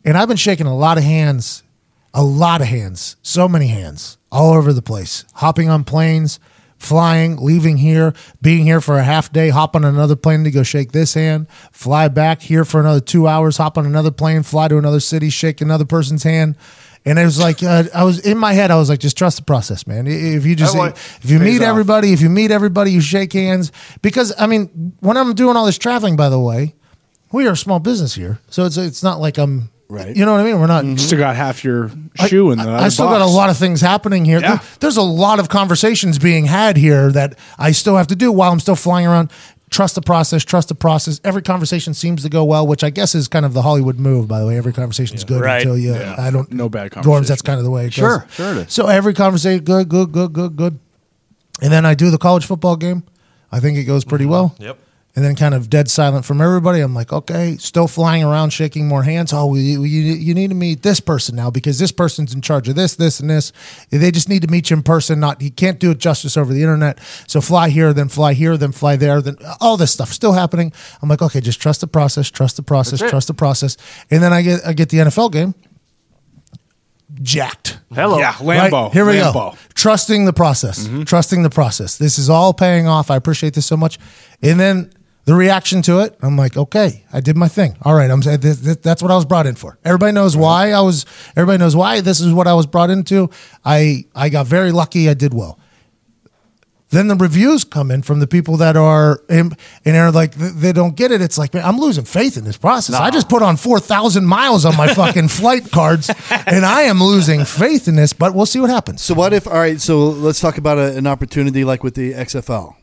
Speaker 1: And I've been shaking a lot of hands, a lot of hands, so many hands, all over the place, hopping on planes, flying, leaving here, being here for a half day, hop on another plane to go shake this hand, fly back here for another two hours, hop on another plane, fly to another city, shake another person's hand. And it was like uh, I was in my head. I was like, just trust the process, man. I- If you just
Speaker 3: That one
Speaker 1: if you
Speaker 3: pays
Speaker 1: meet everybody
Speaker 3: off.
Speaker 1: everybody. If you meet everybody, you shake hands. Because I mean, when I'm doing all this traveling, by the way, we are a small business here, so it's it's not like I'm
Speaker 2: Right.
Speaker 1: You know what I mean? We're not.
Speaker 3: Still got half your shoe in the.
Speaker 1: I
Speaker 3: other
Speaker 1: still got a
Speaker 3: box.
Speaker 1: lot of things happening here.
Speaker 3: Yeah.
Speaker 1: There- There's a lot of conversations being had here that I still have to do while I'm still flying around. Trust the process. Trust the process. Every conversation seems to go well, which I guess is kind of the Hollywood move. By the way, every conversation's good
Speaker 9: Right.
Speaker 1: until you.
Speaker 3: Yeah.
Speaker 1: I don't
Speaker 3: No bad
Speaker 1: Dorms.
Speaker 3: conversation.
Speaker 1: That's kind of the way. It goes.
Speaker 8: Sure, sure it is.
Speaker 1: So every conversation, good,
Speaker 8: Mm-hmm.
Speaker 1: good, good, good, good. And then I do the college football game. I think it goes pretty well.
Speaker 4: Yep.
Speaker 1: And then kind of dead silent from everybody. I'm like, okay, still flying around, shaking more hands. Oh, you, you, you need to meet this person now because this person's in charge of this, this, and this. They just need to meet you in person. Not you can't do it justice over the internet. So fly here, then fly here, then fly there, then all this stuff still happening. I'm like, okay, just trust the process, trust the process,
Speaker 8: That's it.
Speaker 1: trust the process. And then I get I get the NFL game. Jacked.
Speaker 8: Hello.
Speaker 3: Yeah, Lambo.
Speaker 1: Right? Here we
Speaker 3: Lambo. Mm-hmm.
Speaker 1: go. Trusting the process. Trusting the process. This is all paying off. I appreciate this so much. And then the reaction to it, I'm like, okay, I did my thing. All right, I'm this, this, that's what I was brought in for. Everybody knows
Speaker 3: Mm-hmm.
Speaker 1: why I was. Everybody knows why this is what I was brought into. I I got very lucky. I did well then the reviews come in from the people that are and and are like th- they don't get it. It's like man, I'm losing faith in this process. I just put on four thousand miles on my fucking flight cards, and I am losing faith in this. But we'll see what happens.
Speaker 2: So what if? All right. So let's talk about a, an opportunity like with the XFL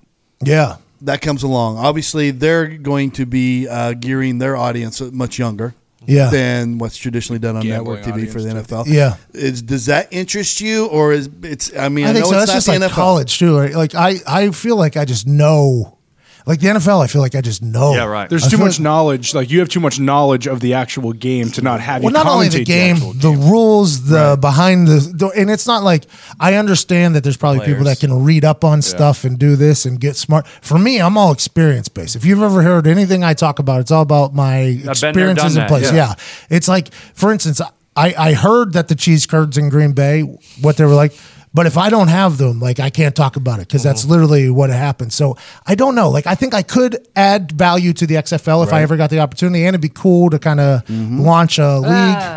Speaker 1: Yeah,
Speaker 2: that comes along. Obviously, they're going to be uh, gearing their audience much younger.
Speaker 1: Yeah.
Speaker 2: Than what's traditionally done on
Speaker 3: Gambling
Speaker 2: network TV for the
Speaker 3: audience,
Speaker 2: NFL.
Speaker 1: Yeah.
Speaker 2: Is does that interest you, or is it's? I mean, I,
Speaker 1: I think
Speaker 2: know
Speaker 1: so.
Speaker 2: it's
Speaker 1: That's
Speaker 2: not
Speaker 1: just
Speaker 2: the
Speaker 1: like
Speaker 2: NFL.
Speaker 1: college too. right? Like I I feel like I just know, like the NFL. I feel like I just know.
Speaker 8: Yeah, right.
Speaker 3: There's
Speaker 1: I
Speaker 3: too
Speaker 1: feel-
Speaker 3: much knowledge. Like you have too much knowledge of the actual game to not have.
Speaker 1: well,
Speaker 3: you
Speaker 1: not only
Speaker 3: commentate
Speaker 1: the game,
Speaker 3: actual
Speaker 1: the, rules, the behind the, the- and it's not like I understand that there's probably people that
Speaker 4: Players.
Speaker 1: can read up on stuff and do this and get smart. For me, I'm all experience based. If you've ever heard anything I talk about, it's all about my
Speaker 8: there,
Speaker 1: experiences
Speaker 8: done
Speaker 1: in
Speaker 8: that,
Speaker 1: place.
Speaker 8: yeah.
Speaker 1: Yeah. it's like for instance, I I heard that the cheese curds in Green Bay, what they were like. But if I don't have them, like I can't talk about it because that's
Speaker 3: Mm-hmm.
Speaker 1: literally what happened. So I don't know. Like I think I could add value to the XFL if I ever got the opportunity, and it'd be cool to kind of
Speaker 3: Mm-hmm.
Speaker 1: launch
Speaker 8: Uh,
Speaker 1: a league.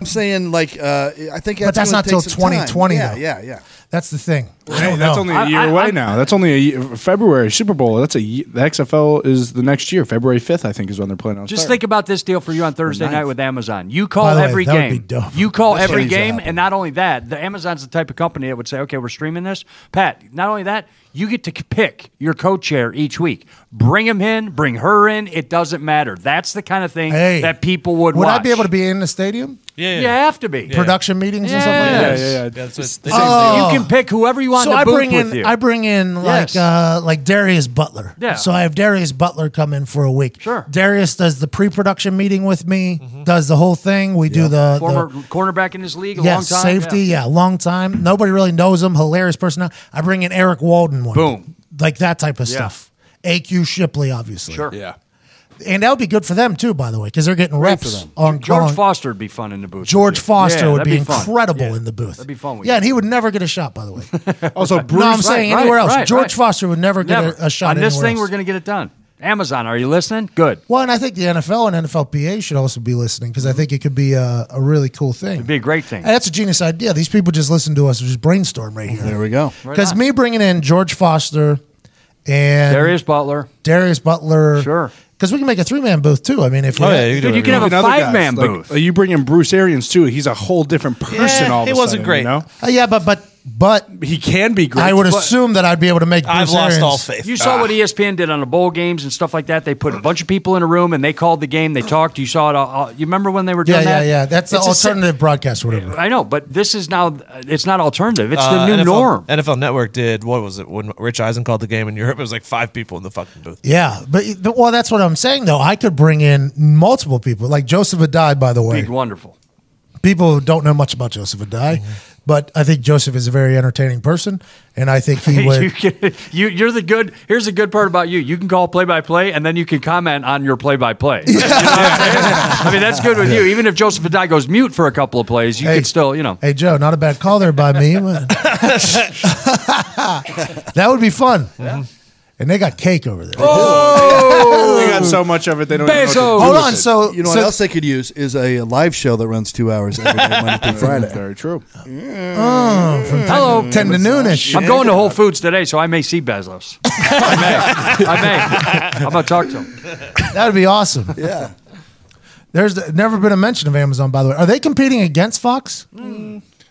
Speaker 2: I'm saying like uh, I think,
Speaker 1: But that's
Speaker 2: gonna
Speaker 1: not
Speaker 2: take
Speaker 1: till
Speaker 2: some time.
Speaker 1: 2020
Speaker 2: Yeah,
Speaker 1: though.
Speaker 2: yeah, yeah.
Speaker 1: That's the thing. I
Speaker 3: Hey,
Speaker 1: don't
Speaker 3: that's
Speaker 1: know.
Speaker 3: only
Speaker 8: I-
Speaker 3: a year
Speaker 8: I-
Speaker 3: away
Speaker 8: I'm-
Speaker 3: now. That's only a year, February Super Bowl. That's a ye- the XFL is the next year. February fifth, I think, is when they're playing. On
Speaker 8: Just think about this deal for you on Thursday night with Amazon. You call
Speaker 1: By the way,
Speaker 8: every
Speaker 1: that would
Speaker 8: game.
Speaker 1: be dope.
Speaker 8: You call
Speaker 1: That's what
Speaker 8: every
Speaker 1: needs to
Speaker 8: game,
Speaker 1: happen.
Speaker 8: and not only that, the Amazon's the type of company that would say, "Okay, we're streaming this." Pat, not only that, you get to c- pick your co-chair each week. Bring him in, bring her in. It doesn't matter. That's the kind of thing
Speaker 1: Hey,
Speaker 8: that people would.
Speaker 1: Would
Speaker 8: watch.
Speaker 1: I be able to be in the stadium?
Speaker 4: Yeah,
Speaker 8: You have to be.
Speaker 1: Production meetings and stuff like
Speaker 3: Yeah,
Speaker 1: that. Oh.
Speaker 3: yeah,
Speaker 8: Yes.
Speaker 3: yeah.
Speaker 4: That's what they
Speaker 8: You can pick whoever you want.
Speaker 1: So
Speaker 8: in the
Speaker 1: I
Speaker 8: booth
Speaker 1: bring
Speaker 8: with
Speaker 1: in
Speaker 8: you.
Speaker 1: I bring in like
Speaker 8: Yes.
Speaker 1: uh, like Darius Butler.
Speaker 8: Yeah.
Speaker 1: So I have Darius Butler come in for a week.
Speaker 8: Sure. Mm-hmm.
Speaker 1: Darius does the pre-production meeting with me, does the whole thing. We do the,
Speaker 8: former
Speaker 1: Uh, the
Speaker 8: cornerback in this league. A
Speaker 1: yeah,
Speaker 8: long time.
Speaker 1: safety,
Speaker 8: Yeah.
Speaker 1: yeah. long time. Nobody really knows him. Hilarious person. I bring in Eric Walden one.
Speaker 8: Boom.
Speaker 1: Like that type of stuff. AQ Shipley, obviously.
Speaker 8: Sure.
Speaker 3: yeah.
Speaker 1: And that would be good for them too, by the way, because they're getting reps on
Speaker 8: George
Speaker 1: calling-
Speaker 8: Foster would be fun in the booth.
Speaker 1: George
Speaker 8: with you.
Speaker 1: Foster
Speaker 8: Yeah,
Speaker 1: would
Speaker 8: that'd
Speaker 1: be,
Speaker 8: fun.
Speaker 1: incredible in the booth.
Speaker 8: That'd be fun with
Speaker 1: Yeah,
Speaker 8: you.
Speaker 1: and he would never get a shot, by the way.
Speaker 3: Also, Bruce,
Speaker 1: no, I'm saying
Speaker 8: right,
Speaker 1: anywhere else.
Speaker 8: right,
Speaker 1: George
Speaker 8: right.
Speaker 1: Foster would never get
Speaker 8: Never.
Speaker 1: A, a shot
Speaker 8: on this
Speaker 1: anywhere
Speaker 8: thing.
Speaker 1: else.
Speaker 8: We're gonna get it done. Amazon, are you listening? Good.
Speaker 1: Well, and I think the NFL and NFLPA should also be listening because I think it could be a, a really cool thing. It'd
Speaker 8: be a great thing.
Speaker 1: That's a genius idea. These people just listen to us and just brainstorm right
Speaker 2: There
Speaker 1: here.
Speaker 2: we go.
Speaker 1: Because me bringing in George Foster and
Speaker 8: Darius Butler.
Speaker 1: Darius Butler,
Speaker 8: Sure.
Speaker 1: because we can make a three man booth too. I mean, if we
Speaker 4: Oh, yeah, you can do
Speaker 8: Dude, you
Speaker 4: it.
Speaker 8: can have a
Speaker 3: Another guy,
Speaker 8: five man
Speaker 3: like,
Speaker 8: booth.
Speaker 3: uh, you bring in Bruce Arians too. He's a whole different person.
Speaker 4: Yeah,
Speaker 3: all of
Speaker 4: he
Speaker 3: a sudden,
Speaker 4: wasn't great.
Speaker 3: You know?
Speaker 1: Uh, yeah, but but but
Speaker 3: He can be great.
Speaker 1: I would
Speaker 3: but-
Speaker 1: assume that I'd be able to make.
Speaker 4: I've
Speaker 1: Bruce
Speaker 4: lost
Speaker 1: Arians-
Speaker 4: all faith. Ah.
Speaker 8: You saw what E ESPN did on the bowl games and stuff like that. They put a bunch of people in a room and they called the game. They talked. You saw it. All, all- you remember when they were
Speaker 1: Yeah,
Speaker 8: doing
Speaker 1: yeah,
Speaker 8: that?
Speaker 1: yeah. That's the
Speaker 8: It's the sa-
Speaker 1: alternative broadcast, or whatever.
Speaker 8: I know, but this is now. It's not alternative. It's
Speaker 4: Uh,
Speaker 8: the new
Speaker 4: NFL
Speaker 8: norm.
Speaker 4: NFL Network did what was it when Rich Eisen called the game in Europe? It was like five people in the fucking booth.
Speaker 1: Yeah, but but- well, that's what I'm saying though. I could bring in multiple people, like Joseph Adai. By the way,
Speaker 8: Big wonderful.
Speaker 1: people don't know much about Joseph Adai,
Speaker 3: Mm-hmm.
Speaker 1: but I think Joseph is a very entertaining person, and I think he
Speaker 8: You
Speaker 1: would.
Speaker 8: can, you, you're the good. Here's the good part about you. You can call play by play, and then you can comment on your play by play. I mean, that's good with you. Even if Joseph Adai goes mute for a couple of plays, you
Speaker 1: Hey.
Speaker 8: can still, you know.
Speaker 1: Hey Joe, not a bad call there by me. that would be fun. And they got cake over there.
Speaker 3: They got so much of it. They don't. even know what to
Speaker 8: Bezos.
Speaker 3: do
Speaker 1: Hold
Speaker 3: with
Speaker 1: on,
Speaker 3: it.
Speaker 1: so
Speaker 2: You know
Speaker 1: so-
Speaker 2: what else they could use is a live show that runs two hours every day, Monday through Friday.
Speaker 3: Very true.
Speaker 8: Hello.
Speaker 1: Oh, ten to noonish.
Speaker 8: I'm going to Whole Foods today, so I may see Bezos. I may. I may. I'm going to talk to him.
Speaker 1: That would be awesome.
Speaker 2: Yeah.
Speaker 1: There's never been a mention of Amazon, by the way. Are they competing against Fox?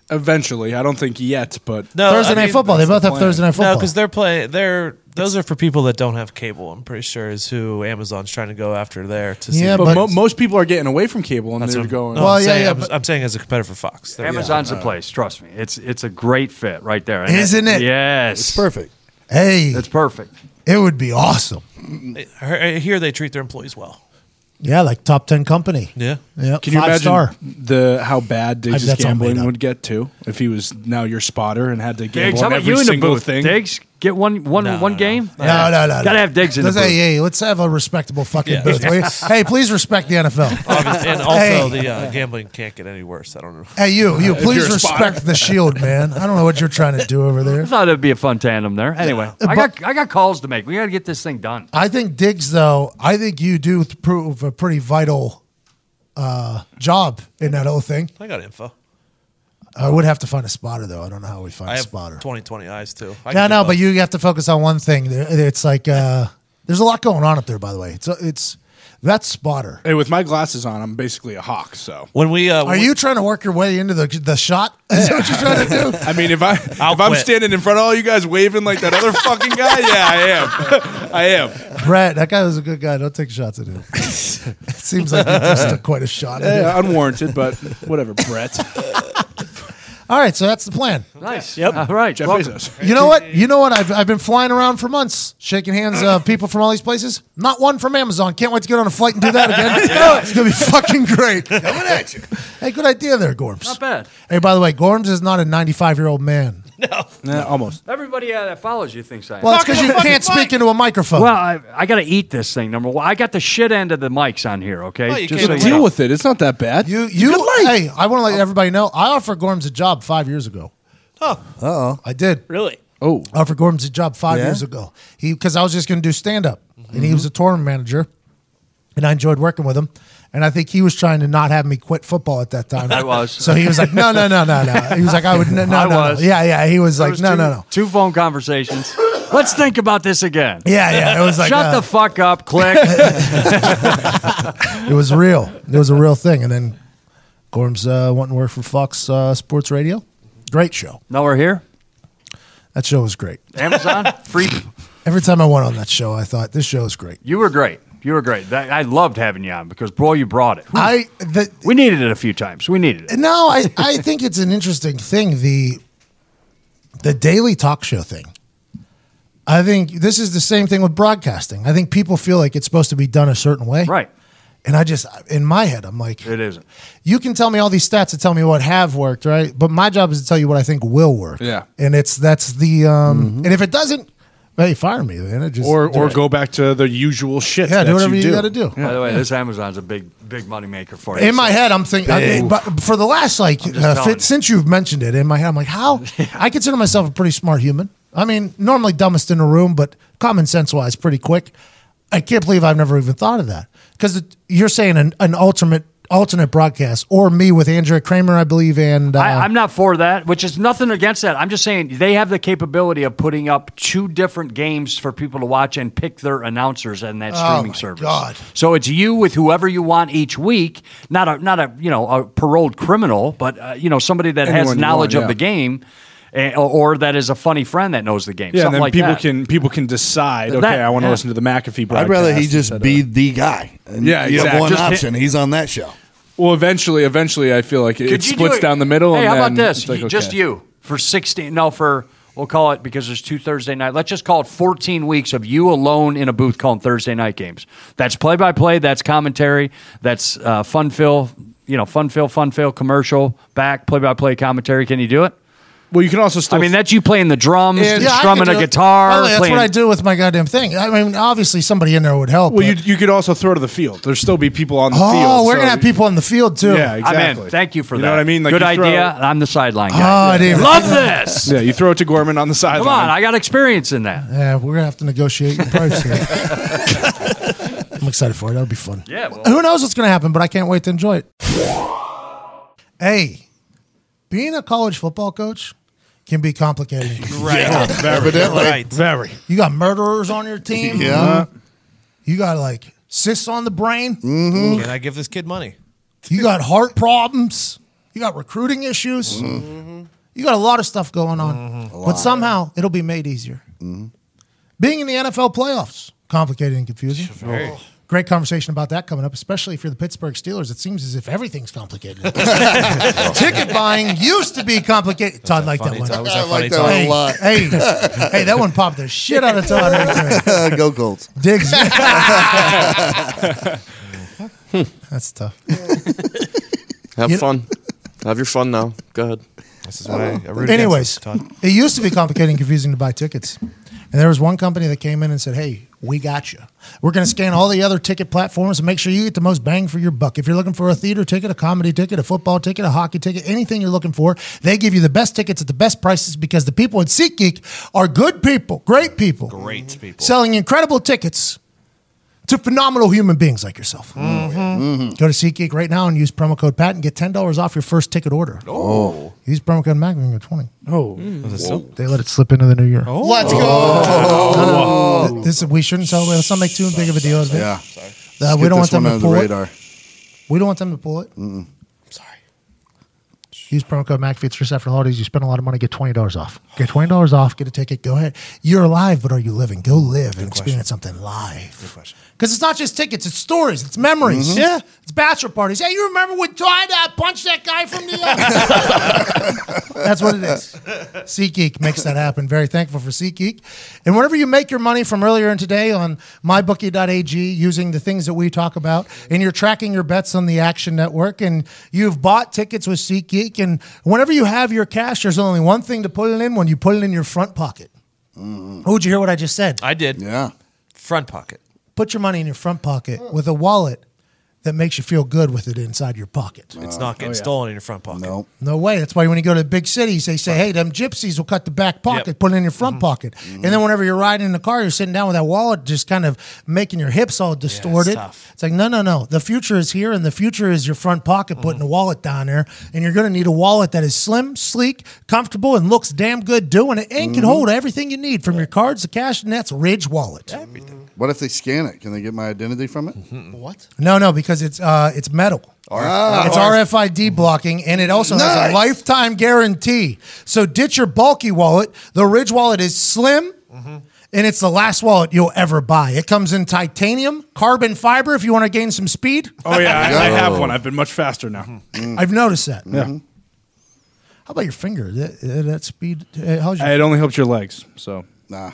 Speaker 3: Eventually, I don't think yet, but
Speaker 4: No,
Speaker 1: Thursday
Speaker 4: I
Speaker 1: Night
Speaker 4: mean,
Speaker 1: Football. They
Speaker 3: that's
Speaker 1: both
Speaker 3: the
Speaker 1: have
Speaker 3: plan.
Speaker 1: Thursday Night Football.
Speaker 4: No, because they're playing. They're those are for people that don't have cable. I'm pretty sure is who Amazon's trying to go after there to see.
Speaker 1: Yeah,
Speaker 4: them.
Speaker 1: But-
Speaker 3: but, mo- most people are getting away from cable and
Speaker 4: That's
Speaker 3: they're
Speaker 4: what-
Speaker 3: going.
Speaker 4: no,
Speaker 1: Well,
Speaker 4: I'm
Speaker 1: yeah,
Speaker 4: saying,
Speaker 1: yeah,
Speaker 4: I'm,
Speaker 1: but-
Speaker 4: I'm saying as a competitor for Fox. They're-
Speaker 8: Amazon's the place. Trust me. It's it's a great fit right there. And
Speaker 1: Isn't it?
Speaker 8: Yes. It's
Speaker 2: Perfect.
Speaker 1: hey,
Speaker 8: It's perfect.
Speaker 1: It would be awesome.
Speaker 4: I I hear uh, they treat their employees well.
Speaker 1: Yeah, like top ten company.
Speaker 4: Yeah.
Speaker 1: yeah.
Speaker 3: Can you
Speaker 1: five
Speaker 3: imagine
Speaker 1: star.
Speaker 3: the how bad
Speaker 1: I-
Speaker 3: Diggs'
Speaker 1: that's all made
Speaker 3: gambling
Speaker 1: up.
Speaker 3: would get too if he was now your spotter and had to
Speaker 8: Diggs,
Speaker 3: gamble
Speaker 8: how
Speaker 3: on
Speaker 8: about
Speaker 3: every
Speaker 8: you in the
Speaker 3: single
Speaker 8: booth?
Speaker 3: thing?
Speaker 8: Diggs, get one one
Speaker 4: No,
Speaker 8: one
Speaker 4: no,
Speaker 8: game.
Speaker 1: No, no, no.
Speaker 8: Gotta have Diggs in the
Speaker 1: Let's-
Speaker 8: booth.
Speaker 1: Hey, hey, let's have a respectable fucking
Speaker 4: Yeah.
Speaker 1: booth. will you? hey, please respect the NFL.
Speaker 4: Obvi- and also,
Speaker 1: Hey.
Speaker 4: the uh, gambling can't get any worse. I don't know.
Speaker 1: Hey, you, you, please
Speaker 3: you're a spotter.
Speaker 1: respect the shield, man. I don't know what you're trying to do over there.
Speaker 8: I thought it'd be a fun tandem there. Anyway, I got I got calls to make. We got to get this thing done.
Speaker 1: I think Diggs, though, I think you do th- prove a pretty vital uh, job in that whole thing.
Speaker 4: I got info.
Speaker 1: I would have to find a spotter, though. I don't know how we find
Speaker 4: I
Speaker 1: a
Speaker 4: have
Speaker 1: spotter.
Speaker 4: 20/20 eyes too.
Speaker 1: No,
Speaker 4: I can do
Speaker 1: no,
Speaker 4: both.
Speaker 1: but you have to focus on one thing. There- It's like uh, there's a lot going on up there, by the way. It's uh, it's that spotter.
Speaker 3: Hey, with my glasses on, I'm basically a hawk. So
Speaker 4: when we uh,
Speaker 1: Are
Speaker 4: when
Speaker 1: you trying to work your way into the the shot? Is that what you're trying to do?
Speaker 3: I mean, if I if
Speaker 4: I'll
Speaker 3: I'm
Speaker 4: quit.
Speaker 3: standing in front of all you guys waving like that other fucking guy, yeah, I am. I am.
Speaker 1: Brett, that guy was a good guy. Don't take shots at him. it seems like you just took quite a shot at him.
Speaker 3: Yeah, unwarranted, but whatever, Brett.
Speaker 1: All right, so that's the plan.
Speaker 8: Nice. Yep. All right.
Speaker 3: Jeff
Speaker 8: welcome.
Speaker 3: Bezos.
Speaker 1: You know what? You know what? I've, I've been flying around for months, shaking hands uh, people from all these places. Not one from Amazon. Can't wait to get on a flight and do that again. It's gonna be fucking great. Coming at you. Hey, good idea there, Gorms.
Speaker 8: Not bad.
Speaker 1: Hey, by the way, Gorms is not a 95 year old man.
Speaker 3: Nah, almost.
Speaker 8: Everybody uh, that follows you thinks I am.
Speaker 1: Well, it's because you can't speak into a microphone.
Speaker 8: Well, I, I got to eat this thing. Number one, I got the shit end of the mics on here. Okay,
Speaker 4: Oh, you
Speaker 8: Just
Speaker 4: can't
Speaker 8: so you
Speaker 3: Deal
Speaker 8: know.
Speaker 3: with it. It's not that bad.
Speaker 1: you, you, hey, I want to let everybody know I offered Gorms a job five years ago. Oh, uh oh, I did.
Speaker 9: Really?
Speaker 3: oh,
Speaker 1: offered Gorman's a job five
Speaker 2: Yeah?
Speaker 1: years ago. He because I was just going to do stand up, and he was a tour manager, and I enjoyed working with him. And I think he was trying to not have me quit football at that time.
Speaker 8: I was.
Speaker 1: So he was like, no, no, no, no, no. He was like, I would, no, no,
Speaker 8: I
Speaker 1: no, no.
Speaker 8: was.
Speaker 1: Yeah, yeah. He was
Speaker 8: There
Speaker 1: like,
Speaker 8: was
Speaker 1: no,
Speaker 8: two,
Speaker 1: no, no.
Speaker 8: Two phone conversations. Let's think about this again.
Speaker 1: Yeah, yeah. It was like,
Speaker 8: Shut
Speaker 1: uh,
Speaker 8: the fuck up, click.
Speaker 1: it was real. It was a real thing. And then Gorm's uh, went and worked for Fox uh, Sports Radio. Great show.
Speaker 8: now we're here.
Speaker 1: That show was great.
Speaker 8: Amazon, free.
Speaker 1: Every time I went on that show, I thought this show is great.
Speaker 8: You were great. You were great. That, I loved having you on because boy, you brought it.
Speaker 1: I the,
Speaker 8: we needed it a few times. We needed it.
Speaker 1: No, I, I think it's an interesting thing the the daily talk show thing. I think this is the same thing with broadcasting. I think people feel like it's supposed to be done a certain way.
Speaker 8: Right.
Speaker 1: And I just in my head I'm like
Speaker 8: It isn't.
Speaker 1: you can tell me all these stats to tell me what have worked, right? But my job is to tell you what I think will work.
Speaker 3: Yeah.
Speaker 1: And it's that's the um
Speaker 3: Mm-hmm.
Speaker 1: and if it doesn't, hey, fire me, man. It just
Speaker 3: or
Speaker 1: do
Speaker 3: or
Speaker 1: it.
Speaker 3: go back to the usual shit.
Speaker 1: Yeah,
Speaker 3: that
Speaker 1: do whatever you,
Speaker 3: do.
Speaker 1: gotta do.
Speaker 8: By the way, this Amazon's a big, big money maker for you.
Speaker 1: In my
Speaker 8: So-
Speaker 1: head, I'm thinking, I, but for the last like uh,
Speaker 8: telling
Speaker 1: fit,
Speaker 8: you.
Speaker 1: since you've mentioned it, in my head, I'm like, how? I consider myself a pretty smart human. I mean, normally dumbest in the room, but common sense wise, pretty quick. I can't believe I've never even thought of that because you're saying an, an ultimate alternate broadcast or me with Andrea Kramer, I believe, and uh,
Speaker 8: I, I'm not for that, which is nothing against that. I'm just saying they have the capability of putting up two different games for people to watch and pick their announcers and that streaming
Speaker 1: Oh my
Speaker 8: service.
Speaker 1: God.
Speaker 8: So it's you with whoever you want each week, not a not a you know a paroled criminal, but uh, you know somebody that has
Speaker 3: Anyone you
Speaker 8: knowledge
Speaker 3: want,
Speaker 8: of
Speaker 3: yeah.
Speaker 8: the game, and, or, or that is a funny friend that knows the game.
Speaker 3: Yeah,
Speaker 8: something
Speaker 3: and then
Speaker 8: like
Speaker 3: people
Speaker 8: that.
Speaker 3: can people can decide.
Speaker 8: That-
Speaker 3: Okay, I want to
Speaker 8: yeah.
Speaker 3: listen to the McAfee. Broadcast
Speaker 2: I'd rather he just
Speaker 3: instead
Speaker 2: be
Speaker 3: of-
Speaker 2: the guy. And
Speaker 3: Yeah,
Speaker 2: You have
Speaker 3: exactly.
Speaker 2: one
Speaker 3: Just
Speaker 8: hit-
Speaker 2: option. He's on that show.
Speaker 3: well, eventually, eventually, I feel like it,
Speaker 8: Could
Speaker 3: it
Speaker 8: you do
Speaker 3: splits
Speaker 8: it-
Speaker 3: down the middle.
Speaker 8: Hey,
Speaker 3: and
Speaker 8: how about
Speaker 3: then
Speaker 8: this?
Speaker 3: it's like,
Speaker 8: You- Just
Speaker 3: okay.
Speaker 8: you for sixteen? No, for we'll call it because there's two Thursday night. Let's just call it fourteen weeks of you alone in a booth calling Thursday night games. That's play by play. That's commentary. That's uh, fun fill. You know, fun fill, fun fill, commercial, back, play by play commentary. Can you do it?
Speaker 3: Well, you can also still.
Speaker 8: I mean, that's you playing the drums,
Speaker 3: And- Yeah,
Speaker 1: I
Speaker 8: strumming
Speaker 1: could
Speaker 8: a
Speaker 1: do it.
Speaker 8: guitar.
Speaker 1: By the way, that's
Speaker 8: playing-
Speaker 1: what I do with my goddamn thing. I mean, obviously, somebody in there would help.
Speaker 3: Well, you,
Speaker 1: but-
Speaker 3: you could also throw to the field. There'll still be people on the
Speaker 1: oh,
Speaker 3: field.
Speaker 1: we're
Speaker 3: so-
Speaker 1: gonna have people on the field too.
Speaker 3: Yeah,
Speaker 8: I'm in.
Speaker 3: exactly.
Speaker 8: Thank you for
Speaker 3: You
Speaker 8: that.
Speaker 3: know what I mean? Like,
Speaker 8: Good
Speaker 3: you throw- Ah,
Speaker 8: idea. I'm the sideline
Speaker 1: Oh,
Speaker 8: guy.
Speaker 1: I didn't even
Speaker 8: Love this.
Speaker 3: Yeah, you throw it to Gorman on the sideline.
Speaker 8: Come on, I got experience in that.
Speaker 1: Yeah, we're gonna have to negotiate your price here. I'm excited for it. That'll be fun.
Speaker 8: Yeah, well-
Speaker 1: Who knows what's gonna happen, but I can't wait to enjoy it. Hey, being a college football coach can be complicated.
Speaker 4: Right.
Speaker 2: Evidently.
Speaker 4: Right.
Speaker 3: Very.
Speaker 1: You got murderers on your team.
Speaker 2: Yeah.
Speaker 1: You got like cysts on the brain.
Speaker 3: Mm-hmm.
Speaker 4: Can I give this kid money?
Speaker 1: You got heart problems. You got recruiting issues. You got a lot of stuff going on.
Speaker 2: Mm-hmm.
Speaker 1: But somehow it'll
Speaker 2: Oh.
Speaker 1: be made easier. Being in the NFL playoffs, complicated and confusing. Great conversation about that coming up, especially if you're the Pittsburgh Steelers. It seems as if everything's complicated. Ticket buying used to be complicated. Todd liked that
Speaker 4: funny,
Speaker 1: one.
Speaker 4: Todd? Was
Speaker 2: I
Speaker 4: that funny,
Speaker 2: like that
Speaker 4: Todd?
Speaker 2: one
Speaker 1: Hey,
Speaker 2: a lot.
Speaker 1: hey, hey, that one popped the shit out of Todd right there.
Speaker 2: Go Colts.
Speaker 1: Diggs. That's tough.
Speaker 5: Have
Speaker 1: You-
Speaker 5: fun. Have your fun now. Go ahead.
Speaker 4: This is why I rooted against
Speaker 1: Anyways,
Speaker 4: this, Todd.
Speaker 1: it used to be complicated and confusing to buy tickets. And there was one company that came in and said, hey, we got you. We're going to scan all the other ticket platforms and make sure you get the most bang for your buck. If you're looking for a theater ticket, a comedy ticket, a football ticket, a hockey ticket, anything you're looking for, they give you the best tickets at the best prices because the people at SeatGeek are good people, great people,
Speaker 4: Great people.
Speaker 1: selling incredible tickets to phenomenal human beings like yourself.
Speaker 4: Mm-hmm.
Speaker 1: Go to SeatGeek right now and use promo code PAT and get $10 off your first ticket order. Oh. Use promo code MAC and get 20
Speaker 3: Oh,
Speaker 6: Hmm.
Speaker 1: They let it slip into the new year.
Speaker 2: Let's go.
Speaker 1: Th- This we shouldn't celebrate. Let's not make too big of a deal. of it.
Speaker 2: Yeah.
Speaker 1: Uh, we
Speaker 2: Get
Speaker 1: don't want
Speaker 2: this
Speaker 1: them
Speaker 2: one
Speaker 1: to
Speaker 2: under the
Speaker 1: pull it.
Speaker 2: radar.
Speaker 1: We don't want them to pull it. Sorry. Use promo code McAfee. It's just after the holidays. You spend a lot of money. Get twenty dollars off. Get twenty dollars off. Get a ticket. Go ahead. You're alive, but are you living? Go live and experience something live. Because it's not just tickets. It's stories. It's memories.
Speaker 2: Mm-hmm.
Speaker 1: Yeah. Mm-hmm. It's bachelor parties. Hey, you remember when Todd uh, punched that guy from the? uh, That's what it is. SeatGeek makes that happen. Very thankful for SeatGeek. And whenever you make your money from earlier in today on mybookie.ag using the things that we talk about, and you're tracking your bets on the Action Network, and you've bought tickets with SeatGeek, and whenever you have your cash, there's only one thing to put it in when you put it in your front pocket. Oh, did you hear what I just said?
Speaker 4: I did.
Speaker 2: Yeah.
Speaker 4: Front pocket.
Speaker 1: Put your money in your front pocket with a wallet that makes you feel good with it inside your pocket.
Speaker 4: It's not getting stolen in your front pocket.
Speaker 2: No.
Speaker 1: No way. That's why when you go to the big cities, they say, hey, them gypsies will cut the back pocket,
Speaker 4: Yep. Mm-hmm.
Speaker 1: put it in your front pocket. And then whenever you're riding in the car, you're sitting down with that wallet just kind of making your hips all distorted.
Speaker 4: tough.
Speaker 1: it's like, no, no, no. The future is here, and the future is your front pocket putting
Speaker 4: Mm-hmm.
Speaker 1: a wallet down there. And you're going to need a wallet that is slim, sleek, comfortable, and looks damn good doing it and
Speaker 4: Mm-hmm.
Speaker 1: can hold everything you need from your cards to cash, and that's Ridge Wallet.
Speaker 2: What if they scan it? Can they get my identity from it?
Speaker 1: Mm-hmm. No, no, because it's uh, it's metal.
Speaker 2: Ah.
Speaker 1: It's RFID blocking, and it also has a
Speaker 2: Nice.
Speaker 1: lifetime guarantee. So ditch your bulky wallet. The Ridge wallet is slim,
Speaker 3: Mm-hmm.
Speaker 1: and it's the last wallet you'll ever buy. It comes in titanium, carbon fiber. If you want to gain some speed,
Speaker 3: oh yeah, I, I have one. I've been much faster now.
Speaker 2: Mm-hmm.
Speaker 1: I've noticed that.
Speaker 3: Yeah,
Speaker 1: How about your finger? That, uh, that speed? Uh, how's your
Speaker 3: it only helps your legs. So
Speaker 2: Nah.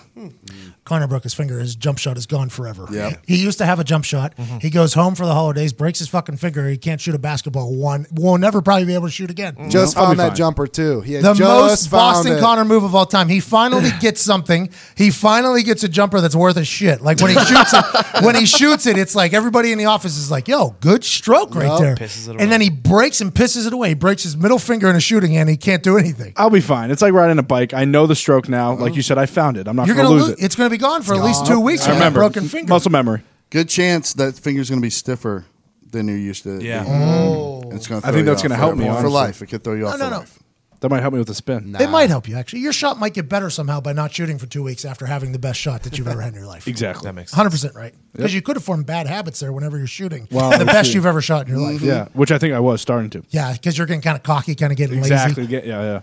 Speaker 1: Connor broke his finger. His jump shot is gone forever.
Speaker 2: Yep.
Speaker 1: He used to have a jump shot. He goes home for the holidays, breaks his fucking finger. He can't shoot a basketball. One will never probably be able to shoot
Speaker 10: Just
Speaker 1: again.
Speaker 3: Mm-hmm. I'll be
Speaker 10: found that
Speaker 3: fine.
Speaker 10: jumper too. He had
Speaker 1: the
Speaker 10: just
Speaker 1: most
Speaker 10: found
Speaker 1: Boston
Speaker 10: it.
Speaker 1: Connor move of all time. He finally gets something. He finally gets a jumper that's worth a shit. Like when he shoots it, when he shoots it, it's like everybody in the office is like, "Yo, good stroke right there."
Speaker 4: Pisses it away.
Speaker 1: and then he breaks and pisses it away. He breaks his middle finger in a shooting, and he can't do anything.
Speaker 3: I'll be fine. It's like riding a bike. I know the stroke now.
Speaker 2: Mm-hmm.
Speaker 3: Like you said, I found it. I'm not
Speaker 1: You're
Speaker 3: gonna,
Speaker 1: lo-
Speaker 3: lose it.
Speaker 1: It's gonna be gone for at least two weeks.
Speaker 3: I
Speaker 1: with that
Speaker 3: remember
Speaker 1: broken finger.
Speaker 3: muscle memory.
Speaker 2: Good chance that finger's going to be stiffer than you're used to. it
Speaker 4: Yeah.
Speaker 2: being. It's gonna
Speaker 3: I think
Speaker 2: throw you
Speaker 3: that's gonna
Speaker 2: off
Speaker 3: help me,
Speaker 2: forever. for
Speaker 3: honestly.
Speaker 2: life. It could throw you off
Speaker 1: Oh. no,
Speaker 2: for
Speaker 1: no.
Speaker 2: life.
Speaker 3: That might help me with the spin.
Speaker 1: It might help you actually. Your shot might get better somehow by not shooting for two weeks after having the best shot that you've ever had in your life.
Speaker 3: Exactly.
Speaker 4: That makes sense.
Speaker 1: Hundred percent right. Because you could have formed bad habits there whenever you're shooting.
Speaker 3: Wow,
Speaker 1: the
Speaker 3: I
Speaker 1: best
Speaker 3: see. Mm-hmm.
Speaker 1: you've ever shot in your life.
Speaker 3: Yeah, which I think I was starting to.
Speaker 1: Yeah, because you're getting kind of cocky, kind of getting
Speaker 3: Exactly.
Speaker 1: lazy.
Speaker 3: Get- Yeah, yeah.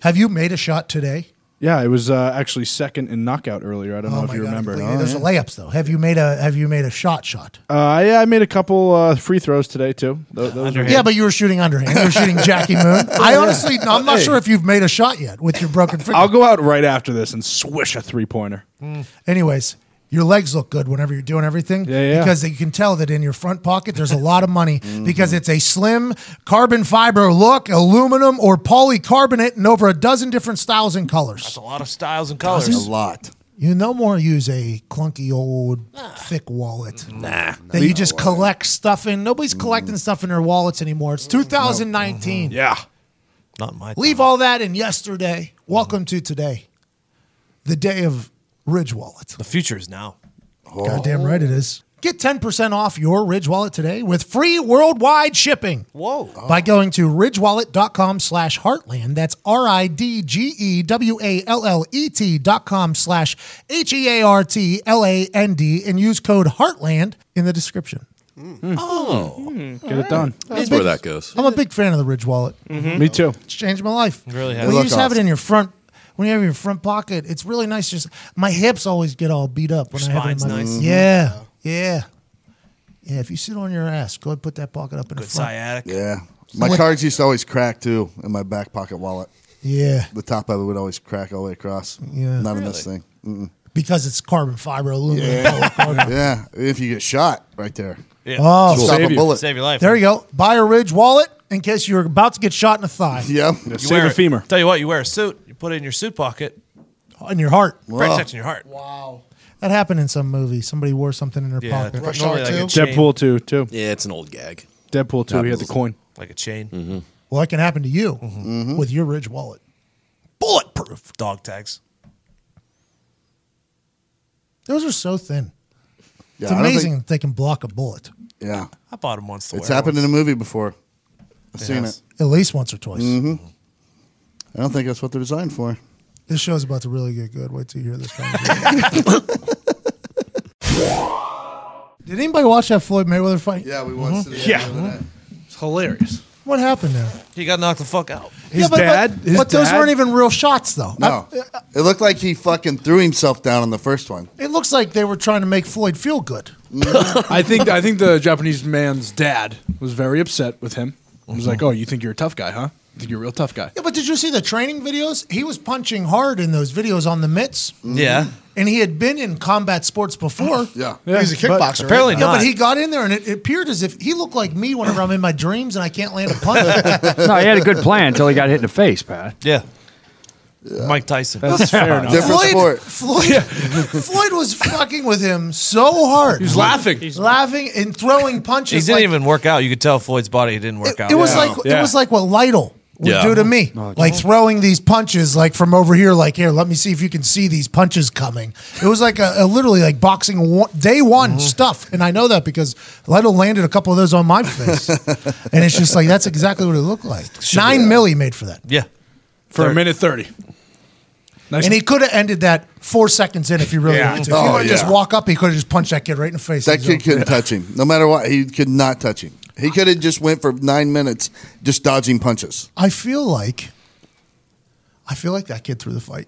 Speaker 1: Have you made a shot today?
Speaker 3: Yeah, it was uh, actually second in knockout earlier.
Speaker 1: Oh
Speaker 3: I don't know if you remember.
Speaker 1: completely.
Speaker 3: Uh,
Speaker 1: There's a layups though. Have you made a Have you made a shot shot?
Speaker 3: yeah, I made a couple uh, free throws today too. Tho- those were-
Speaker 4: Underhand.
Speaker 1: yeah, but you were shooting underhand. You were shooting Jackie Moon.
Speaker 3: Oh,
Speaker 1: I honestly, I'm not sure if you've made a shot yet with your broken finger.
Speaker 3: I'll go out right after this and swish a three pointer.
Speaker 1: Anyways, your legs look good whenever you're doing everything.
Speaker 3: Yeah, yeah.
Speaker 1: Because you can tell that in your front pocket there's a lot of money because it's a slim carbon fiber look, aluminum or polycarbonate, and over a dozen different styles and colors.
Speaker 4: a lot of styles
Speaker 2: A
Speaker 4: and colors.
Speaker 2: lot.
Speaker 1: You no more use a clunky old thick wallet that you just collect stuff in. Nobody's collecting stuff in their wallets anymore. It's 2019.
Speaker 3: Yeah,
Speaker 4: Not my.
Speaker 1: Leave all that in yesterday. Welcome to today, the day of Ridge Wallet.
Speaker 4: The future is now.
Speaker 2: Oh.
Speaker 1: Goddamn right it is. Get 10% off your Ridge Wallet today with free worldwide shipping.
Speaker 4: Whoa.
Speaker 1: By going to ridgewallet.com slash heartland. That's E R-I-D-G-E-W-A-L-L-E-T E dot com slash E H-E-A-R-T-L-A-N-D and use code heartland in the description.
Speaker 3: Oh.
Speaker 6: Hmm.
Speaker 3: get it done.
Speaker 5: That's where that goes.
Speaker 1: I'm a Hmm. big fan of the Ridge Wallet.
Speaker 3: Mm-hmm. Me too.
Speaker 1: It's changed my life.
Speaker 4: really has.
Speaker 1: When you
Speaker 2: Look
Speaker 1: just have it
Speaker 2: awesome.
Speaker 1: in your front, when you have it in your front pocket, it's really nice. Just my hips always get all beat up when
Speaker 4: Your
Speaker 1: I have it in
Speaker 4: spine's
Speaker 1: my
Speaker 4: nice.
Speaker 1: Yeah, yeah. Yeah, if you sit on your ass, go ahead and put that pocket up in the front.
Speaker 4: Sciatic.
Speaker 2: Yeah. My
Speaker 1: What-
Speaker 2: cards used to always crack too in my back pocket wallet.
Speaker 1: Yeah,
Speaker 2: The top of it would always crack all the way across.
Speaker 1: Yeah.
Speaker 2: Not in this thing. Mm-mm.
Speaker 1: because it's carbon fiber aluminum. polycarbonate.
Speaker 2: Yeah. If you get shot right there,
Speaker 4: Yeah.
Speaker 1: Oh,
Speaker 2: stop
Speaker 3: Save
Speaker 2: a
Speaker 3: you.
Speaker 2: bullet.
Speaker 4: Save your life.
Speaker 1: there you go. Buy a Ridge wallet in case you're about to get shot in the thigh,
Speaker 2: Yeah.
Speaker 4: You
Speaker 3: Save
Speaker 4: wear
Speaker 3: a
Speaker 4: it.
Speaker 3: femur.
Speaker 4: Tell you what, you wear a suit. You put it in your suit pocket.
Speaker 1: in your heart.
Speaker 4: Protecting your heart.
Speaker 1: That happened in some movie. Somebody wore something in their
Speaker 4: Yeah,
Speaker 1: pocket.
Speaker 4: Rush normally Hour like a 2? Chain.
Speaker 3: Deadpool two too.
Speaker 5: Yeah, it's an old gag.
Speaker 3: Deadpool two. He had the coin.
Speaker 4: Like a chain.
Speaker 3: Mm-hmm.
Speaker 1: Well, that can happen to you
Speaker 4: Mm-hmm.
Speaker 2: Mm-hmm.
Speaker 1: with your Ridge wallet.
Speaker 4: Bulletproof dog tags.
Speaker 1: Those are so thin.
Speaker 2: Yeah,
Speaker 1: It's
Speaker 2: I don't
Speaker 1: amazing
Speaker 2: think-
Speaker 1: that they can block a bullet
Speaker 2: yeah.
Speaker 4: I bought them once. To
Speaker 2: It's
Speaker 4: wear
Speaker 2: happened in
Speaker 4: once.
Speaker 2: a movie before. I've seen
Speaker 4: has.
Speaker 2: it. Mm-hmm.
Speaker 1: at least once or twice.
Speaker 2: I don't think that's what they're designed for.
Speaker 1: This show's about to really get good. Wait till you hear this. conversation. Did anybody watch that Floyd Mayweather fight?
Speaker 2: Yeah, we once did it.
Speaker 3: Yeah.
Speaker 4: Mm-hmm.
Speaker 3: It's hilarious.
Speaker 1: What happened there?
Speaker 4: He got knocked the fuck out.
Speaker 3: His
Speaker 1: but,
Speaker 3: dad.
Speaker 1: But,
Speaker 3: his
Speaker 1: but those
Speaker 3: dad-
Speaker 1: weren't even real shots, though. uh,
Speaker 2: No. It looked like he fucking threw himself down on the first one.
Speaker 1: I- it looks like they were trying to make Floyd feel good. Mm-hmm.
Speaker 3: I think I think the Japanese man's dad was very upset with him. He was
Speaker 4: Mm-hmm.
Speaker 3: like, "Oh, you think you're a tough guy, huh? You think you're a real tough guy?"
Speaker 1: Yeah, but did you see the training videos? He was punching hard in those videos on the mitts,
Speaker 4: Yeah.
Speaker 1: and he had been in combat sports before.
Speaker 2: Yeah.
Speaker 10: He's a
Speaker 3: but-
Speaker 10: kickboxer.
Speaker 4: apparently
Speaker 10: right?
Speaker 1: Yeah,
Speaker 4: Not.
Speaker 1: but he got in there, and it, it appeared as if he looked like me whenever I'm in my dreams and I can't land a punch.
Speaker 8: No, he had a good plan until he got hit in the face, Pat.
Speaker 4: Yeah. Mike Tyson.
Speaker 3: That's fair enough.
Speaker 2: Different
Speaker 1: Floyd,
Speaker 2: sport.
Speaker 1: Floyd, Floyd was fucking with him so hard.
Speaker 3: He was laughing.
Speaker 1: laughing and throwing
Speaker 4: he
Speaker 1: punches.
Speaker 4: didn't
Speaker 1: like-
Speaker 4: even work out. You could tell Floyd's body didn't work
Speaker 1: It,
Speaker 4: out.
Speaker 1: it was
Speaker 2: Yeah.
Speaker 1: like it
Speaker 3: Yeah.
Speaker 1: was like what Lytle would
Speaker 5: Yeah.
Speaker 1: do to me, Oh, like throwing these punches like from over here, like here. Let me see if you can see these punches coming. It was like a, a literally like boxing one, day one
Speaker 2: Mm-hmm.
Speaker 1: stuff, and I know that because Lytle landed a couple of those on my face, and it's just like that's exactly what it looked like. Nine milli made for that,
Speaker 4: yeah.
Speaker 3: for a minute thirty. Nice.
Speaker 1: and he could have ended that four seconds in if he really wanted to. If he
Speaker 2: Oh,
Speaker 1: would've just
Speaker 2: yeah.
Speaker 1: walk up, he could have just punched that kid right in the face.
Speaker 2: That
Speaker 1: He's like,
Speaker 2: kid couldn't touch him. No matter what, he could not touch him. He could have just went for nine minutes just dodging punches.
Speaker 1: I feel like, I feel like that kid threw the fight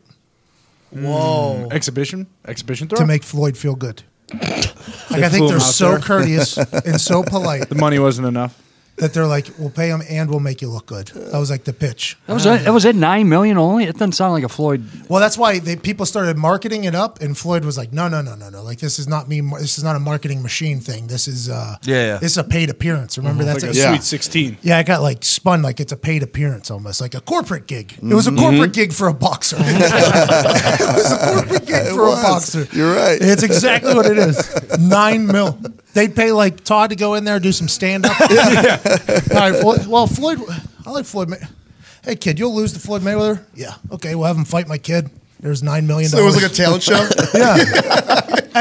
Speaker 10: Whoa.
Speaker 3: Mm. exhibition, exhibition throw.
Speaker 1: to make Floyd feel good. Like I
Speaker 3: flew
Speaker 1: think
Speaker 3: him
Speaker 1: they're
Speaker 3: out
Speaker 1: so
Speaker 3: there.
Speaker 1: courteous and so polite
Speaker 3: the money wasn't enough.
Speaker 1: that they're like, "We'll pay him and we'll make you look good." That was like the pitch.
Speaker 8: That was it. That was it. Nine million only. It doesn't sound like a Floyd.
Speaker 1: Well, that's why they, people started marketing it up, and Floyd was like, "No, no, no, no, no! Like this is not me. This is not a marketing machine thing. This is uh,
Speaker 4: Yeah, yeah.
Speaker 1: this is a paid appearance. Remember that's
Speaker 3: Mhm. Like a
Speaker 1: like-
Speaker 2: Yeah.
Speaker 3: sweet sixteen.
Speaker 1: Yeah, I got like spun like it's a paid appearance almost, like a corporate gig. It was a
Speaker 3: Mm-hmm.
Speaker 1: corporate gig for a boxer. it was a corporate gig for a
Speaker 2: was.
Speaker 1: boxer.
Speaker 2: You're right.
Speaker 1: It's exactly what it is. Nine mil. They'd pay like Todd to go in there do some stand up. All right. Well, well, Floyd, I like Floyd. May- hey, kid, you'll lose to Floyd Mayweather. Yeah. Okay. We'll have him fight my kid. There's nine million.
Speaker 10: So it was like a talent show.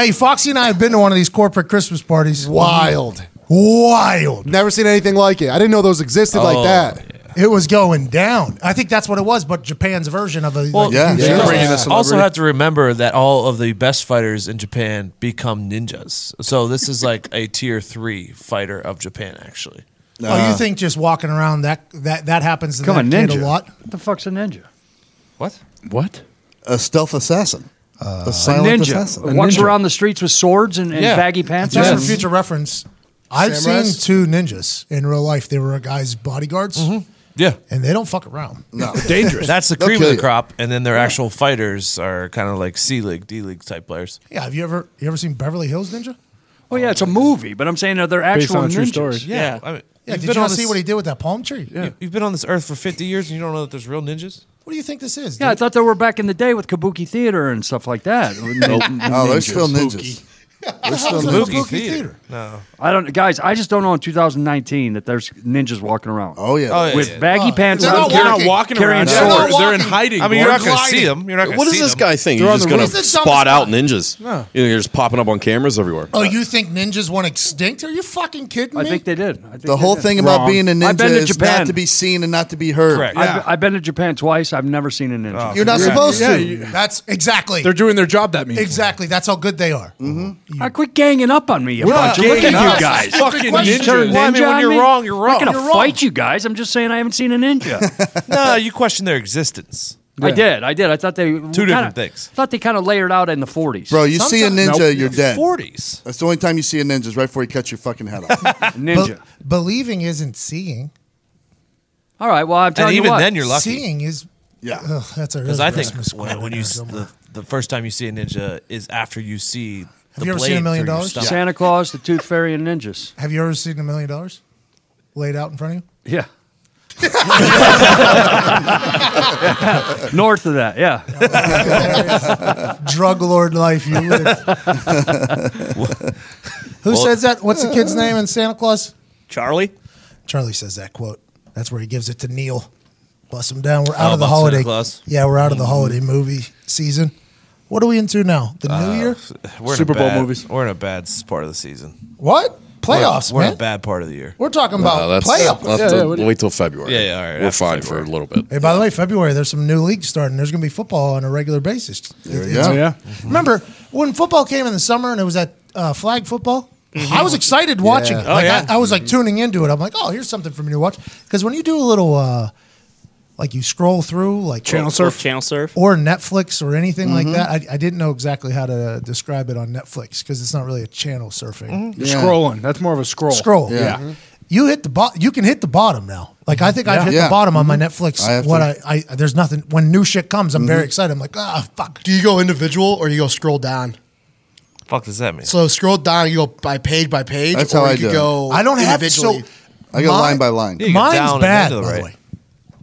Speaker 1: hey, Foxy and I have been to one of these corporate Christmas parties.
Speaker 10: Wild.
Speaker 1: Wild.
Speaker 10: Never seen anything like it. I didn't know those existed like that.
Speaker 1: It was going down. I think that's what it was, but Japan's version of a. like,
Speaker 2: yeah,
Speaker 1: huge
Speaker 2: yeah.
Speaker 1: show.
Speaker 2: Bringing
Speaker 3: a
Speaker 4: also
Speaker 3: celebrity.
Speaker 4: have to remember that all of the best fighters in Japan become ninjas. So this is like a tier three fighter of Japan, actually.
Speaker 10: Uh-huh.
Speaker 1: oh, you think just walking around that that that happens to
Speaker 8: Come
Speaker 1: that
Speaker 8: on,
Speaker 1: kid
Speaker 8: ninja.
Speaker 1: a lot?
Speaker 8: What the fuck's a ninja?
Speaker 4: What?
Speaker 3: What?
Speaker 2: A stealth assassin. a
Speaker 8: A
Speaker 2: silent
Speaker 8: ninja
Speaker 2: assassin.
Speaker 8: walks
Speaker 3: ninja.
Speaker 8: around the streets with swords and, and
Speaker 4: Yeah.
Speaker 8: baggy pants.
Speaker 1: Just
Speaker 8: on.
Speaker 1: for future reference, I've
Speaker 10: Samurais?
Speaker 1: seen two ninjas in real life. They were a guy's bodyguards,
Speaker 4: Yeah.
Speaker 1: and they don't fuck around.
Speaker 2: No.
Speaker 3: Dangerous.
Speaker 4: That's the
Speaker 2: They'll
Speaker 4: cream
Speaker 2: kill
Speaker 4: of the
Speaker 2: you.
Speaker 4: crop, and then their actual fighters are kind of like C league, D league type players.
Speaker 1: Yeah, have you ever you ever seen Beverly Hills Ninja?
Speaker 8: Oh yeah, it's a movie, but I'm saying are there
Speaker 3: Based on
Speaker 8: actual
Speaker 3: a true
Speaker 8: ninjas?
Speaker 3: story.
Speaker 4: Yeah, I mean,
Speaker 1: Yeah,
Speaker 4: you've
Speaker 1: did
Speaker 4: been
Speaker 1: you
Speaker 4: on
Speaker 1: not
Speaker 4: this-
Speaker 1: see what he did with that palm tree?
Speaker 4: you- You've been on this earth for fifty years, and you don't know that there's real ninjas.
Speaker 1: What do you think this is?
Speaker 8: Yeah, I
Speaker 1: dude?
Speaker 8: thought they were back in the day with kabuki theater and stuff like that.
Speaker 2: Oh, there's still ninjas. There's still
Speaker 1: Kabuki
Speaker 2: ninjas.
Speaker 1: Kabuki theater. theater.
Speaker 4: No.
Speaker 8: I don't, guys. I just don't know in 2019 that there's ninjas walking around
Speaker 2: Oh, yeah.
Speaker 4: Oh, yeah.
Speaker 8: with
Speaker 1: Oh,
Speaker 8: baggy pants
Speaker 1: they're
Speaker 8: on.
Speaker 1: not
Speaker 3: They're not
Speaker 1: Walking.
Speaker 3: walking around.
Speaker 8: Carrying swords.
Speaker 3: They're,
Speaker 1: They're not
Speaker 3: they're in
Speaker 1: walking.
Speaker 3: hiding.
Speaker 4: I mean, you're
Speaker 3: Or
Speaker 4: not going to
Speaker 3: gliding.
Speaker 4: see them. You're not going to
Speaker 5: What
Speaker 4: see
Speaker 5: is this
Speaker 4: them.
Speaker 5: guy think?
Speaker 3: They're
Speaker 5: You're
Speaker 3: on
Speaker 5: just
Speaker 3: the
Speaker 5: gonna
Speaker 3: roof.
Speaker 1: It's the
Speaker 5: spot
Speaker 1: dumbest
Speaker 5: out ninjas. You know, you're just popping up on cameras everywhere.
Speaker 1: Oh, you think ninjas went extinct? Are you fucking kidding me?
Speaker 8: I think they did. I think
Speaker 2: The whole
Speaker 8: they did.
Speaker 2: thing about
Speaker 3: Wrong.
Speaker 2: being a
Speaker 8: I've
Speaker 2: ninja
Speaker 8: been to
Speaker 2: is
Speaker 8: Japan.
Speaker 2: not to be seen and not to be heard.
Speaker 4: Correct.
Speaker 8: I've, I've been to Japan twice. I've never seen a
Speaker 1: Oh,
Speaker 8: ninja.
Speaker 2: You're not
Speaker 3: Yeah.
Speaker 2: supposed
Speaker 3: Yeah,
Speaker 2: to.
Speaker 3: you-
Speaker 1: that's exactly
Speaker 3: They're doing their job. That means
Speaker 1: exactly that's how good they are. Mm-hmm.
Speaker 8: I quit ganging up on me. You
Speaker 3: We're not
Speaker 8: bunch of- Look at
Speaker 3: ganging up.
Speaker 8: you guys.
Speaker 3: Fucking
Speaker 8: Question.
Speaker 3: ninjas.
Speaker 8: Turn
Speaker 4: Well, I mean,
Speaker 8: ninja
Speaker 4: when
Speaker 8: on
Speaker 4: you're
Speaker 8: me?
Speaker 4: wrong, you're
Speaker 8: I'm
Speaker 4: wrong.
Speaker 8: not gonna
Speaker 4: You're
Speaker 8: fight you guys. I'm just saying I haven't seen a ninja.
Speaker 4: no, you question their existence.
Speaker 8: I did. I did. I thought they two
Speaker 4: different things.
Speaker 8: Thought they kind of layered out in the forties.
Speaker 2: Bro, you see a ninja,
Speaker 3: Nope.
Speaker 2: you're dead.
Speaker 4: 40s.
Speaker 2: That's the only time you see a ninja is right before he cuts your fucking head off.
Speaker 1: Be-
Speaker 8: ninja.
Speaker 1: believing isn't seeing.
Speaker 8: All right. Well, I'm telling
Speaker 4: And
Speaker 8: you
Speaker 4: even
Speaker 8: what.
Speaker 4: then, you're lucky.
Speaker 1: Seeing is
Speaker 2: Yeah.
Speaker 1: Ugh, that's a
Speaker 4: Because
Speaker 1: really
Speaker 4: I think
Speaker 1: Christmas
Speaker 4: when,
Speaker 1: card
Speaker 4: when
Speaker 1: in
Speaker 4: you
Speaker 1: there
Speaker 4: s-
Speaker 1: somewhere.
Speaker 4: the, the first time you see a ninja is after you see. the
Speaker 1: you ever seen a
Speaker 4: blade
Speaker 1: million
Speaker 4: through your
Speaker 1: dollars?
Speaker 4: stomach.
Speaker 8: Santa Claus, the Tooth Fairy, and ninjas.
Speaker 1: Have you ever seen a million dollars laid out in front of you?
Speaker 8: Yeah. North of that, yeah.
Speaker 1: Drug lord life you live. Who says that? What's the kid's name in Santa Claus?
Speaker 9: Charlie?
Speaker 1: Charlie says that quote. That's where he gives it to Neil. Bust him down. We're out
Speaker 4: Oh,
Speaker 1: of the
Speaker 4: about Santa
Speaker 1: holiday.
Speaker 4: Claus? Mm-hmm.
Speaker 1: Yeah, we're out of the holiday movie season. What are we into now? The
Speaker 4: Uh,
Speaker 1: new year?
Speaker 4: We're in a
Speaker 3: Super Bowl
Speaker 4: bad-
Speaker 3: movies.
Speaker 4: We're in a bad s- part of the season.
Speaker 1: What?
Speaker 4: We're-
Speaker 1: Playoffs,
Speaker 4: We're in
Speaker 1: man.
Speaker 4: a bad part of the year.
Speaker 1: We're talking
Speaker 5: Uh,
Speaker 1: about
Speaker 5: that's,
Speaker 1: playoffs.
Speaker 5: that's
Speaker 3: Yeah, yeah, what do you-
Speaker 5: wait till February.
Speaker 4: Yeah, yeah, all right,
Speaker 5: We're
Speaker 4: after
Speaker 5: fine
Speaker 4: February.
Speaker 5: for a little bit.
Speaker 1: Hey, by the way, February, there's some new leagues starting. There's going to be football on a regular basis. There
Speaker 2: you go.
Speaker 3: Yeah.
Speaker 1: Remember when football came in the summer and it was that uh, flag football? I was excited watching it. Like,
Speaker 4: yeah.
Speaker 3: Oh,
Speaker 1: I, I was like tuning into it. I'm like, oh, here's something for me to watch. Because when you do a little, uh, like you scroll through, like
Speaker 3: Channel surf.
Speaker 9: Channel surf.
Speaker 1: or Netflix or anything like that, I, I didn't know exactly how to describe it on Netflix because it's not really a channel surfing.
Speaker 3: Mm-hmm.
Speaker 2: Yeah.
Speaker 3: Scrolling. That's more of a scroll.
Speaker 1: Scroll.
Speaker 2: Yeah. Mm-hmm.
Speaker 3: Mhm.
Speaker 1: You hit the bot. You can hit the bottom now. Like I think I've hit
Speaker 2: Yeah. Mm-hmm.
Speaker 1: the bottom on my Netflix.
Speaker 2: I have
Speaker 1: what
Speaker 2: to-
Speaker 1: I, I there's nothing when new shit comes. I'm very excited. I'm like ah fuck.
Speaker 6: Mm-hmm. Do you go individual or you go scroll down?
Speaker 4: Fuck does that mean?
Speaker 6: So scroll down, you go by page by page.
Speaker 2: That's
Speaker 6: or
Speaker 2: how
Speaker 6: you
Speaker 2: I
Speaker 6: could
Speaker 2: do it.
Speaker 6: Go
Speaker 1: I don't have so.
Speaker 6: individually.
Speaker 2: I go
Speaker 1: My-
Speaker 2: line by line.
Speaker 4: you go
Speaker 1: Mine's
Speaker 4: down and
Speaker 1: bad.
Speaker 4: then to the
Speaker 1: by the
Speaker 4: right.
Speaker 1: way,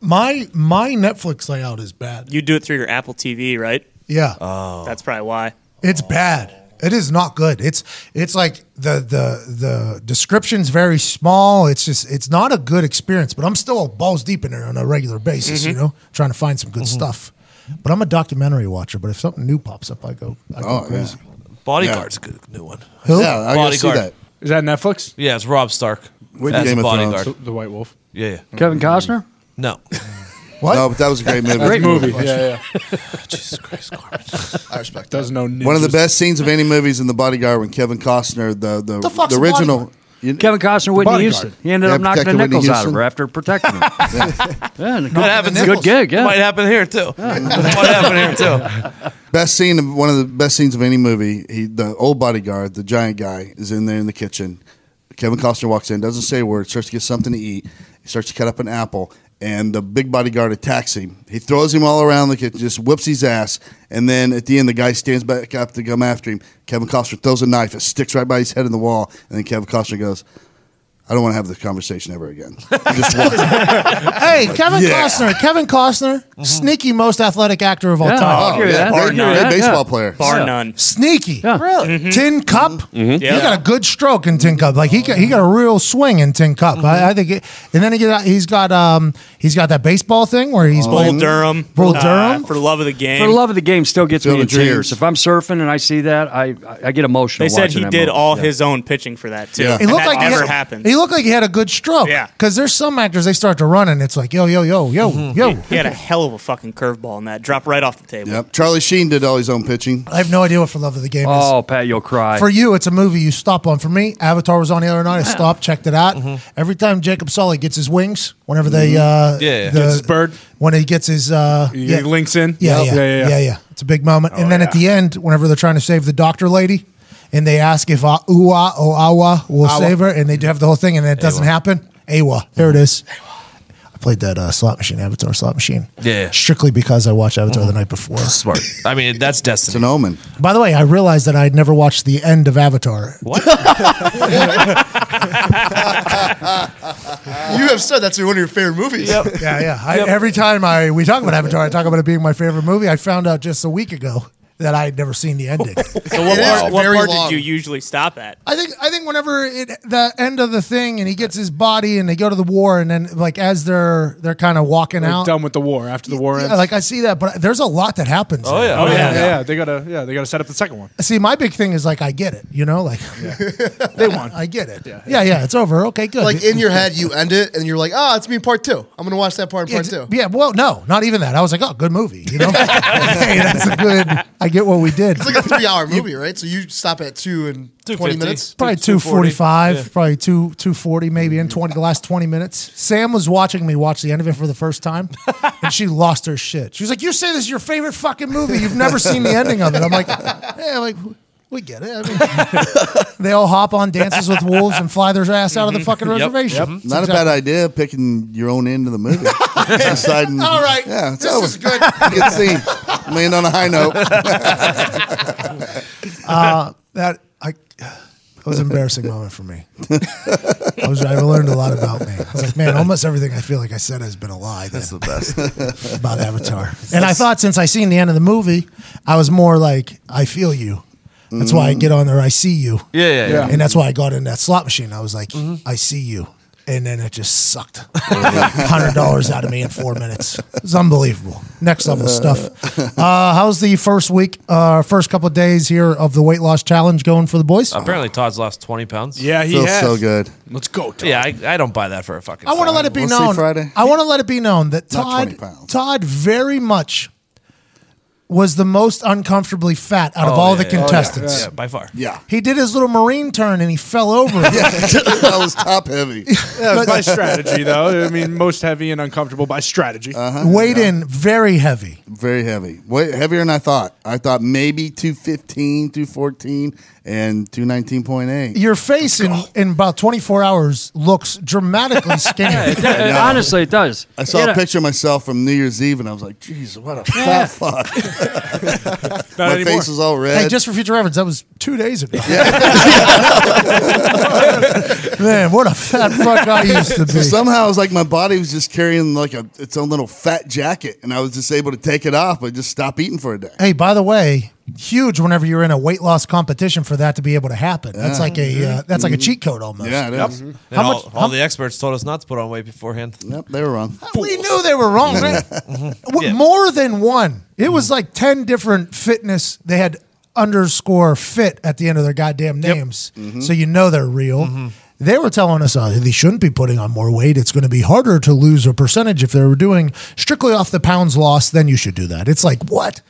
Speaker 1: my my Netflix layout is bad.
Speaker 9: You do it through your Apple TV, right? Oh.
Speaker 1: Yeah.
Speaker 9: That's probably why.
Speaker 1: It's bad. It is not good. It's it's like the the the description's very small. It's just it's not a good experience. But I'm still balls deep in it on a regular basis.
Speaker 2: Mm-hmm.
Speaker 1: You know, trying to find some good stuff. But I'm a documentary watcher. But if something new pops up, I go I go
Speaker 2: Oh, yeah.
Speaker 1: crazy.
Speaker 4: Bodyguard's a good new one.
Speaker 1: Who?
Speaker 2: Yeah, I gotta see
Speaker 4: Bodyguard.
Speaker 2: that.
Speaker 3: Is that Netflix?
Speaker 4: Yeah, it's Rob Stark.
Speaker 2: With
Speaker 4: That's
Speaker 2: Game of Thrones.
Speaker 4: bodyguard.
Speaker 3: The, the White Wolf.
Speaker 4: Yeah, yeah.
Speaker 3: Mm-hmm.
Speaker 8: Kevin Costner?
Speaker 4: No.
Speaker 1: What?
Speaker 2: No, but that was a great movie.
Speaker 3: Great movie. Yeah, yeah.
Speaker 4: Jesus Christ, Corbin.
Speaker 6: I respect that.
Speaker 3: Doesn't know.
Speaker 2: One of the
Speaker 3: ninjas.
Speaker 2: best scenes of any movies in The Bodyguard when Kevin Costner, the the,
Speaker 1: The fuck's The
Speaker 2: original.
Speaker 1: Bodyguard?
Speaker 2: You-
Speaker 8: Kevin Costner, Whitney
Speaker 3: bodyguard.
Speaker 8: Houston. He ended
Speaker 2: Yeah,
Speaker 8: up knocking the
Speaker 2: protecting Whitney
Speaker 8: nickels out of
Speaker 2: Houston.
Speaker 8: her after protecting her. yeah, and good,
Speaker 4: happens.
Speaker 8: good gig. Yeah,
Speaker 4: Might happen here too. Might happen here too.
Speaker 2: Best scene of one of the best scenes of any movie. He, the old bodyguard, the giant guy, is in there in the kitchen. Kevin Costner walks in, doesn't say a word, starts to get something to eat. He starts to cut up an apple, and the big bodyguard attacks him. He throws him all around the kitchen, just whips his ass, and then at the end, the guy stands back up to come after him. Kevin Costner throws a knife, it sticks right by his head in the wall, and then Kevin Costner goes. I don't want to have this conversation ever again. Just walks.
Speaker 1: Hey, Kevin
Speaker 2: Yeah. Mm-hmm.
Speaker 1: Costner. Kevin Costner, sneaky most athletic actor of all
Speaker 8: Yeah.
Speaker 1: time.
Speaker 4: Oh,
Speaker 8: I'll give you
Speaker 2: yeah,
Speaker 8: that.
Speaker 2: bar
Speaker 8: I'll give you
Speaker 2: none.
Speaker 8: that,
Speaker 2: Great
Speaker 8: yeah.
Speaker 2: baseball player.
Speaker 9: Bar
Speaker 8: Yeah.
Speaker 9: none.
Speaker 1: Sneaky,
Speaker 8: Yeah.
Speaker 1: really. Tin Cup, he
Speaker 9: Mm-hmm. Yeah.
Speaker 1: got a good stroke in Tin Cup. Like he got, he got a real swing in Tin Cup.
Speaker 9: Mm-hmm.
Speaker 1: I, I think, it, and then he got he's got um he's got that baseball thing where he's
Speaker 9: Bull
Speaker 1: playing-
Speaker 9: Durham.
Speaker 1: Um, Bull
Speaker 9: uh,
Speaker 1: Durham?
Speaker 9: for love of the game.
Speaker 8: For the love of the game, still gets
Speaker 2: Field
Speaker 8: me in
Speaker 2: of Dreams.
Speaker 8: tears. If I'm surfing and I see that, I I, I get emotional.
Speaker 9: they said
Speaker 8: watching
Speaker 9: he
Speaker 8: that
Speaker 9: did
Speaker 8: movie.
Speaker 9: all
Speaker 8: Yeah.
Speaker 9: his own pitching for that too.
Speaker 2: Yeah.
Speaker 9: Yeah.
Speaker 2: He
Speaker 1: He
Speaker 9: And
Speaker 1: looked
Speaker 9: that
Speaker 1: like he
Speaker 9: never
Speaker 1: had-
Speaker 9: happens.
Speaker 1: He looked like he had a good stroke.
Speaker 9: Yeah.
Speaker 1: because there's some actors they start to run and it's like yo yo yo yo yo.
Speaker 9: Mm-hmm. He had a hell of a fucking curveball in that. Drop right off the table.
Speaker 2: Yep. Charlie Sheen did all his own pitching.
Speaker 1: I have no idea what for love of the game is.
Speaker 8: Oh, Pat, you'll cry.
Speaker 1: For you, it's a movie you stop on. For me, Avatar was on the other night. I stopped, checked it out. Every time Jacob Sully gets his wings, whenever they uh,
Speaker 4: Yeah, yeah.
Speaker 1: the-
Speaker 4: Gets
Speaker 3: his bird.
Speaker 1: when he gets his uh,
Speaker 3: He
Speaker 1: yeah,
Speaker 3: links in.
Speaker 1: yeah,
Speaker 3: Yep.
Speaker 1: yeah, yeah, yeah, It's a big moment. and then at
Speaker 3: yeah.
Speaker 1: the end, whenever they're trying to save the doctor lady, and they ask if uh, Uwa or Awa will save her, and they do have the whole thing, and it doesn't happen. Awa, there it is. I played that uh, slot machine, Avatar slot machine.
Speaker 4: Yeah.
Speaker 1: strictly because I watched Avatar the night before.
Speaker 4: Smart. I mean, that's
Speaker 2: It's an
Speaker 4: destiny.
Speaker 2: omen.
Speaker 1: By the way, I realized that I had never watched the end of Avatar.
Speaker 6: You have said that's one of your favorite movies.
Speaker 1: Yeah, Uh, yeah. I, Every time I we talk about Avatar, I talk about it being my favorite movie. I found out just a week ago that I had never seen the ending.
Speaker 9: So what
Speaker 6: It is
Speaker 9: part, what
Speaker 6: very
Speaker 9: part
Speaker 6: long.
Speaker 9: did you usually stop at?
Speaker 1: I think I think whenever it the end of the thing and he gets his body and they go to the war and then like as they're they're kind of walking
Speaker 3: They're
Speaker 1: out.
Speaker 3: done with the war after the war ends.
Speaker 1: Yeah, like I see that, but there's a lot that happens.
Speaker 4: Oh yeah.
Speaker 3: oh yeah, yeah, yeah. They gotta, yeah, they gotta set up the second one.
Speaker 1: See, my big thing is like I get it, you know, like
Speaker 3: They won.
Speaker 1: I get it. Yeah, yeah, it's over. Okay, good.
Speaker 6: Like in your head, you end it and you're like, ah, it's me in part two. I'm gonna watch that part in
Speaker 1: yeah,
Speaker 6: part two.
Speaker 1: yeah, well, no, not even that. I was like, oh, good movie. You know, hey, that's a good. I I get what we did.
Speaker 6: It's like a three-hour movie, right? So you stop at two and twenty
Speaker 4: 250.
Speaker 6: minutes.
Speaker 1: Probably two forty five, probably two two forty, maybe in twenty the last twenty minutes. Sam was watching me watch the end of it for the first time, and she lost her shit. She was like, "You say this is your favorite fucking movie? You've never seen the ending of it?" I'm like, "Yeah, like we get it." I mean, they all hop on dances with wolves and fly their ass out of the fucking
Speaker 4: Mhm. Yep. Mhm.
Speaker 1: reservation. It's
Speaker 2: Not a
Speaker 1: exact-
Speaker 2: bad idea picking your own end of the movie. Deciding,
Speaker 6: All right,
Speaker 2: Yeah, it's
Speaker 6: this
Speaker 2: over.
Speaker 6: is good.
Speaker 2: Good scene. Land on a high note.
Speaker 6: Uh,
Speaker 1: uh, That I that was an embarrassing moment for me. I was I learned a lot about me. I was like, man, almost everything I feel like I said has been a lie. That's the best about Avatar. And I thought since I seen the end of the movie, I was more like, I feel you. That's why I
Speaker 6: Mm-hmm.
Speaker 2: Mm-hmm.
Speaker 1: get on there. I see you,
Speaker 4: Yeah, yeah, yeah.
Speaker 1: and that's why I got in that slot machine. I was like,
Speaker 4: Mm-hmm.
Speaker 1: I see you. And then it just sucked hundred dollars out of me in four minutes. It's unbelievable. Next level stuff. Uh, how's the first week, uh, first couple of days here of the weight loss challenge going for the boys?
Speaker 4: Apparently, Todd's lost twenty pounds.
Speaker 3: Yeah, he
Speaker 2: Feels
Speaker 3: has.
Speaker 2: so good.
Speaker 3: Let's go. Tom.
Speaker 4: yeah. I, I don't buy that for a fucking.
Speaker 1: I want to let it be
Speaker 2: We'll see
Speaker 1: known.
Speaker 2: Friday.
Speaker 1: I want to let it be known that
Speaker 2: Not 20
Speaker 1: Todd
Speaker 2: pounds.
Speaker 1: Todd very much was the most uncomfortably fat out of all the contestants.
Speaker 4: Oh, Yeah, by far.
Speaker 2: Oh, Yeah.
Speaker 1: He did his little marine turn and he fell over.
Speaker 2: that was top heavy.
Speaker 3: That was by strategy, though. I mean, most heavy and uncomfortable by strategy.
Speaker 2: Uh-huh.
Speaker 1: Weighed in very heavy.
Speaker 2: Very heavy. Way heavier than I thought. I thought maybe 215, 214, and 219.8.
Speaker 1: Your face in, in about 24 hours looks dramatically skinny.
Speaker 8: Honestly, it does.
Speaker 2: uh, I saw
Speaker 8: You know,
Speaker 2: a picture of myself from New Year's Eve and I was like, jeez, what a fat fuck.
Speaker 3: Not
Speaker 2: My
Speaker 3: anymore.
Speaker 2: face is all red.
Speaker 1: Hey, just for future reference, that was two days ago. Man, what a fat fuck I used to be.
Speaker 2: Somehow it was like my body was just carrying like a its own little fat jacket and I was just able to take it off but just stop eating for a day.
Speaker 1: hey, by the way, huge whenever you're in a weight loss competition for that to be able to happen. That's like a uh, that's like
Speaker 2: Mm-hmm.
Speaker 1: a cheat code almost.
Speaker 2: Yeah, it
Speaker 3: Yep.
Speaker 2: is.
Speaker 4: And
Speaker 1: How
Speaker 4: all,
Speaker 1: much-
Speaker 4: all
Speaker 1: how-
Speaker 4: the experts told us not to put on weight beforehand.
Speaker 2: Yep, they were wrong.
Speaker 1: We knew they were wrong, man. W-
Speaker 4: Yeah.
Speaker 1: More than one. It was like 10 different fitness. They had underscore fit at the end of their goddamn names. So you know they're real. They were telling us uh, they shouldn't be putting on more weight. It's going to be harder to lose a percentage if they were doing strictly off the pounds lost. Then you should do that. It's like, what?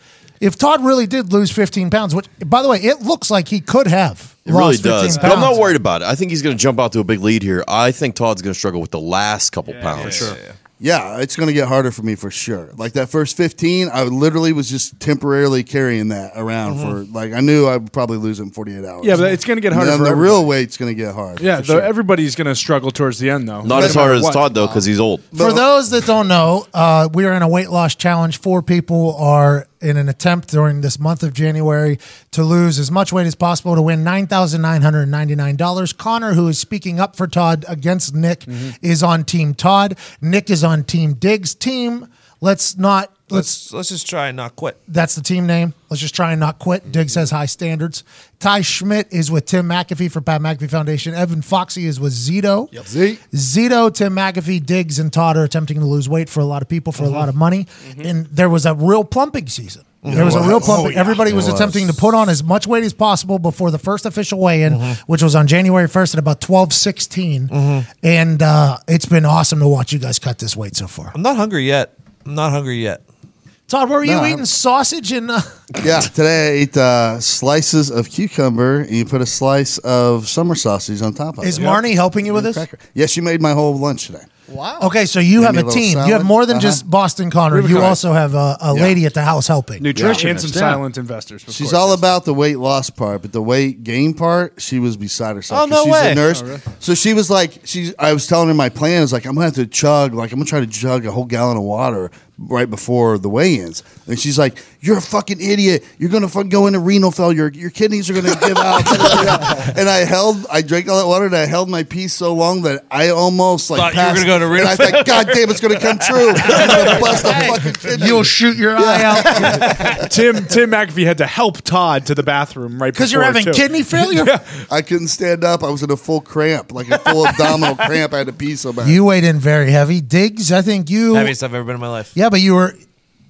Speaker 1: If Todd really did lose 15 pounds, which, by the way, it looks like he could have.
Speaker 5: It really
Speaker 1: lost 15
Speaker 5: does. But I'm not
Speaker 1: pounds.
Speaker 5: worried about it. I think he's going to jump out to a big lead here. I think Todd's going to struggle with the last couple pounds. For sure.
Speaker 2: Yeah, it's going to get harder for me for sure. Like that first 15, I literally was just temporarily carrying that around
Speaker 1: Mm-hmm.
Speaker 2: for like I knew I would probably lose it in 48
Speaker 1: Oh,
Speaker 2: hours.
Speaker 3: Yeah, but it's going to get
Speaker 2: And
Speaker 3: harder
Speaker 2: then
Speaker 3: for
Speaker 2: the
Speaker 3: everybody.
Speaker 2: real weight's going to get hard. for
Speaker 3: Yeah, though
Speaker 2: sure.
Speaker 3: everybody's going to struggle towards the end, though.
Speaker 5: Not
Speaker 3: No
Speaker 5: as
Speaker 3: matter
Speaker 5: hard as
Speaker 3: what.
Speaker 5: Todd though, because he's old.
Speaker 1: For those that don't know, uh, we are in a weight loss challenge. Four people are in an attempt during this month of January to lose as much weight as possible to win $9,999. Connor, who is speaking up for Todd against Nick, is on Team Todd. Nick is on Team Diggs. Team, let's not. Let's.
Speaker 4: Let's let's just try and not quit.
Speaker 1: That's the team name. Let's just try and not quit. Diggs has high standards. Ty Schmidt is with Tim McAfee for Pat McAfee Foundation. Evan Foxy is with Zito.
Speaker 10: Zeke.
Speaker 1: Zito, Tim McAfee, Diggs, and Todd are attempting to lose weight for a lot of people for a lot of money. And there was a real plumping season. There Mm-hmm. was a real plumping. Everybody was, attempting to put on as much weight as possible before the first official weigh-in, which was on January 1st at about 12:16. And uh, it's been awesome to watch you guys cut this weight so far.
Speaker 4: I'm not hungry yet. I'm not hungry yet.
Speaker 1: Todd, were you
Speaker 2: No, I
Speaker 1: eating sausage and uh,
Speaker 2: Yeah, today I ate uh, slices of cucumber, and you put a slice of summer sausage on top of
Speaker 1: is
Speaker 2: it.
Speaker 1: Marnie helping you with this?
Speaker 2: yeah, she made my whole lunch today.
Speaker 6: Wow.
Speaker 1: Okay, so you have
Speaker 2: me
Speaker 1: a
Speaker 2: a little
Speaker 1: team. You have
Speaker 2: salad.
Speaker 1: more than
Speaker 2: Uh-huh.
Speaker 1: just Boston Connor.
Speaker 3: Ruben
Speaker 1: you
Speaker 3: Connor.
Speaker 1: also have a, a
Speaker 2: Yeah.
Speaker 1: lady at the house helping.
Speaker 3: Nutrition and some
Speaker 8: Yeah.
Speaker 3: silent investors. of
Speaker 2: She's
Speaker 3: course.
Speaker 2: all about the weight loss part, but the weight gain part, she was beside herself.
Speaker 4: Oh,
Speaker 2: 'cause
Speaker 4: no
Speaker 2: she's
Speaker 4: way.
Speaker 2: a nurse. So she was like, she. I was telling her my plan is like, I'm gonna have to chug, like I'm gonna try to chug a whole gallon of water right before the weigh-ins. And she's like, You're a fucking idiot. You're gonna fucking go into renal failure. Your kidneys are gonna give out. and I held, I drank all that water, and I held my peace so long that I almost like
Speaker 4: Thought you were
Speaker 2: passed.
Speaker 4: gonna go to
Speaker 2: And
Speaker 4: renal
Speaker 2: I thought, God damn, it's gonna come true. I'm gonna bust a fucking kidney.
Speaker 1: You'll shoot your eye out
Speaker 3: Tim Tim McAfee had to help Todd to the bathroom right
Speaker 1: because you're
Speaker 3: before,
Speaker 1: having
Speaker 3: too.
Speaker 1: kidney failure.
Speaker 2: I couldn't stand up. I was in a full cramp, like a full abdominal cramp. I had to pee so bad.
Speaker 1: You weighed in very heavy, Diggs. I think you.
Speaker 4: Heaviest I've ever been in my life.
Speaker 1: Yeah, but you were,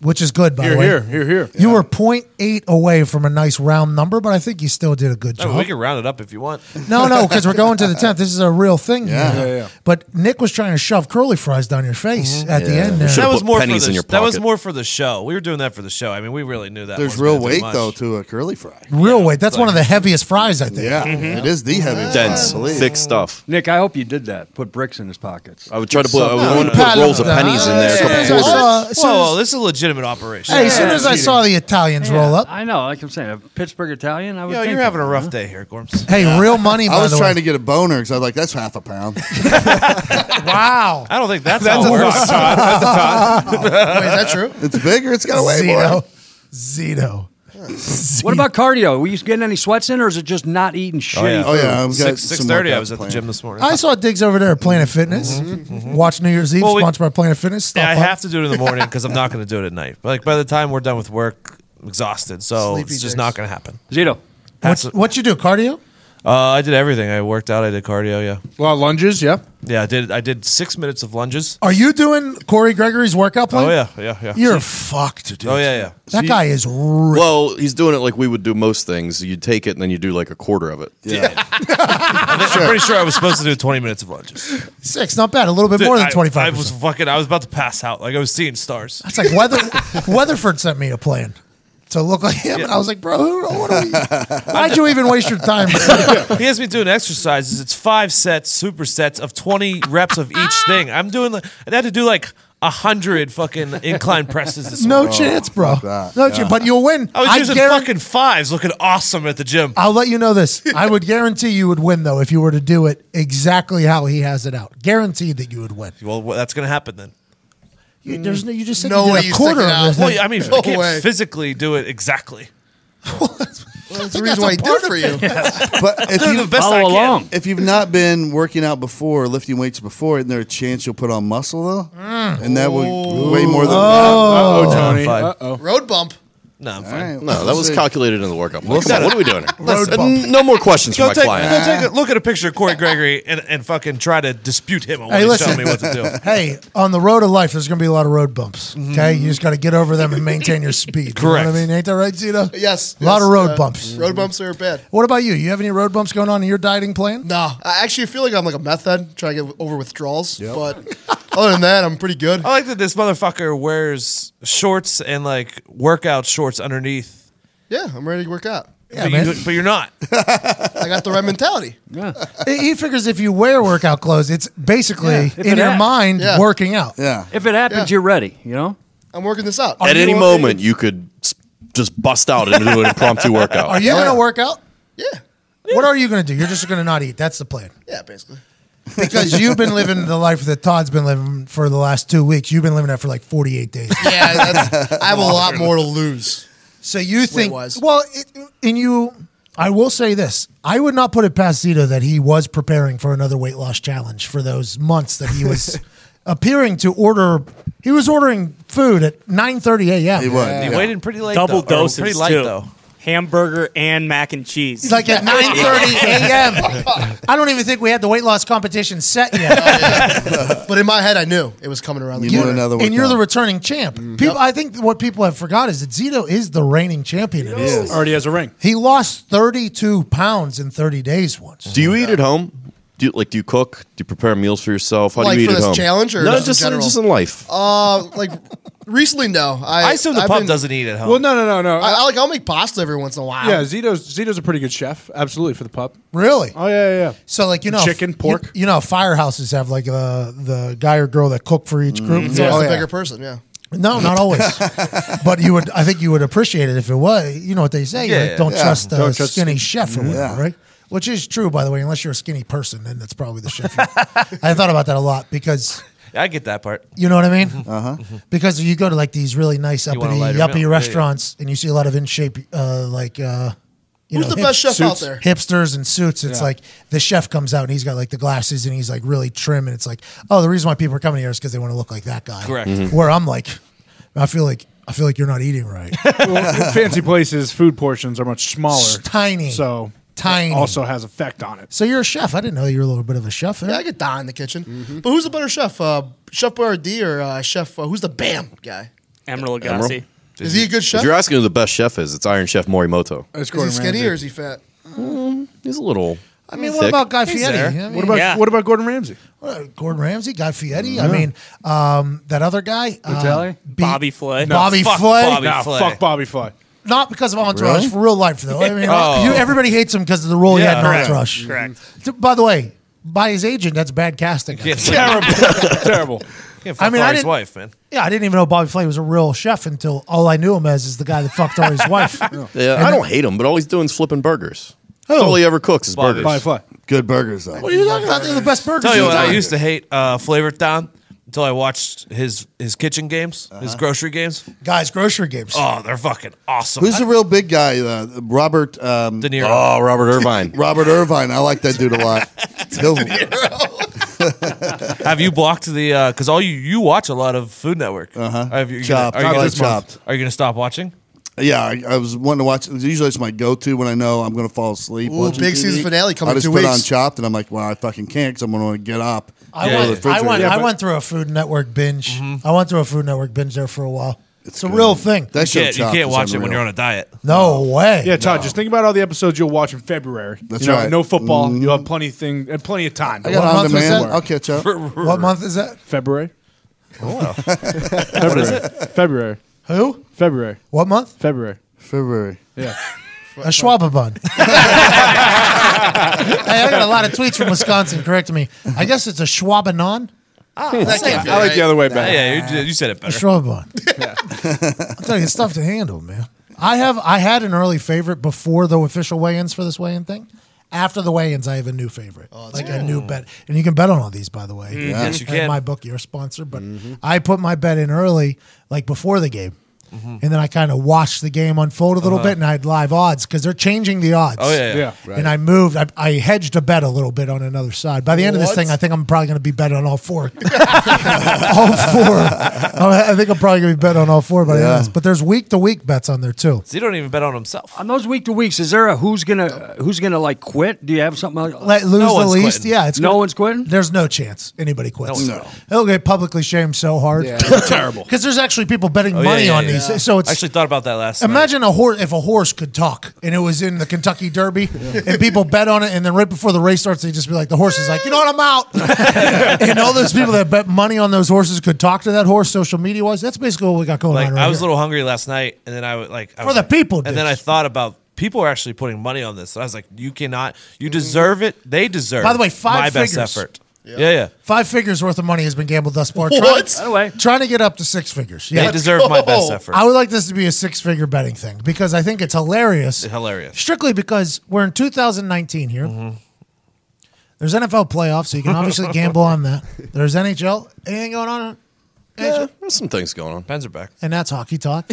Speaker 1: which is good by
Speaker 3: Here,
Speaker 1: the way.
Speaker 3: here, here, here.
Speaker 1: You were point eight away from a nice round number, but I think you still did a good job.
Speaker 4: Oh, we can round it up if you want.
Speaker 1: No, no, because we're going to the tenth. This is a real thing.
Speaker 4: Yeah.
Speaker 1: here.
Speaker 4: Yeah, yeah, yeah.
Speaker 1: But Nick was trying to shove curly fries down your face at the end. There.
Speaker 4: that was more for
Speaker 5: pennies
Speaker 4: the,
Speaker 5: in your
Speaker 4: that was
Speaker 5: pocket.
Speaker 4: more for the show. We were doing that for the show. I mean, we really knew that.
Speaker 2: There's
Speaker 4: wasn't
Speaker 2: real
Speaker 4: gonna do
Speaker 2: weight
Speaker 4: much.
Speaker 2: though to a curly fry.
Speaker 1: real weight. That's one of the heaviest fries, I think.
Speaker 2: Yeah,
Speaker 4: Mm-hmm.
Speaker 5: Mm-hmm.
Speaker 2: it is the heaviest.
Speaker 5: Dense,
Speaker 2: fry, I believe.
Speaker 5: thick stuff.
Speaker 8: Nick, I hope you did that. Put bricks in his pockets.
Speaker 5: I would try to put, I would
Speaker 1: No,
Speaker 5: want to put
Speaker 1: paddle
Speaker 5: rolls of
Speaker 1: down.
Speaker 5: pennies in there. a couple
Speaker 1: As soon as I
Speaker 5: quarters.
Speaker 1: saw- Uh, as soon
Speaker 4: Whoa,
Speaker 1: as-
Speaker 4: whoa, this is a legitimate operation.
Speaker 1: Hey, as soon as I saw the Italians roll up,
Speaker 8: I know, like I'm saying, a Pittsburgh Italian. I would
Speaker 4: Yo,
Speaker 8: think
Speaker 4: you're having a
Speaker 8: of it,
Speaker 4: rough
Speaker 8: huh?
Speaker 4: day here, Gorms.
Speaker 1: hey, real money. By
Speaker 2: I was
Speaker 1: the
Speaker 2: trying
Speaker 1: way.
Speaker 2: to get a boner because I was like, that's half a pound.
Speaker 1: Wow.
Speaker 4: I don't think that's, how it works.
Speaker 6: Wait, is that true?
Speaker 2: It's bigger. It's got a way more.
Speaker 1: Zito. Zito.
Speaker 8: What about cardio? Were you getting any sweats in, or is it just not eating shit?
Speaker 2: Oh yeah, I'm
Speaker 4: Six six thirty. I was at the gym this morning.
Speaker 1: I saw Diggs over there at Planet Fitness. Mm-hmm. Watch New Year's Eve,
Speaker 4: Mm-hmm. Well, we-
Speaker 1: sponsored by Planet Fitness. Stop
Speaker 4: Yeah, I
Speaker 1: by.
Speaker 4: have to do it in the morning because I'm not going to do it at night. But like by the time we're done with work, I'm exhausted, so
Speaker 6: Sleepy
Speaker 4: it's
Speaker 6: dicks.
Speaker 4: just not going to happen.
Speaker 8: Zito.
Speaker 1: What's,
Speaker 4: That's-
Speaker 1: what you do? Cardio?
Speaker 4: Uh, I did everything. I worked out. I did cardio. Yeah,
Speaker 3: A lot of lunges, yeah.
Speaker 4: yeah. I did. I did six minutes of lunges.
Speaker 1: Are you doing Corey Gregory's workout plan?
Speaker 4: Oh yeah, yeah, yeah.
Speaker 1: You're fucked, dude.
Speaker 4: oh yeah, yeah.
Speaker 1: That guy is ripped.
Speaker 5: Well, he's doing it like we would do most things. You take it and then you do like a quarter of it.
Speaker 2: Yeah,
Speaker 4: I think- I'm pretty sure I was supposed to do 20 minutes of lunges.
Speaker 1: six. Not bad. A little bit more than
Speaker 4: I-
Speaker 1: twenty
Speaker 4: I,
Speaker 1: five.
Speaker 4: was fucking. I was about to pass out. Like I was seeing stars.
Speaker 1: That's like Weather, Weatherford sent me a plan to look like him, and I was like, bro, who, what are we, why'd you even waste your time?
Speaker 4: he has me doing exercises. It's five sets, supersets of 20 reps of each thing. I'm doing like I had to do like a hundred fucking incline presses this
Speaker 1: no
Speaker 4: morning.
Speaker 1: chance, bro. No
Speaker 2: that.
Speaker 1: chance. But you'll win.
Speaker 4: I was using
Speaker 1: guaran-
Speaker 4: fucking fives, looking awesome at the gym.
Speaker 1: I'll let you know this. I would guarantee you would win though if you were to do it exactly how he has it out. Guaranteed that you would win.
Speaker 4: Well, wh- that's gonna happen then.
Speaker 1: You, there's no, you just said
Speaker 6: No
Speaker 1: you
Speaker 6: way
Speaker 1: did
Speaker 6: you
Speaker 1: a
Speaker 6: stick
Speaker 1: quarter
Speaker 6: it out.
Speaker 1: of
Speaker 4: Well,
Speaker 1: it.
Speaker 4: yeah, I mean,
Speaker 6: No
Speaker 4: I can't
Speaker 6: way.
Speaker 4: physically do it exactly.
Speaker 6: That's the reason why he did it for you.
Speaker 2: but if
Speaker 4: Doing the
Speaker 2: you
Speaker 4: best
Speaker 8: Follow
Speaker 4: I can.
Speaker 8: along.
Speaker 2: if you've not been working out before, or lifting weights before, isn't there a chance you'll put on muscle though?
Speaker 6: Mm.
Speaker 2: And that
Speaker 1: Mm.
Speaker 2: would weigh more than.
Speaker 3: Oh, Tony.
Speaker 4: fine.
Speaker 3: Uh oh.
Speaker 6: Road bump.
Speaker 4: No, I'm
Speaker 2: All
Speaker 4: fine.
Speaker 2: right,
Speaker 5: No,
Speaker 2: we'll
Speaker 5: that was
Speaker 2: see.
Speaker 5: calculated in the workout plan. Come on, what are we doing? here?
Speaker 1: Road bump.
Speaker 5: N- No more questions for
Speaker 4: Go
Speaker 5: my
Speaker 4: take,
Speaker 5: client.
Speaker 4: go take a look at a picture of Corey Gregory and, and fucking try to dispute him on what
Speaker 1: Hey,
Speaker 4: he's
Speaker 1: listen.
Speaker 4: telling me what to do.
Speaker 1: Hey, on the road of life, there's going to be a lot of road bumps. Okay, you just got to get over them and maintain your speed. You know what
Speaker 4: Correct.
Speaker 1: I mean, ain't that right, Zito?
Speaker 6: Yes.
Speaker 1: Uh, A lot
Speaker 6: yes,
Speaker 1: of road
Speaker 6: uh,
Speaker 1: bumps.
Speaker 6: Road bumps are bad.
Speaker 1: What about you? You have any road bumps going on in your dieting plan?
Speaker 6: No, I actually feel like I'm like a meth head trying to get over withdrawals. But other than that, I'm pretty good.
Speaker 4: I like that this motherfucker wears shorts and like workout shorts underneath.
Speaker 6: Yeah, I'm ready to work out.
Speaker 1: Yeah,
Speaker 4: but,
Speaker 1: man.
Speaker 4: You, but you're not.
Speaker 6: I got the right mentality.
Speaker 1: He he figures if you wear workout clothes, it's basically
Speaker 8: if
Speaker 1: in
Speaker 8: it
Speaker 1: your
Speaker 8: ha-
Speaker 1: mind
Speaker 6: Yeah.
Speaker 1: working out.
Speaker 2: Yeah,
Speaker 8: Ah. If it happens,
Speaker 6: Yeah.
Speaker 8: you're ready. You know.
Speaker 6: I'm working this out.
Speaker 5: At any moment, you could s- just bust out and do an impromptu workout.
Speaker 1: Are you going to work out?
Speaker 6: Yeah.
Speaker 1: What are you going to do? You're just going to not eat. That's the plan.
Speaker 6: Yeah, basically.
Speaker 1: Because you've been living the life that Todd's been living for the last two weeks. You've been living that for like 48 days.
Speaker 6: Yeah, that's, I have a lot more to lose.
Speaker 1: So you think?
Speaker 6: wise.
Speaker 1: Well, it, and you, I will say this: I would not put it past Zito that he was preparing for another weight loss challenge for those months that he was appearing to order. He was ordering food at 9:30 a.m.
Speaker 2: he would.
Speaker 4: He
Speaker 2: yeah.
Speaker 4: waited pretty late.
Speaker 9: Double
Speaker 4: though, or
Speaker 9: doses
Speaker 4: Pretty light
Speaker 9: too.
Speaker 4: though.
Speaker 9: Hamburger and mac and cheese.
Speaker 1: Like at 9:30 a.m. I don't even think we had the weight loss competition set yet.
Speaker 6: But in my head, I knew it was coming around the
Speaker 2: You knew
Speaker 6: corner.
Speaker 2: another
Speaker 1: and you're
Speaker 2: workout.
Speaker 1: the returning champ.
Speaker 6: Mm.
Speaker 1: People, I think what people have forgot is that Zito is the reigning champion. in this.
Speaker 3: Already has a ring.
Speaker 1: He lost 32 pounds in 30 days once.
Speaker 5: Do you eat at home? Do you, like do you cook? Do you prepare meals for yourself? How
Speaker 6: Like
Speaker 5: do you eat
Speaker 6: for
Speaker 5: at
Speaker 6: this
Speaker 5: home?
Speaker 6: challenge or
Speaker 5: no,
Speaker 6: just in
Speaker 5: just
Speaker 6: general?
Speaker 5: just in life.
Speaker 6: Uh, like recently, no. I,
Speaker 4: I assume the
Speaker 6: I've
Speaker 4: pub
Speaker 6: been-
Speaker 4: doesn't eat at home.
Speaker 3: Well, no, no, no, no.
Speaker 6: I, I like I'll make pasta every once in a while.
Speaker 3: yeah, Zito's Zito's a pretty good chef. Absolutely for the pup.
Speaker 1: Really?
Speaker 3: Oh yeah, yeah. yeah.
Speaker 1: So like you know,
Speaker 3: Chicken,
Speaker 1: you-
Speaker 3: pork.
Speaker 1: You, know, firehouses have like uh, the guy or girl that cook for each
Speaker 6: so
Speaker 1: group.
Speaker 6: it's
Speaker 1: Oh,
Speaker 6: a
Speaker 1: yeah.
Speaker 6: bigger person. Mm, Yeah.
Speaker 1: No, not always. but you would, I think you would appreciate it if it was. You know what they say?
Speaker 4: Yeah,
Speaker 1: like,
Speaker 4: yeah,
Speaker 1: don't
Speaker 2: yeah.
Speaker 1: trust the
Speaker 3: Don't trust
Speaker 1: skinny chef or whatever, right? Which is true, by the way. Unless you're a skinny person, then that's probably the chef. I thought about that a lot because
Speaker 4: I get that part. Uh-huh.
Speaker 1: you know what I mean.
Speaker 4: Mm-hmm.
Speaker 3: Uh-huh.
Speaker 1: Uh huh. Because you go to like these really nice uppity,
Speaker 4: lighter
Speaker 1: uppity
Speaker 4: meal. Yeah, yeah.
Speaker 1: restaurants, and you see a lot of in shape, uh, like uh, you
Speaker 6: Who's
Speaker 1: know,
Speaker 6: the best
Speaker 1: hip-
Speaker 6: chef out
Speaker 3: suits.
Speaker 6: there?
Speaker 1: hipsters and suits. It's like the chef comes out and he's got like the glasses and he's like really trim. And it's like, oh, the reason why people are coming here is because they want to look like that guy.
Speaker 4: Correct.
Speaker 3: Mm-hmm.
Speaker 1: Where I'm like, I feel like I feel like you're not eating right.
Speaker 3: Well, fancy places, food portions are much smaller.
Speaker 1: tiny.
Speaker 3: So
Speaker 1: Tiny.
Speaker 3: also has effect on it.
Speaker 1: so you're a chef. I didn't know you were a little bit of a chef. eh?
Speaker 6: Yeah, I could die in the kitchen. But who's the better chef? Uh, chef Boyardee or uh, Chef? Uh, who's the Bam guy?
Speaker 9: Emerald Lagasse.
Speaker 6: Is he a good chef?
Speaker 5: If you're asking who the best chef is, it's Iron Chef Morimoto.
Speaker 3: That's
Speaker 6: Is he
Speaker 3: Gordon
Speaker 6: skinny
Speaker 3: Ramsay.
Speaker 6: or is he fat?
Speaker 1: Mm.
Speaker 5: He's a little.
Speaker 1: I mean, what
Speaker 5: thick.
Speaker 1: about Guy
Speaker 4: He's
Speaker 1: Fieri?
Speaker 4: there.
Speaker 1: I mean,
Speaker 3: What about
Speaker 9: Yeah.
Speaker 3: what about Gordon Ramsay?
Speaker 1: uh, Gordon Ramsay, Guy Fieri? I mean, um, that other guy, uh,
Speaker 8: Botticelli?
Speaker 1: Be-
Speaker 9: Bobby Flay.
Speaker 1: Bobby
Speaker 4: fuck
Speaker 1: Flay.
Speaker 4: Bobby
Speaker 3: Nah,
Speaker 4: Flay.
Speaker 3: fuck Bobby Flay.
Speaker 1: Not because of Entourage, for real life though. I mean,
Speaker 5: Oh.
Speaker 1: you, everybody hates him because of the role
Speaker 4: Yeah,
Speaker 1: he had in
Speaker 4: correct.
Speaker 1: Entourage.
Speaker 9: Correct.
Speaker 1: By the way, by his agent, that's bad casting.
Speaker 4: Yeah,
Speaker 3: Terrible, terrible.
Speaker 4: can't
Speaker 1: I
Speaker 4: fuck
Speaker 1: mean, I
Speaker 4: Laurie's
Speaker 1: didn't-
Speaker 4: wife, man.
Speaker 1: Yeah, I didn't even know Bobby Flay was a real chef until all I knew him as is the guy that fucked Ari's wife.
Speaker 5: Yeah, I don't hate him, but all he's doing is flipping burgers.
Speaker 1: Who?
Speaker 5: That's all he ever cooks is burgers.
Speaker 3: Bobby Flay.
Speaker 2: Good burgers though.
Speaker 1: What are you talking about? They're the best burgers.
Speaker 4: Tell you
Speaker 1: of all
Speaker 4: what, I
Speaker 1: time.
Speaker 4: used to hate uh, Flavor Town until I watched his his kitchen games, his grocery games.
Speaker 1: guys grocery games.
Speaker 4: Oh, they're fucking awesome.
Speaker 2: Who's the real big guy? Uh, Robert um,
Speaker 4: De Niro?
Speaker 5: Oh, Robert Irvine.
Speaker 2: Robert Irvine. I like that dude a lot. He'll-
Speaker 4: Have you blocked the? Because all you you watch a lot of Food Network. Uh-huh. Have you,
Speaker 2: Chopped.
Speaker 4: Gonna,
Speaker 2: I
Speaker 4: are, you gonna,
Speaker 2: like Chopped.
Speaker 4: are you gonna stop watching?
Speaker 2: yeah, I, I was wanting to watch. Usually it's my go-to when I know I'm going to fall asleep.
Speaker 6: Ooh,
Speaker 2: watching
Speaker 6: big
Speaker 2: TV.
Speaker 6: season finale coming
Speaker 2: I just
Speaker 6: in two
Speaker 2: put
Speaker 6: weeks.
Speaker 2: on Chopped, and I'm like, wow, I fucking can't because I'm going to want to get up.
Speaker 1: I,
Speaker 4: Yeah.
Speaker 1: went, I, went,
Speaker 2: Yeah,
Speaker 1: I
Speaker 2: but-
Speaker 1: went through a Food Network binge. I went through a Food Network binge there for a while. It's, a real thing.
Speaker 2: That
Speaker 4: You
Speaker 2: show
Speaker 4: can't, you
Speaker 2: Chopped
Speaker 4: can't
Speaker 2: is
Speaker 4: watch it when
Speaker 2: unreal.
Speaker 4: you're on a diet.
Speaker 1: No way.
Speaker 3: Yeah, Todd. Just think about all the episodes you'll watch in February.
Speaker 2: That's
Speaker 3: you know,
Speaker 2: right. Mm-hmm.
Speaker 3: No football. You'll have plenty of thing and plenty of time.
Speaker 2: I got
Speaker 1: What
Speaker 2: on
Speaker 1: month was
Speaker 2: demand.
Speaker 1: that?
Speaker 2: I'll catch up.
Speaker 1: What month is that?
Speaker 3: February.
Speaker 4: Oh,
Speaker 3: February. February.
Speaker 1: Who?
Speaker 3: February.
Speaker 1: What month?
Speaker 3: February.
Speaker 2: February.
Speaker 3: Yeah.
Speaker 1: A Schwab bun. hey, I got a lot of tweets from Wisconsin. Correct me. I guess it's a Schwabanon.
Speaker 4: Ah, Oh,
Speaker 6: That can't be
Speaker 3: I like
Speaker 6: right.
Speaker 3: the other way back.
Speaker 4: Yeah, you, you said it better.
Speaker 1: Schwababon. I'm telling you, it's tough to handle, man. I have I had an early favorite before the official weigh-ins for this weigh-in thing. After the weigh-ins, I have a new favorite,
Speaker 6: Oh,
Speaker 1: like a new bet, and you can bet on all these, by the way.
Speaker 4: Yes, you
Speaker 1: And
Speaker 4: can.
Speaker 1: My book, your sponsor, but I put my bet in early, like before the game, and then I kind of watched the game unfold a little
Speaker 3: Uh-huh.
Speaker 1: bit, and I had live odds because they're changing the odds.
Speaker 4: Oh yeah, yeah.
Speaker 3: Yeah.
Speaker 1: And I moved. I, I hedged a bet a little bit on another side. By the end of this
Speaker 6: What?
Speaker 1: thing, I think I'm probably going to be bet on all four. all four. I I think I'm probably going to be bet on all four by the end of this. But there's week to week bets on there too.
Speaker 4: So he don't even bet on himself.
Speaker 8: On those week to weeks, is there a who's gonna who's gonna like quit? Do you have something? Like,
Speaker 1: Let lose the
Speaker 4: one's
Speaker 1: least.
Speaker 4: quitting.
Speaker 1: Yeah, it's
Speaker 8: no
Speaker 1: gonna-
Speaker 8: one's quitting.
Speaker 1: There's no chance anybody quits.
Speaker 4: No.
Speaker 1: He'll get publicly shamed so hard.
Speaker 4: Terrible.
Speaker 1: Because there's actually people betting
Speaker 4: Oh, yeah,
Speaker 1: money
Speaker 4: yeah,
Speaker 1: on
Speaker 4: yeah.
Speaker 1: these. So it's
Speaker 4: I actually thought about that last.
Speaker 1: Imagine a horse if a horse could talk and it was in the Kentucky Derby and people bet on it and then right before the race starts they just be like the horse is like you know what I'm out and all those people that bet money on those horses could talk to that horse social media wise that's basically what we got going
Speaker 4: Night.
Speaker 1: on
Speaker 4: Like
Speaker 1: right
Speaker 4: I was a
Speaker 1: here.
Speaker 4: little hungry last night, and then I was like, I
Speaker 1: For
Speaker 4: was
Speaker 1: the
Speaker 4: like-
Speaker 1: people,
Speaker 4: And then
Speaker 1: dude.
Speaker 4: I thought about people are actually putting money on this, and I was like, you cannot, you deserve it. They deserve.
Speaker 1: By the way, five
Speaker 4: my best
Speaker 1: figures.
Speaker 4: effort. Yeah, yeah.
Speaker 1: five figures worth of money has been gambled thus far
Speaker 6: What?
Speaker 1: Trying,
Speaker 8: By the way.
Speaker 1: trying to get up to six figures
Speaker 4: They
Speaker 1: yeah
Speaker 4: deserve my best effort.
Speaker 1: I would like this to be a six figure betting thing because I think it's hilarious
Speaker 4: Hilarious.
Speaker 1: strictly because we're in 2019 here.
Speaker 4: Mm-hmm.
Speaker 1: There's NFL playoffs, so you can obviously gamble on that. There's NHL. Anything going on?
Speaker 5: Yeah, there's some things going on.
Speaker 4: Pens are back.
Speaker 1: And that's hockey talk.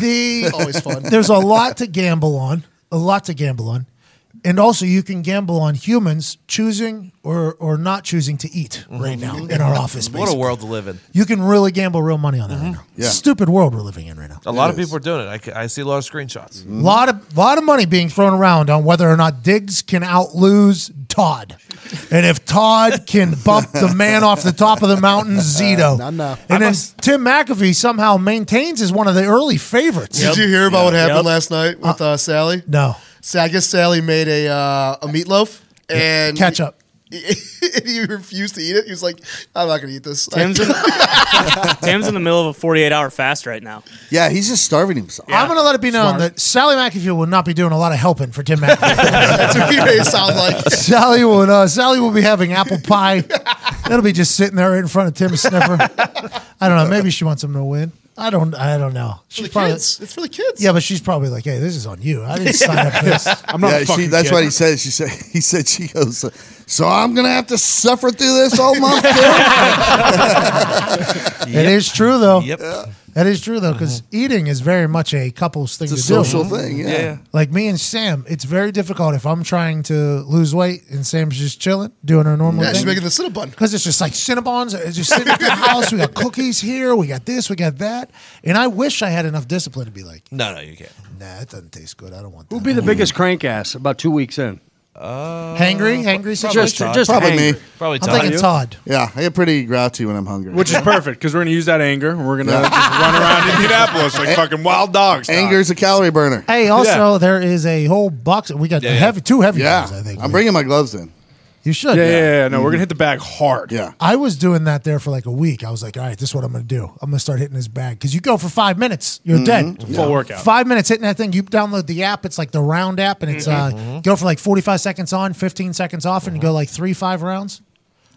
Speaker 1: The
Speaker 6: Always fun.
Speaker 1: There's a lot to gamble on. A lot to gamble on. And also, you can gamble on humans choosing or, or not choosing to eat right now in our office space.
Speaker 4: Mm-hmm. What a world to live in. Mm-hmm.
Speaker 1: You can really gamble real money on that right now. Stupid world we're living in right now.
Speaker 4: A lot of people are doing it. I, c- I see a lot of screenshots.
Speaker 1: lot of lot of money being thrown around on whether or not Diggs can outlose Todd, and if Todd can bump the man off the top of the mountain, Zito.
Speaker 10: Not enough.
Speaker 1: And then Tim McAfee somehow maintains as one of the early favorites.
Speaker 6: Did you hear about what happened
Speaker 9: Yep.
Speaker 6: last night with uh, Sally?
Speaker 1: No
Speaker 6: So I guess Sally made a uh, a meatloaf and
Speaker 1: ketchup.
Speaker 6: he refused to eat it. He was like, "I'm not going to eat this."
Speaker 9: Tim's in, Tim's in the middle of a 48 hour fast right now.
Speaker 2: Yeah, he's just starving himself.
Speaker 1: I'm going to let it be known that Sally McAfee will not be doing a lot of helping for Tim McAfee.
Speaker 6: That's what he made it sound like.
Speaker 1: Sally will. Uh, Sally will be having apple pie. That'll be just sitting there right in front of Tim Sniffer. I don't know. Maybe she wants him to win. I don't. I don't know.
Speaker 6: For the
Speaker 1: She's probably.
Speaker 6: kids. It's for the kids.
Speaker 1: Yeah, but she's probably like, "Hey, this is on you. I didn't sign up for this."
Speaker 3: I'm not.
Speaker 2: yeah,
Speaker 3: a
Speaker 2: she,
Speaker 3: fucking
Speaker 2: that's
Speaker 3: kid.
Speaker 2: what he said. She said he said she goes. So I'm gonna have to suffer through this all month. too?"
Speaker 1: It is true though.
Speaker 4: Yep.
Speaker 1: That is true though, because eating is very much a couple's thing
Speaker 2: it's a
Speaker 1: to
Speaker 2: social
Speaker 1: do.
Speaker 2: thing. Yeah.
Speaker 4: Yeah.
Speaker 1: Like me and Sam, it's very difficult if I'm trying to lose weight and Sam's just chilling, doing her normal
Speaker 6: Yeah, she's making
Speaker 1: thing.
Speaker 6: the cinnabon.
Speaker 1: Because it's just like Cinnabons, it's just sitting at the house. We got cookies here, we got this, we got that. And I wish I had enough discipline to be like,
Speaker 4: No, no, you can't.
Speaker 1: nah, that doesn't taste good. I don't want
Speaker 8: Who'd
Speaker 1: that.
Speaker 8: be the biggest crank ass about two weeks in?
Speaker 4: Uh,
Speaker 1: Hangry? Hangry
Speaker 4: situation? Todd.
Speaker 2: probably me.
Speaker 4: Probably Todd.
Speaker 2: Yeah, I get pretty grouchy when I'm hungry.
Speaker 3: Which is perfect because we're going to use that anger and we're going to just run around Indianapolis like fucking wild dogs.
Speaker 2: Anger's a calorie burner.
Speaker 1: Hey, also there is a whole box. We got
Speaker 2: Yeah,
Speaker 1: the
Speaker 2: yeah.
Speaker 1: heavy, two heavy
Speaker 2: Yeah,
Speaker 1: ones, I think.
Speaker 2: I'm bringing my gloves in. Mm-hmm.
Speaker 1: You should.
Speaker 3: Yeah, yeah, yeah. No, we're gonna hit the bag hard.
Speaker 2: Yeah.
Speaker 1: I was doing that there for like a week. I was like, all right, this is what I'm going to do. I'm going to start hitting this bag because you go for five minutes, you're
Speaker 3: Mhm.
Speaker 1: dead.
Speaker 3: Full Yeah. workout.
Speaker 1: Five minutes hitting that thing. You download the app. It's like the round app, and it's uh,
Speaker 3: Mm-hmm.
Speaker 1: go for like 45 seconds on, 15 seconds off, and you go like three five rounds.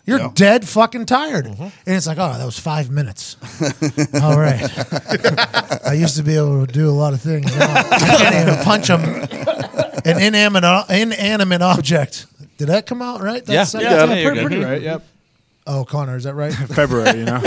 Speaker 1: You're
Speaker 2: Yeah.
Speaker 1: dead fucking tired,
Speaker 3: Mm-hmm.
Speaker 1: and it's like, oh, that was five minutes. All right. I used to be able to do a lot of things. Now I can't even punch 'em. An inanimate, inanimate object. Did that come out right?
Speaker 3: Yeah.
Speaker 1: That's-
Speaker 3: Yeah,
Speaker 1: that's
Speaker 3: yeah, you're
Speaker 1: pretty-
Speaker 3: good.
Speaker 1: pretty-
Speaker 3: Right, yep.
Speaker 1: Oh, Connor, is that right?
Speaker 3: February, you know.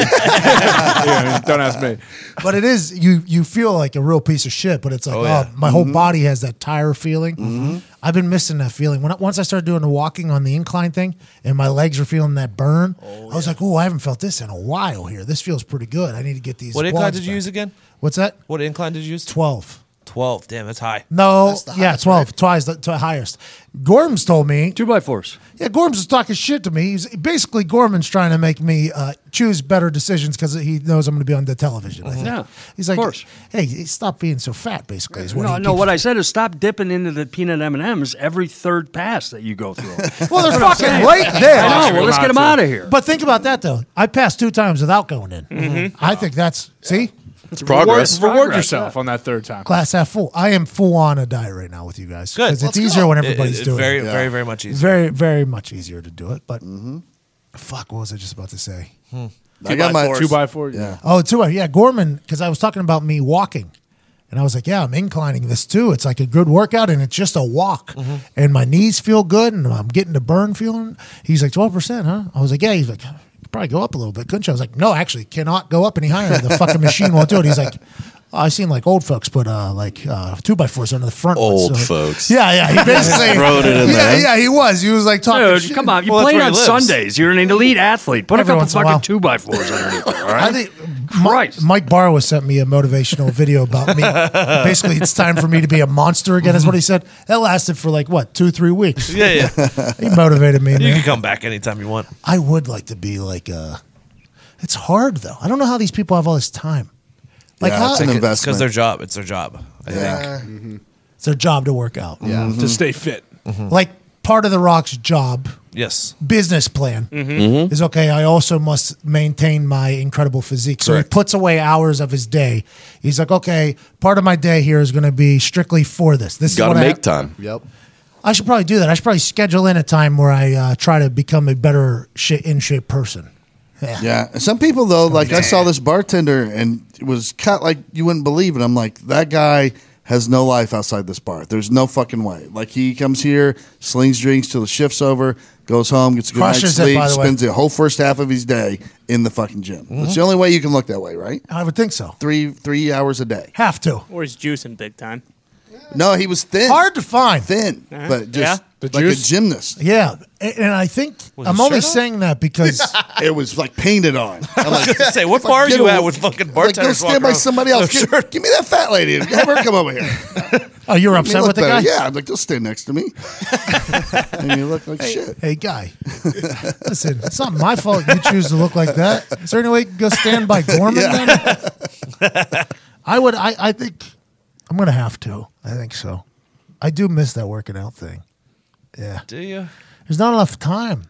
Speaker 3: Yeah, don't ask me.
Speaker 1: but it is you. You feel like a real piece of shit. But it's like, oh,
Speaker 3: yeah.
Speaker 1: my
Speaker 4: Mm-hmm.
Speaker 1: whole body has that tire feeling. I've been missing that feeling. When I, once I started doing the walking on the incline thing, and my legs were feeling that burn, I was like, oh, I haven't felt this in a while here. This feels pretty good. I need to get these.
Speaker 4: What incline
Speaker 1: quads
Speaker 4: did you
Speaker 1: back."
Speaker 4: use again?
Speaker 1: What's that?
Speaker 4: What incline did you use?
Speaker 1: Twelve.
Speaker 4: Twelve. Damn, that's high.
Speaker 1: No, yeah, twelve, twice the twi- highest. Gorms told me
Speaker 8: two by fours.
Speaker 1: Yeah, Gorms was talking shit to me. He's basically Gorman's trying to make me uh, choose better decisions because he knows I'm going to be on the television. I think.
Speaker 8: Mm-hmm. Yeah,
Speaker 1: he's like, hey, stop being so fat. Basically, is what
Speaker 8: No,
Speaker 1: he
Speaker 8: no.
Speaker 1: keeps-
Speaker 8: What I said is stop dipping into the peanut M and M's every third pass that you go through.
Speaker 1: Well, they're
Speaker 8: That's what I'm
Speaker 1: fucking
Speaker 8: saying.
Speaker 1: right there.
Speaker 8: I know. Well, let's get them out of here. Mm-hmm.
Speaker 1: But think about that though. I passed two times without going in. Mm-hmm.
Speaker 3: Mhm.
Speaker 1: I think that's see
Speaker 3: It's
Speaker 1: progress.
Speaker 3: Reward, reward
Speaker 1: Progress,
Speaker 3: yourself on that third time.
Speaker 1: glass half full. I am full on a diet right now with you guys
Speaker 4: Good.
Speaker 1: because it's
Speaker 4: Let's
Speaker 1: easier
Speaker 4: go.
Speaker 1: when
Speaker 4: It-
Speaker 1: everybody's doing
Speaker 4: it- very,
Speaker 1: it.
Speaker 4: very, very much easier.
Speaker 1: Very, very much easier to do it. But
Speaker 3: Mm-hmm.
Speaker 1: fuck, what was I just about to say?
Speaker 2: I got my-
Speaker 3: Hmm. two by four. Yeah.
Speaker 1: Oh, two. uh, Yeah, Gorman, because I was talking about me walking. And I was like, yeah, I'm inclining this too. It's like a good workout and it's just a walk.
Speaker 4: Mm-hmm.
Speaker 1: And my knees feel good and I'm getting the burn feeling. He's like, 12%, huh? I was like, yeah. He's like, you could probably go up a little bit, couldn't you? I was like, no, actually, cannot go up any higher. The fucking machine won't do it. He's like, "Oh, I seen like old folks put uh, like uh, two by fours under the front. ones."
Speaker 5: Old
Speaker 1: So-
Speaker 5: folks.
Speaker 1: Yeah, yeah. He basically
Speaker 5: Throwing it in
Speaker 1: yeah,
Speaker 5: there.
Speaker 1: Yeah, he was. He was like talking.
Speaker 8: Dude,
Speaker 1: shit.
Speaker 8: come on. You played on Sundays. You're an elite athlete. Put
Speaker 1: Every
Speaker 8: a couple
Speaker 1: once in a while.
Speaker 8: fucking two by fours underneath it. All right.
Speaker 1: I think Mike, Mike Barwa sent me a motivational video about me. Basically, it's time for me to be a monster again, is what he said. That lasted for like what two, three weeks.
Speaker 4: Yeah, yeah.
Speaker 1: he motivated me.
Speaker 4: You
Speaker 1: man.
Speaker 4: can come back anytime you want.
Speaker 1: I would like to be like uh, a. It's hard though. I don't know how these people have all this time. Like how
Speaker 4: because their job. It's their job. I
Speaker 1: Yeah. mm-hmm.
Speaker 4: think.
Speaker 1: It's their job to work out.
Speaker 3: To stay fit.
Speaker 1: Mm-hmm.
Speaker 2: Mm-hmm.
Speaker 1: Like part of the Rock's job
Speaker 4: Yes.
Speaker 1: business plan
Speaker 3: Mm-hmm.
Speaker 2: Mm-hmm.
Speaker 4: Mhm. Mhm.
Speaker 1: is okay. I also must maintain my incredible physique. So he
Speaker 4: Correct.
Speaker 1: puts away hours of his day. He's like, okay, part of my day here is going to be strictly for this. This
Speaker 5: Gotta
Speaker 1: is what
Speaker 5: make
Speaker 1: I,
Speaker 5: time.
Speaker 1: Yep. I should probably do that. I should probably schedule in a time where I uh, try to become a better shit in shape person. Yeah.
Speaker 2: Yeah. And Some people though, like I saw this bartender and it was cut like you wouldn't believe it. I'm like, that guy has no life outside this bar. There's no fucking way. Like he comes here, slings drinks till the shift's over, goes home, gets a good
Speaker 1: Crushes it,
Speaker 2: night's
Speaker 1: by the
Speaker 2: sleep,
Speaker 1: way. Mm-hmm.
Speaker 2: spends the whole first half of his day in the fucking gym. That's the only way you can look that way, right?
Speaker 1: I would think so.
Speaker 2: Three three hours a day.
Speaker 1: Have to.
Speaker 9: Or he's juicing big time.
Speaker 2: No, he was thin.
Speaker 1: Hard to find.
Speaker 2: Thin,
Speaker 9: Uh-huh.
Speaker 2: but
Speaker 9: Yeah.
Speaker 2: just
Speaker 9: The
Speaker 2: like a
Speaker 9: juice?
Speaker 2: gymnast.
Speaker 1: Yeah. A- And I think
Speaker 2: Was
Speaker 1: I'm
Speaker 2: his
Speaker 1: only
Speaker 2: shirt off?
Speaker 1: saying that because
Speaker 2: it was like painted on. I'm like,
Speaker 4: gonna say, what
Speaker 2: Like,
Speaker 4: bar are
Speaker 2: get
Speaker 4: you
Speaker 2: away-
Speaker 4: at with fucking
Speaker 2: like, go
Speaker 4: bartenders? walking
Speaker 2: stand by
Speaker 4: around?
Speaker 2: somebody else.
Speaker 4: No,
Speaker 2: Give-
Speaker 4: sure.
Speaker 2: give me that fat lady. Have her come over here.
Speaker 1: oh, you're
Speaker 2: Make me
Speaker 1: upset
Speaker 2: look
Speaker 1: with the
Speaker 2: better.
Speaker 1: guy.
Speaker 2: Yeah, I'm like, don't stand next to me. and you look like shit.
Speaker 1: Hey, guy. Listen, it's not my fault you choose to look like that. Is there any way you can go stand by Gorman? then? I would. I, I think I'm gonna have to. I think so. I do miss that working out thing. Yeah.
Speaker 4: Do you?
Speaker 1: There's not enough time,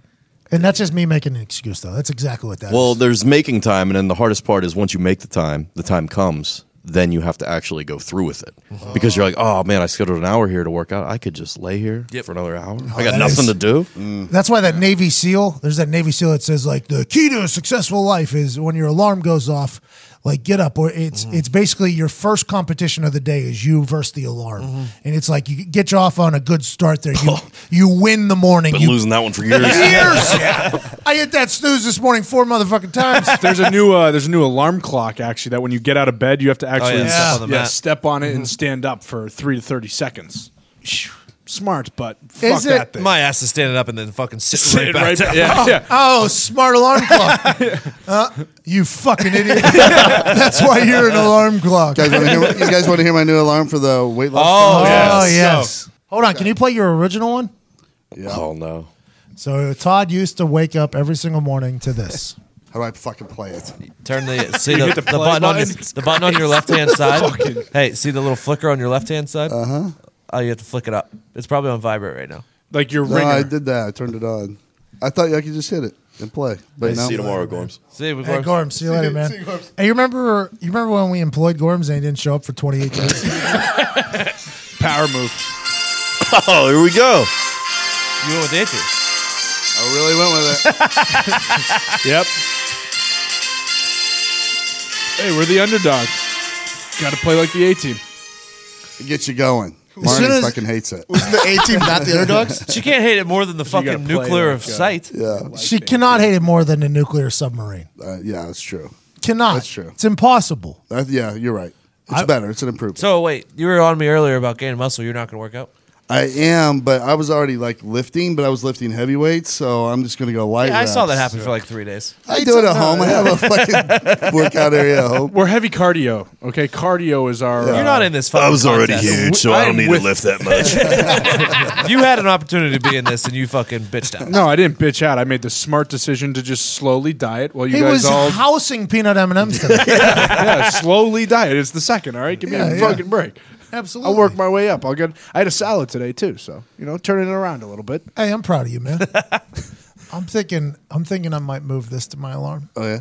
Speaker 1: and that's just me making an excuse though. That's exactly what that is.
Speaker 5: Well, there's making time, and then the hardest part is once you make the time, the time comes. Then you have to actually go through with it
Speaker 4: Uh-huh.
Speaker 5: because you're like, oh man, I scheduled an hour here to work out. I could just lay here for another hour. I got
Speaker 1: Oh, that
Speaker 5: nothing
Speaker 1: is- Mm.
Speaker 5: to do.
Speaker 1: That's why that Navy SEAL, there's that Navy SEAL that says like the key to a successful life is when your alarm goes off, like get up. Or it's it's basically your first competition of the day is you versus the alarm, and it's like you get you off on a good start there. You you win the morning.
Speaker 5: Been
Speaker 1: you,
Speaker 5: losing that one for years.
Speaker 1: Years. I hit that snooze this morning four motherfucking times.
Speaker 3: There's a new uh, there's a new alarm clock actually that when you get out of bed you have to actually
Speaker 4: Oh, yeah, step on the mat. Mm-hmm.
Speaker 3: step on it and stand up for three to thirty seconds. Smart, but fuck
Speaker 1: Is it-
Speaker 3: that thing.
Speaker 4: My ass is standing up and then fucking sitting
Speaker 3: Sitting
Speaker 4: right back
Speaker 3: right
Speaker 4: down.
Speaker 3: back- yeah, yeah.
Speaker 1: Oh, smart alarm clock. Uh, you fucking idiot. That's why you're an alarm clock.
Speaker 2: You guys wanna hear- you guys want to hear my new alarm for the weight loss?
Speaker 1: Oh,
Speaker 2: challenge?
Speaker 1: yes. Hold on. Can you play your original one?
Speaker 5: Oh no.
Speaker 1: So Todd used to wake up every single morning to this.
Speaker 2: How do I fucking play it?
Speaker 4: Turn the see
Speaker 2: You
Speaker 4: the,
Speaker 2: hit
Speaker 4: the,
Speaker 2: the
Speaker 4: button,
Speaker 2: play
Speaker 4: on your,
Speaker 2: button?
Speaker 4: the button on your left
Speaker 2: Christ.
Speaker 4: hand side.
Speaker 2: Fucking-
Speaker 4: hey, see the little flicker on your left hand side? Uh
Speaker 2: Uh-huh.
Speaker 4: huh. Oh, you have to flick it up. It's probably on vibrate right now.
Speaker 3: Like your
Speaker 2: No, I did that. I turned it on. I thought I could just hit it and play. But
Speaker 5: Hey,
Speaker 2: no.
Speaker 5: see you tomorrow, Gorms.
Speaker 4: See you,
Speaker 1: Hey, Gorm, see you later, man.
Speaker 2: See you, Gorms.
Speaker 1: Hey, you remember you remember when we employed Gorms and he didn't show up for 28 days?
Speaker 3: Power move.
Speaker 5: Oh, here we go.
Speaker 4: You went with the itchy.
Speaker 2: I really went with
Speaker 3: it. yep. Hey, we're the underdog. Got to play like the A team.
Speaker 2: It gets you going. Marnie fucking hates it.
Speaker 6: Wasn't the A team not the underdogs?
Speaker 4: She can't hate it more than the fucking
Speaker 2: play
Speaker 4: nuclear
Speaker 2: like,
Speaker 4: of
Speaker 2: uh,
Speaker 4: sight.
Speaker 2: Yeah.
Speaker 1: she cannot hate it more than a nuclear submarine.
Speaker 2: Uh, yeah, that's true.
Speaker 6: Ah.
Speaker 1: Cannot.
Speaker 2: That's true.
Speaker 1: It's impossible.
Speaker 2: Uh, yeah, you're right. It's
Speaker 4: I-
Speaker 2: better. It's an improvement.
Speaker 4: So wait, you were on me earlier about gaining muscle. You're not going to work out.
Speaker 2: I am, but I was already like lifting, but I was lifting heavy weights, so I'm just gonna go light.
Speaker 4: Yeah, I saw that
Speaker 2: reps.
Speaker 4: happen for like three days.
Speaker 2: I do it at home. I have a fucking workout area at home.
Speaker 3: We're heavy cardio. Okay, cardio is our.
Speaker 4: You're not in this fucking contest.
Speaker 3: am with-
Speaker 4: you had an opportunity to be in this, and you fucking bitched out.
Speaker 3: No, I didn't bitch out. I made the smart decision to just slowly diet while you
Speaker 1: he
Speaker 3: guys
Speaker 1: was
Speaker 3: all
Speaker 1: housing peanut M&Ms today.
Speaker 3: yeah, slowly diet. It's the second. All right, give me
Speaker 1: Yeah,
Speaker 3: a
Speaker 1: yeah.
Speaker 3: fucking break.
Speaker 1: Absolutely.
Speaker 3: I'll work my way up. I'll get. I had a salad today too, so you know, turning it around a little bit.
Speaker 1: Hey, I'm proud of you, man. I'm thinking I'm thinking I might move this to my alarm.
Speaker 2: Oh yeah.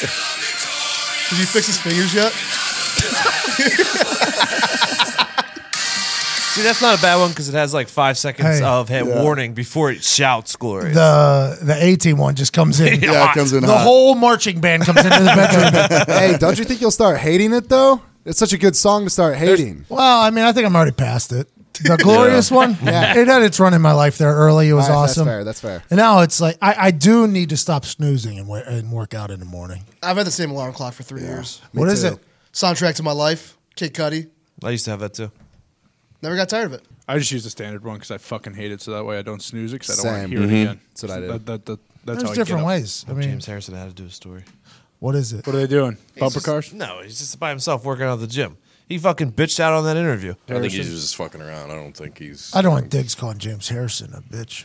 Speaker 6: Did you fix his fingers yet?
Speaker 4: See, that's not a bad one because it has like five seconds
Speaker 1: Hey.
Speaker 4: of hit
Speaker 1: Yeah.
Speaker 4: warning before it shouts glory.
Speaker 1: The the A team one just comes in.
Speaker 4: Yeah, it Hot. comes in
Speaker 1: The
Speaker 4: hot.
Speaker 1: whole marching band comes into the bedroom.
Speaker 10: hey, don't you think you'll start hating it though? It's such a good song to start hating.
Speaker 1: Well, uh, I mean, I think I'm already past it. The glorious
Speaker 10: Yeah.
Speaker 1: one,
Speaker 10: Yeah.
Speaker 1: it had its run in my life there early. It was
Speaker 10: All right,
Speaker 1: awesome.
Speaker 10: That's fair. That's fair.
Speaker 1: And now it's like I, I do need to stop snoozing and, wa- and work out in the morning.
Speaker 6: I've had the same alarm clock for three years.
Speaker 1: me What is too. it?
Speaker 6: Soundtrack to my life. Kid Cudi.
Speaker 4: I used to have that too.
Speaker 6: Never got tired of it.
Speaker 3: I just use the standard one because I fucking hate it, so that way I don't snooze it because I don't want
Speaker 10: Same.
Speaker 3: to
Speaker 4: Mm-hmm.
Speaker 10: Mhm.
Speaker 3: hear it again.
Speaker 10: That's what I
Speaker 3: So
Speaker 10: did.
Speaker 3: That, that, that, that's
Speaker 1: There's
Speaker 3: how I
Speaker 1: different
Speaker 3: get up.
Speaker 1: ways. I mean,
Speaker 4: James Harrison had to do a story.
Speaker 1: what is it?
Speaker 3: What are they doing? Bumper
Speaker 4: just-
Speaker 3: cars?
Speaker 4: No, he's just by himself working out at the gym. He fucking bitched out on that interview.
Speaker 5: I think he's just fucking around. I don't think he's.
Speaker 1: I don't want Diggs calling James Harrison a bitch.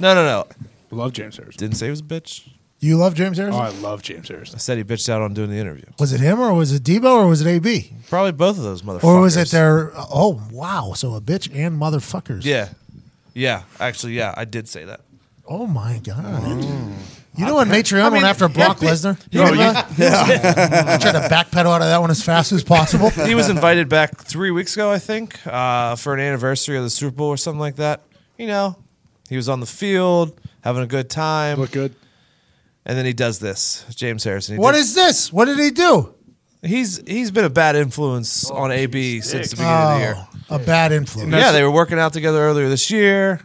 Speaker 4: No, no, no.
Speaker 3: Love James Harrison.
Speaker 4: Didn't say he was a bitch.
Speaker 1: You love James Harrison?
Speaker 3: Oh, I love James Harrison.
Speaker 4: I said he bitched out on doing the interview.
Speaker 1: Was it him or was it Debo or was it AB?
Speaker 4: Probably both of those motherfuckers.
Speaker 1: Or was it their? Oh wow! So a bitch and motherfuckers.
Speaker 4: Yeah, yeah. Actually, yeah, I did say that.
Speaker 1: Oh my god. You know when Matreon went after Brock
Speaker 4: yeah,
Speaker 1: Lesnar?
Speaker 4: he-
Speaker 1: You know that?
Speaker 4: he- yeah.
Speaker 1: Tried to backpedal out of that one as fast as possible.
Speaker 4: he was invited back three weeks ago, I think, uh, for an anniversary of the Super Bowl or something like that. You know, he was on the field having a good time. Look
Speaker 3: good.
Speaker 4: And then he does this, James Harrison.
Speaker 1: What is this? What did he do?
Speaker 4: He's he's been a bad
Speaker 3: Oh.
Speaker 4: influence on AB since the beginning of the year.
Speaker 1: Oh, a bad influence.
Speaker 4: Yeah, they were working out together earlier this year,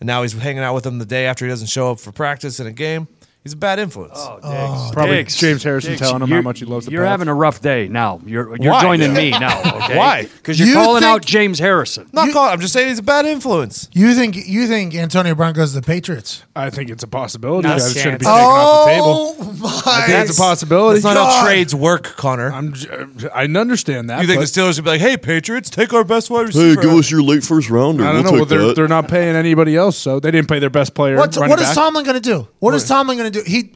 Speaker 4: and now he's hanging out with him the day after he doesn't show up for practice in a game. He's a bad influence.
Speaker 1: Oh,
Speaker 3: Probably James Harrison
Speaker 8: Oh, Diggs,
Speaker 3: telling him
Speaker 8: you're-
Speaker 3: how much he loves the
Speaker 8: You're
Speaker 3: Pats.
Speaker 8: having a rough day now. You're you're
Speaker 3: Why?
Speaker 8: joining me now. Okay?
Speaker 3: Why?
Speaker 8: Because you're
Speaker 1: You
Speaker 8: calling
Speaker 1: think-
Speaker 8: out James Harrison.
Speaker 4: Not call. I'm just saying he's a bad influence.
Speaker 1: You think you think Antonio Brown goes to the Patriots?
Speaker 3: I think it's a possibility.
Speaker 8: Not a
Speaker 3: that it shouldn't
Speaker 8: chance.
Speaker 3: be taken off the table.
Speaker 1: Oh my!
Speaker 3: That's a possibility.
Speaker 4: That's not how trades work, Connor.
Speaker 3: I'm j- I understand that.
Speaker 4: you think
Speaker 3: but
Speaker 4: the Steelers would be like, "Hey, Patriots, take our best wide
Speaker 5: Hey,
Speaker 4: receiver"?
Speaker 5: give us your late first rounder.
Speaker 3: I
Speaker 5: We'll
Speaker 3: don't know.
Speaker 5: take
Speaker 3: Well, they're,
Speaker 5: that.
Speaker 3: they're not paying anybody else, so they didn't pay their best player.
Speaker 1: What's,
Speaker 3: running
Speaker 1: what is
Speaker 3: back.
Speaker 1: Tomlin going to do? what is Tomlin going to do? He,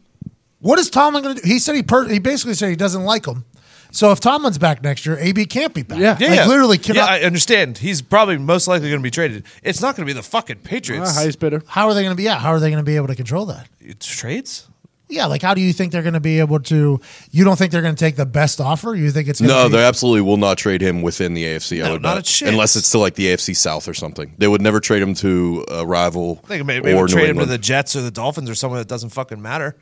Speaker 1: what is Tomlin going to do? He said he per, he basically said he doesn't like him. So if Tomlin's back next year, AB can't be back.
Speaker 3: Yeah.
Speaker 4: Yeah,
Speaker 1: like
Speaker 4: yeah.
Speaker 1: literally
Speaker 4: Yeah,
Speaker 1: cannot.
Speaker 4: I understand. He's probably most likely going to be traded. It's not going to be the fucking
Speaker 3: Ah,
Speaker 4: Patriots.
Speaker 3: highest bidder.
Speaker 1: how are they going to be? Yeah, how are they going to be able to control that?
Speaker 4: it's trades.
Speaker 1: Yeah, like how do you think they're going to be able to? You don't think they're going to take the best offer? You think it's gonna
Speaker 5: No,
Speaker 1: be,
Speaker 5: they absolutely will not trade him within the AFC. I
Speaker 4: No,
Speaker 5: would
Speaker 4: not
Speaker 5: bet.
Speaker 4: a chance.
Speaker 5: Unless it's to like the AFC South or something. They would never trade him to a rival
Speaker 4: I think maybe, maybe
Speaker 5: or
Speaker 4: trade
Speaker 5: New
Speaker 4: him to
Speaker 5: England.
Speaker 4: the Jets or the Dolphins or someone that doesn't fucking matter.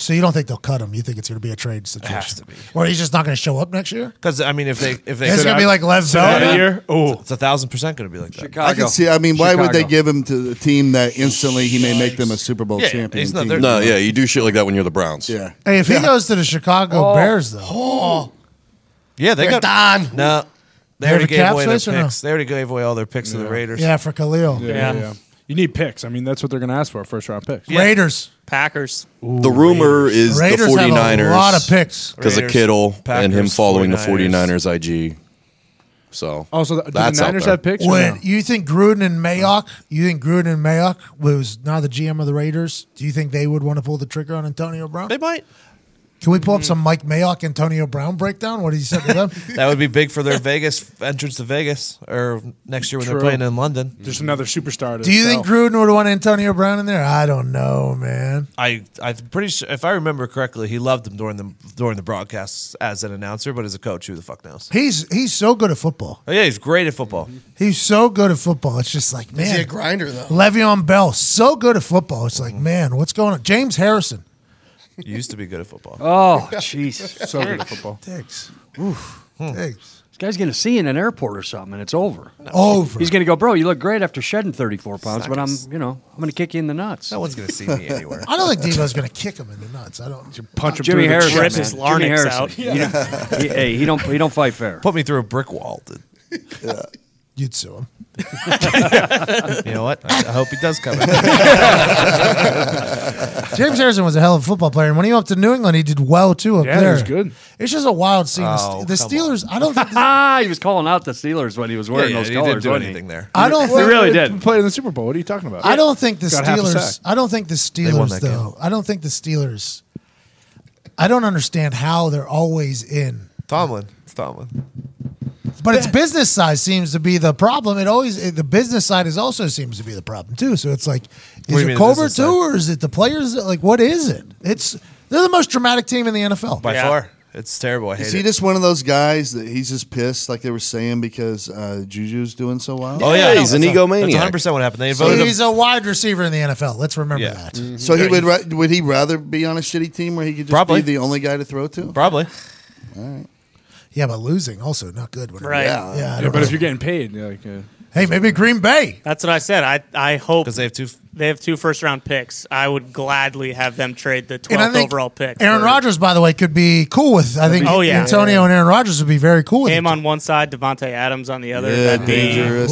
Speaker 1: so you don't think they'll cut him? You think it's going to be a trade situation?
Speaker 4: has to be.
Speaker 1: Or he's just not going to show up next year?
Speaker 4: Because I mean, if they if they
Speaker 1: It's going to be like Lev
Speaker 3: That
Speaker 1: Bell.
Speaker 3: year? Oh,
Speaker 4: it's a thousand percent going to be like that.
Speaker 2: I
Speaker 8: Chicago.
Speaker 2: can see. I mean, why would they
Speaker 3: Chicago.
Speaker 2: give him to the team that instantly he may make them a Super Bowl
Speaker 4: Yeah,
Speaker 2: champion?
Speaker 4: he's not-
Speaker 2: team?
Speaker 4: they're-
Speaker 5: No, yeah, you do shit like that when you're the Browns.
Speaker 2: Yeah.
Speaker 1: Hey, if he goes to the
Speaker 3: Oh.
Speaker 1: Chicago Bears, though,
Speaker 4: Oh. Yeah, they
Speaker 6: They're
Speaker 4: got
Speaker 6: done.
Speaker 4: no.
Speaker 1: They
Speaker 4: They
Speaker 1: have
Speaker 4: already
Speaker 1: a
Speaker 4: gave
Speaker 1: cap
Speaker 4: away their
Speaker 1: space or no?
Speaker 4: picks. They already gave away all their picks to the Raiders.
Speaker 1: yeah, for Khalil,
Speaker 3: yeah. yeah. You need picks. I mean, that's what they're going to ask for first round picks.
Speaker 1: Raiders.
Speaker 9: Packers.
Speaker 5: The rumor is
Speaker 1: Raiders
Speaker 5: the
Speaker 1: have a
Speaker 5: 49ers.
Speaker 1: lot of picks.
Speaker 5: Because of
Speaker 4: Raiders,
Speaker 5: Kittle and him
Speaker 4: Packers,
Speaker 5: following
Speaker 4: 49ers.
Speaker 5: the 49ers IG. So,
Speaker 3: Also, do the
Speaker 5: that's out
Speaker 3: Niners
Speaker 5: there.
Speaker 3: have picks? or
Speaker 1: When
Speaker 3: no?
Speaker 1: you think Gruden and Mayock, you think Gruden and Mayock was now the GM of the Raiders. Do you think they would want to pull the trigger on Antonio Brown?
Speaker 4: They might.
Speaker 1: Can we pull
Speaker 3: Mm.
Speaker 1: up some Mike Mayock, Antonio Brown breakdown? What did he say to them?
Speaker 4: That would be big for their Vegas entrance to Vegas or next year when
Speaker 3: True.
Speaker 4: they're playing in London.
Speaker 3: There's another superstar. To
Speaker 1: Do you
Speaker 3: sell.
Speaker 1: think Gruden would want Antonio Brown in there? I don't know, man.
Speaker 4: I I'm pretty sure if I remember correctly, he loved him during the during the broadcasts as an announcer, but as a coach, who the fuck knows?
Speaker 1: He's he's so good at football.
Speaker 4: Oh, yeah, he's great at football.
Speaker 1: He's so good at football. It's just like
Speaker 6: Is
Speaker 1: man,
Speaker 6: he a grinder though?
Speaker 1: Le'Veon Bell, so good at football. It's like man, what's going on? James Harrison,
Speaker 4: He used to be good at football.
Speaker 8: Oh, jeez. Hmm.
Speaker 3: so good at football?
Speaker 1: Diggs, oof, Diggs,
Speaker 8: This guy's going to see you in an airport or something, and it's over.
Speaker 1: over.
Speaker 8: He's going to go, bro, you look great after shedding 34 pounds, but I'm, you know, I'm going to kick you in the nuts.
Speaker 4: No one's gonna see me anywhere.
Speaker 1: I don't think Debo's going to kick him in the nuts. I don't.
Speaker 3: Punch him through
Speaker 8: Jimmy
Speaker 3: the
Speaker 8: Harrison,
Speaker 9: Rips
Speaker 8: man.
Speaker 9: his
Speaker 8: Jimmy
Speaker 9: larynx
Speaker 8: Harrison.
Speaker 9: out.
Speaker 8: You know, he- hey, he don't, he don't fight fair.
Speaker 4: Put me through a brick wall. Dude.
Speaker 1: You'd sue him.
Speaker 4: You know what? I, I hope he does come. in.
Speaker 1: James Harrison was a hell of a football player, and when he went up to New England, he did well too up
Speaker 3: Yeah, he
Speaker 1: there.
Speaker 3: was good.
Speaker 1: It's just a wild scene. The Ste-
Speaker 4: Oh,
Speaker 1: the
Speaker 4: come
Speaker 1: Steelers. I don't think.
Speaker 8: Ah, he was calling out the Steelers when he was
Speaker 4: yeah,
Speaker 8: wearing
Speaker 4: yeah,
Speaker 8: those
Speaker 4: he
Speaker 8: colors.
Speaker 4: didn't do
Speaker 8: wasn't he?
Speaker 4: anything there.
Speaker 1: I don't think.
Speaker 8: They really
Speaker 3: They
Speaker 8: did.
Speaker 3: Played in the Super Bowl. What are you talking about?
Speaker 1: I don't think the
Speaker 3: Got half a
Speaker 1: Steelers.
Speaker 3: sack.
Speaker 1: I don't think the
Speaker 4: won
Speaker 1: Steelers
Speaker 4: that
Speaker 1: though.
Speaker 4: game.
Speaker 1: I don't think the Steelers. I don't understand how they're always in.
Speaker 4: Tomlin. It's Tomlin.
Speaker 1: But its business side seems to be the problem. It always it, the business side is also seems to be the problem too. So it's like,
Speaker 4: do you
Speaker 1: is
Speaker 4: mean
Speaker 1: it
Speaker 4: the
Speaker 1: Colbert
Speaker 4: business
Speaker 1: too,
Speaker 4: side?
Speaker 1: or is it the players? Like, what is it? It's they're the most dramatic team in the NFL.
Speaker 4: By
Speaker 9: Yeah.
Speaker 4: far. It's terrible. I hate
Speaker 2: Is he
Speaker 4: it.
Speaker 2: just one of those guys that he's just pissed, like they were saying, because uh, Juju's doing so well?
Speaker 5: Oh, yeah, he's an egomaniac.
Speaker 4: That's 100 percent what happened. They voted him.
Speaker 1: He's a wide receiver in the NFL. Let's remember
Speaker 4: Yeah.
Speaker 1: that.
Speaker 2: So he would ra- would he rather be on a shitty team where he could just
Speaker 4: Probably.
Speaker 2: be the only guy to throw to?
Speaker 4: Probably.
Speaker 1: Yeah, but losing also not good. When
Speaker 9: Right.
Speaker 2: Yeah.
Speaker 1: Yeah, I
Speaker 3: Yeah,
Speaker 1: don't
Speaker 3: but
Speaker 1: know.
Speaker 3: if you're getting paid, you're like, uh,
Speaker 1: hey, maybe Green Bay.
Speaker 9: That's what I said. I I hope
Speaker 4: Because they have two f-
Speaker 9: they have two first round picks. I would gladly have them trade the
Speaker 1: And I
Speaker 9: 12th
Speaker 1: think
Speaker 9: overall pick.
Speaker 1: Aaron
Speaker 9: for
Speaker 1: Rodgers, by the way, could be cool with. I think
Speaker 9: Oh, yeah.
Speaker 1: Antonio and Aaron Rodgers would be very cool with.
Speaker 9: Him
Speaker 1: it.
Speaker 9: on one side, Devontae Adams on the other.
Speaker 2: Yeah,
Speaker 9: That'd be-
Speaker 2: dangerous.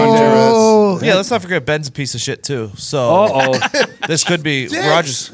Speaker 2: Dangerous.
Speaker 1: Oh,
Speaker 4: Yeah, let's not forget Ben's a piece of shit too. So this could be Rogers.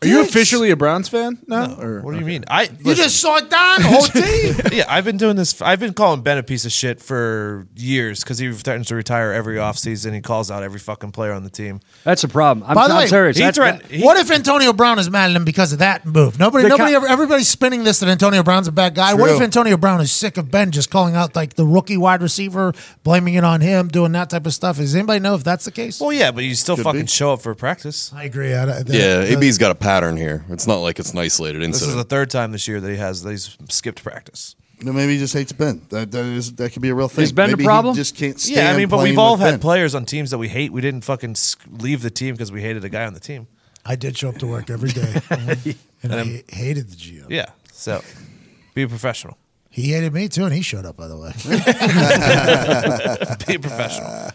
Speaker 3: are you officially a Browns fan now? Or
Speaker 4: What do you mean? I you
Speaker 1: you just saw it down the whole team.
Speaker 4: yeah, I've been doing this. I've been calling Ben a piece of shit for years because he threatens to retire every offseason. He calls out every fucking player on the team.
Speaker 8: That's the problem. I'm,
Speaker 1: By the
Speaker 8: I'm
Speaker 1: way,
Speaker 8: serious.
Speaker 4: he
Speaker 8: That-
Speaker 4: threatened-
Speaker 8: that-
Speaker 4: He-
Speaker 1: what if Antonio Brown is mad at him because of that move? Nobody,
Speaker 8: The
Speaker 1: nobody,
Speaker 8: co-
Speaker 1: ever, everybody's spinning this that Antonio Brown's a bad guy. What
Speaker 2: True.
Speaker 1: if Antonio Brown is sick of Ben just calling out like the rookie wide receiver, blaming it on him, doing that type of stuff? Does anybody know if that's the case?
Speaker 4: Well, yeah, but you still fucking
Speaker 2: be.
Speaker 4: show up for practice.
Speaker 1: I agree. I, I- the-
Speaker 5: yeah,
Speaker 1: the-
Speaker 5: AB's got a pattern here. It's not like it's an isolated
Speaker 4: This is
Speaker 5: incident.
Speaker 4: the third time this year that he has that he's skipped practice.
Speaker 2: No, maybe he just hates Ben. That that, is, that could be a real thing.
Speaker 8: Is Ben the
Speaker 2: Maybe he
Speaker 8: problem?
Speaker 2: just can't stand.
Speaker 4: Yeah, I mean, but
Speaker 2: playing
Speaker 4: we've all
Speaker 2: with
Speaker 4: had
Speaker 2: Ben.
Speaker 4: players on teams that we hate. We didn't fucking sk- leave the team because we hated a guy on the team.
Speaker 1: I did show up to work every day, and, I ha- hated the GM.
Speaker 4: Yeah, so be professional.
Speaker 1: He hated me too, and he showed up. By the way,
Speaker 4: Be professional.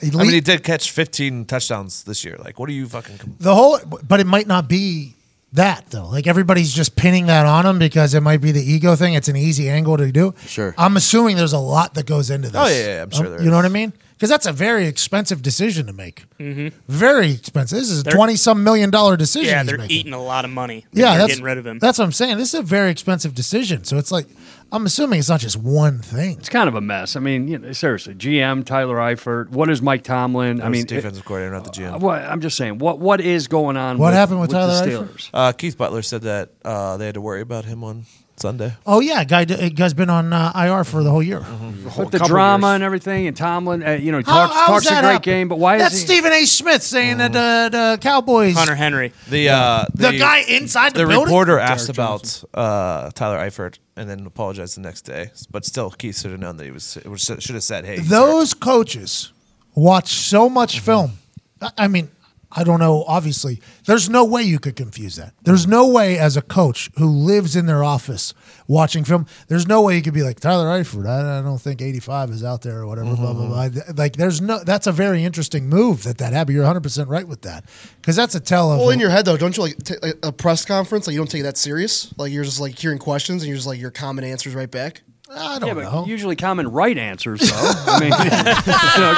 Speaker 1: He
Speaker 4: I mean,
Speaker 1: le-
Speaker 4: he did catch 15 touchdowns this year. Like, what are you fucking? Com-
Speaker 1: the whole, but it might not be that though. Like everybody's just pinning that on him because it might be the ego thing. It's an easy angle to do.
Speaker 2: Sure.
Speaker 1: I'm assuming there's a lot that goes into this. Um,
Speaker 4: Oh, yeah, yeah, I'm sure there
Speaker 1: You know
Speaker 4: is.
Speaker 1: what I mean? Because that's a very expensive decision to make. Mm-hmm. Very expensive. This is a twenty some million dollar decision.
Speaker 9: Yeah,
Speaker 1: he's
Speaker 9: they're
Speaker 1: making.
Speaker 9: eating a lot of money.
Speaker 1: Yeah,
Speaker 9: they're
Speaker 1: that's
Speaker 9: getting rid of him.
Speaker 1: That's what I'm saying. This is a very expensive decision. So it's like, I'm assuming it's not just one thing.
Speaker 8: it's kind of a mess. I mean, you know, seriously, GM Tyler Eifert. What is Mike Tomlin?
Speaker 4: I
Speaker 8: I mean,
Speaker 4: mean, defensive coordinator, not the GM.
Speaker 8: it- what- I'm just saying. What what is going on?
Speaker 1: What
Speaker 8: with-
Speaker 1: happened with
Speaker 8: with the
Speaker 1: Tyler Eifert?
Speaker 8: Steelers?
Speaker 4: Uh, Keith Butler said that uh, they had to worry about him on Sunday.
Speaker 1: Oh yeah, guy, guy's been on uh, IR for the whole year.
Speaker 8: With Mm-hmm. the drama and everything, and Tomlin, uh, you know,
Speaker 1: How-
Speaker 8: talks,
Speaker 1: how's
Speaker 8: talks a
Speaker 1: that
Speaker 8: great
Speaker 1: happen?
Speaker 8: game, but why
Speaker 1: That's
Speaker 8: is he?
Speaker 1: Stephen A. Smith saying that uh, the Cowboys,
Speaker 9: Hunter Henry.
Speaker 4: The uh,
Speaker 1: the, guy inside the,
Speaker 4: the
Speaker 1: building.
Speaker 4: reporter asked about uh, Tyler Eifert and then apologized the next day. But still, Keith should have known that he was should have said, "Hey, he's hurt.
Speaker 1: Those coaches watch so much film. I- I mean, I don't know. Obviously, there's no way you could confuse that. There's no way, as a coach who lives in their office watching film, there's no way you could be like Tyler Eifert. I, I don't think 85 is out there or whatever. Blah blah blah.
Speaker 8: Mm-hmm.
Speaker 1: Like, there's no. That's a very interesting move that that happened. You're 100 percent right with that because that's a tell of
Speaker 6: Well, in your head though, don't you like t- like, a press conference? Like you don't take it that serious. Like you're just like hearing questions and you're just like your common answers right back.
Speaker 1: I don't
Speaker 8: yeah,
Speaker 1: know.
Speaker 8: But usually common right answers, though. I mean, you know,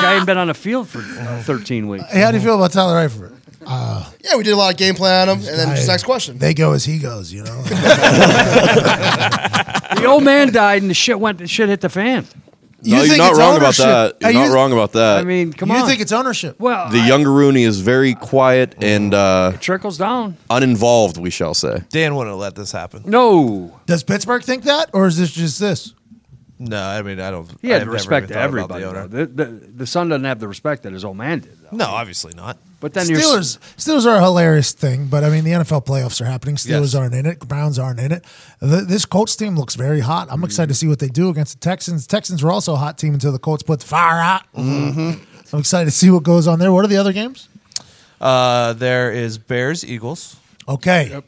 Speaker 8: I haven't been on a field for 13 weeks.
Speaker 1: Hey, how do you feel about Tyler Eifert?
Speaker 6: Yeah, we did a lot of game plan on him, and then just
Speaker 1: I-
Speaker 6: next question.
Speaker 1: They go as he goes, you know.
Speaker 8: The old man died and the shit went, the shit hit the fan.
Speaker 1: You
Speaker 5: no,
Speaker 1: think
Speaker 5: you're not
Speaker 1: it's
Speaker 5: wrong about
Speaker 1: ownership.
Speaker 5: that. You're
Speaker 1: Hey,
Speaker 5: not
Speaker 1: you-
Speaker 5: wrong about that.
Speaker 8: I mean, come
Speaker 1: you
Speaker 8: on.
Speaker 1: think it's ownership?
Speaker 8: well,
Speaker 5: the
Speaker 8: I-
Speaker 5: younger Rooney is very quiet and uh,
Speaker 8: trickles down.
Speaker 5: uninvolved, we shall say.
Speaker 4: Dan wouldn't let this happen.
Speaker 8: No.
Speaker 1: Does Pittsburgh think that, or is this just this?
Speaker 4: No, I mean I don't.
Speaker 8: He
Speaker 4: I
Speaker 8: had
Speaker 4: have never
Speaker 8: respect
Speaker 4: even
Speaker 8: to
Speaker 4: thought about
Speaker 8: everybody.
Speaker 4: the
Speaker 8: though.
Speaker 4: owner.
Speaker 8: The, the, the son doesn't have the respect that his old man did. Though.
Speaker 4: No, obviously not.
Speaker 8: But then you're
Speaker 1: Steelers, Steelers are a hilarious thing, but I mean the NFL playoffs are happening. Steelers
Speaker 4: Yes.
Speaker 1: aren't in it. Browns aren't in it. Th this Colts team looks very hot. I'm excited to see what they do against the Texans. Texans were also a hot team until the Colts put the fire out.
Speaker 4: Mm-hmm.
Speaker 1: I'm excited to see what goes on there. What are the other games?
Speaker 4: Uh, there is Bears Eagles.
Speaker 1: Okay,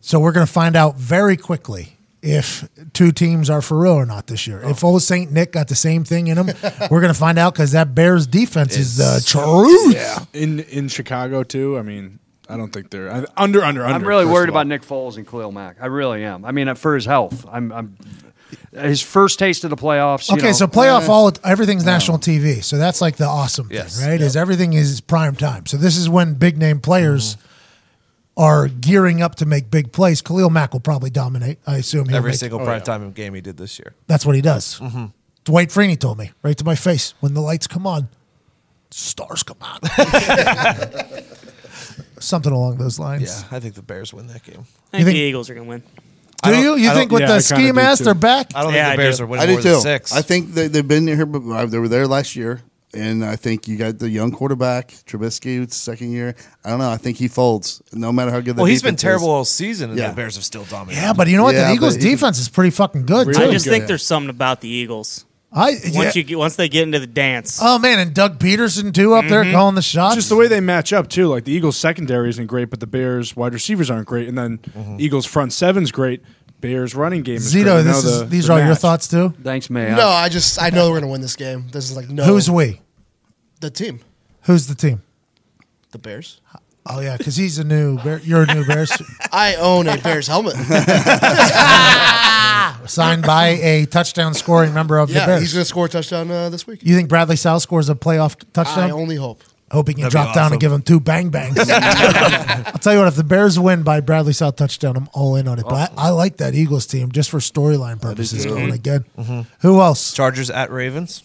Speaker 1: so we're going to find out very quickly if two teams are for real or not this year.
Speaker 4: Oh.
Speaker 1: If old Saint Nick got the same thing in him, we're going to find out because that Bears defense is the truth.
Speaker 3: in in Chicago too. I mean, I don't think they're I- under under under.
Speaker 8: I'm really
Speaker 3: first
Speaker 8: worried
Speaker 3: of all.
Speaker 8: about Nick Foles and Khalil Mack. I really am. I mean, uh, for his health, I'm. I'm his first taste of the playoffs. you
Speaker 1: Okay,
Speaker 8: know. Eh.
Speaker 1: so playoff all everything's national TV, so that's like the awesome
Speaker 4: eh. Yes.
Speaker 1: thing, right? Is everything is prime time. So this is when big name players
Speaker 4: Mm-hmm.
Speaker 1: are gearing up to make big plays. Khalil Mack will probably dominate. I assume he'll
Speaker 4: Every
Speaker 1: make-
Speaker 4: single primetime game he did this year. Mm-hmm.
Speaker 1: That's what he does. Dwight Freeney told me right to my face when the lights come on, stars come on. Something along those
Speaker 4: Yeah,
Speaker 1: lines.
Speaker 4: I think the Bears win that game.
Speaker 9: I think
Speaker 1: think-
Speaker 9: the Eagles are going to win.
Speaker 1: Do
Speaker 4: don't-
Speaker 1: you? You
Speaker 4: I
Speaker 1: think
Speaker 4: don't-
Speaker 1: with
Speaker 3: yeah, I
Speaker 1: the
Speaker 3: kinda
Speaker 1: ski
Speaker 3: do
Speaker 1: mask,
Speaker 3: too.
Speaker 1: they're back?
Speaker 4: I don't
Speaker 9: Yeah,
Speaker 4: think
Speaker 9: I
Speaker 4: the Bears
Speaker 9: do.
Speaker 4: are winning
Speaker 2: I do
Speaker 4: more than
Speaker 2: too.
Speaker 4: six.
Speaker 2: I think they, they've been here, but uh, they were there last year, and I think you got the young quarterback Trubisky, it's second year. I don't know. I think he folds, no matter how good.
Speaker 4: Well,
Speaker 2: the
Speaker 4: he's been
Speaker 2: defense
Speaker 4: terrible
Speaker 2: Is.
Speaker 4: all season, and
Speaker 2: Yeah.
Speaker 4: the Bears have still dominated.
Speaker 1: Yeah, but you know what?
Speaker 2: Yeah,
Speaker 1: the Eagles'
Speaker 2: but he-
Speaker 1: defense is pretty fucking good.
Speaker 3: Really
Speaker 1: too.
Speaker 9: I just
Speaker 3: good.
Speaker 9: think there's something about the Eagles.
Speaker 1: I, yeah.
Speaker 9: Once you get, once they get into the dance,
Speaker 1: Oh man, and Doug Peterson too up there calling the shots.
Speaker 3: Mm-hmm. Just the way they match up too. Like the Eagles secondary isn't great, but the Bears wide receivers aren't great, and then
Speaker 5: Mm-hmm.
Speaker 3: Eagles front seven's great. Bears running game. Is great.
Speaker 1: Zito,
Speaker 3: Now
Speaker 1: this is
Speaker 3: the-
Speaker 1: these
Speaker 3: the
Speaker 1: are all your
Speaker 3: match.
Speaker 1: thoughts too.
Speaker 8: thanks, man.
Speaker 6: No, I just I know we're gonna win this game. There's like no
Speaker 1: Who's we?
Speaker 6: the team?
Speaker 1: Who's the team?
Speaker 6: The Bears.
Speaker 1: Oh yeah, because he's a new bear. You're a new Bears,
Speaker 6: I own a Bears helmet.
Speaker 1: signed by a touchdown scoring member of the
Speaker 6: yeah,
Speaker 1: Bears.
Speaker 6: he's gonna score a touchdown uh, this week.
Speaker 1: you think Bradley Sal scores a playoff
Speaker 6: I
Speaker 1: touchdown?
Speaker 6: only hope.
Speaker 1: Hope he can
Speaker 4: That'd be
Speaker 1: drop down
Speaker 4: awesome.
Speaker 1: and give him two bang bangs. I'll tell you what, if the Bears win by Bradley Sal touchdown, I'm all in on it. But I, I like that Eagles team just for storyline purposes going again. Who else?
Speaker 4: Mm-hmm. Chargers at Ravens.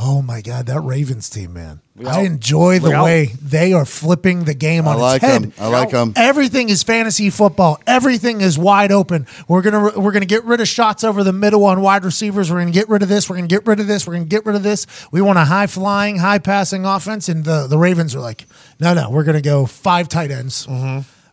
Speaker 1: Oh my God, that Ravens team, man! I enjoy the
Speaker 8: out.
Speaker 1: way they are flipping the game
Speaker 2: I
Speaker 1: on
Speaker 2: like
Speaker 1: its head.
Speaker 2: him. I like him.
Speaker 1: Everything is fantasy football. Everything is wide open. We're gonna we're gonna get rid of shots over the middle on wide receivers. We're gonna get rid of this. We're gonna get rid of this. We're gonna get rid of this. We want a high flying, high passing offense, and the the Ravens are like, no, no, we're gonna go five tight ends.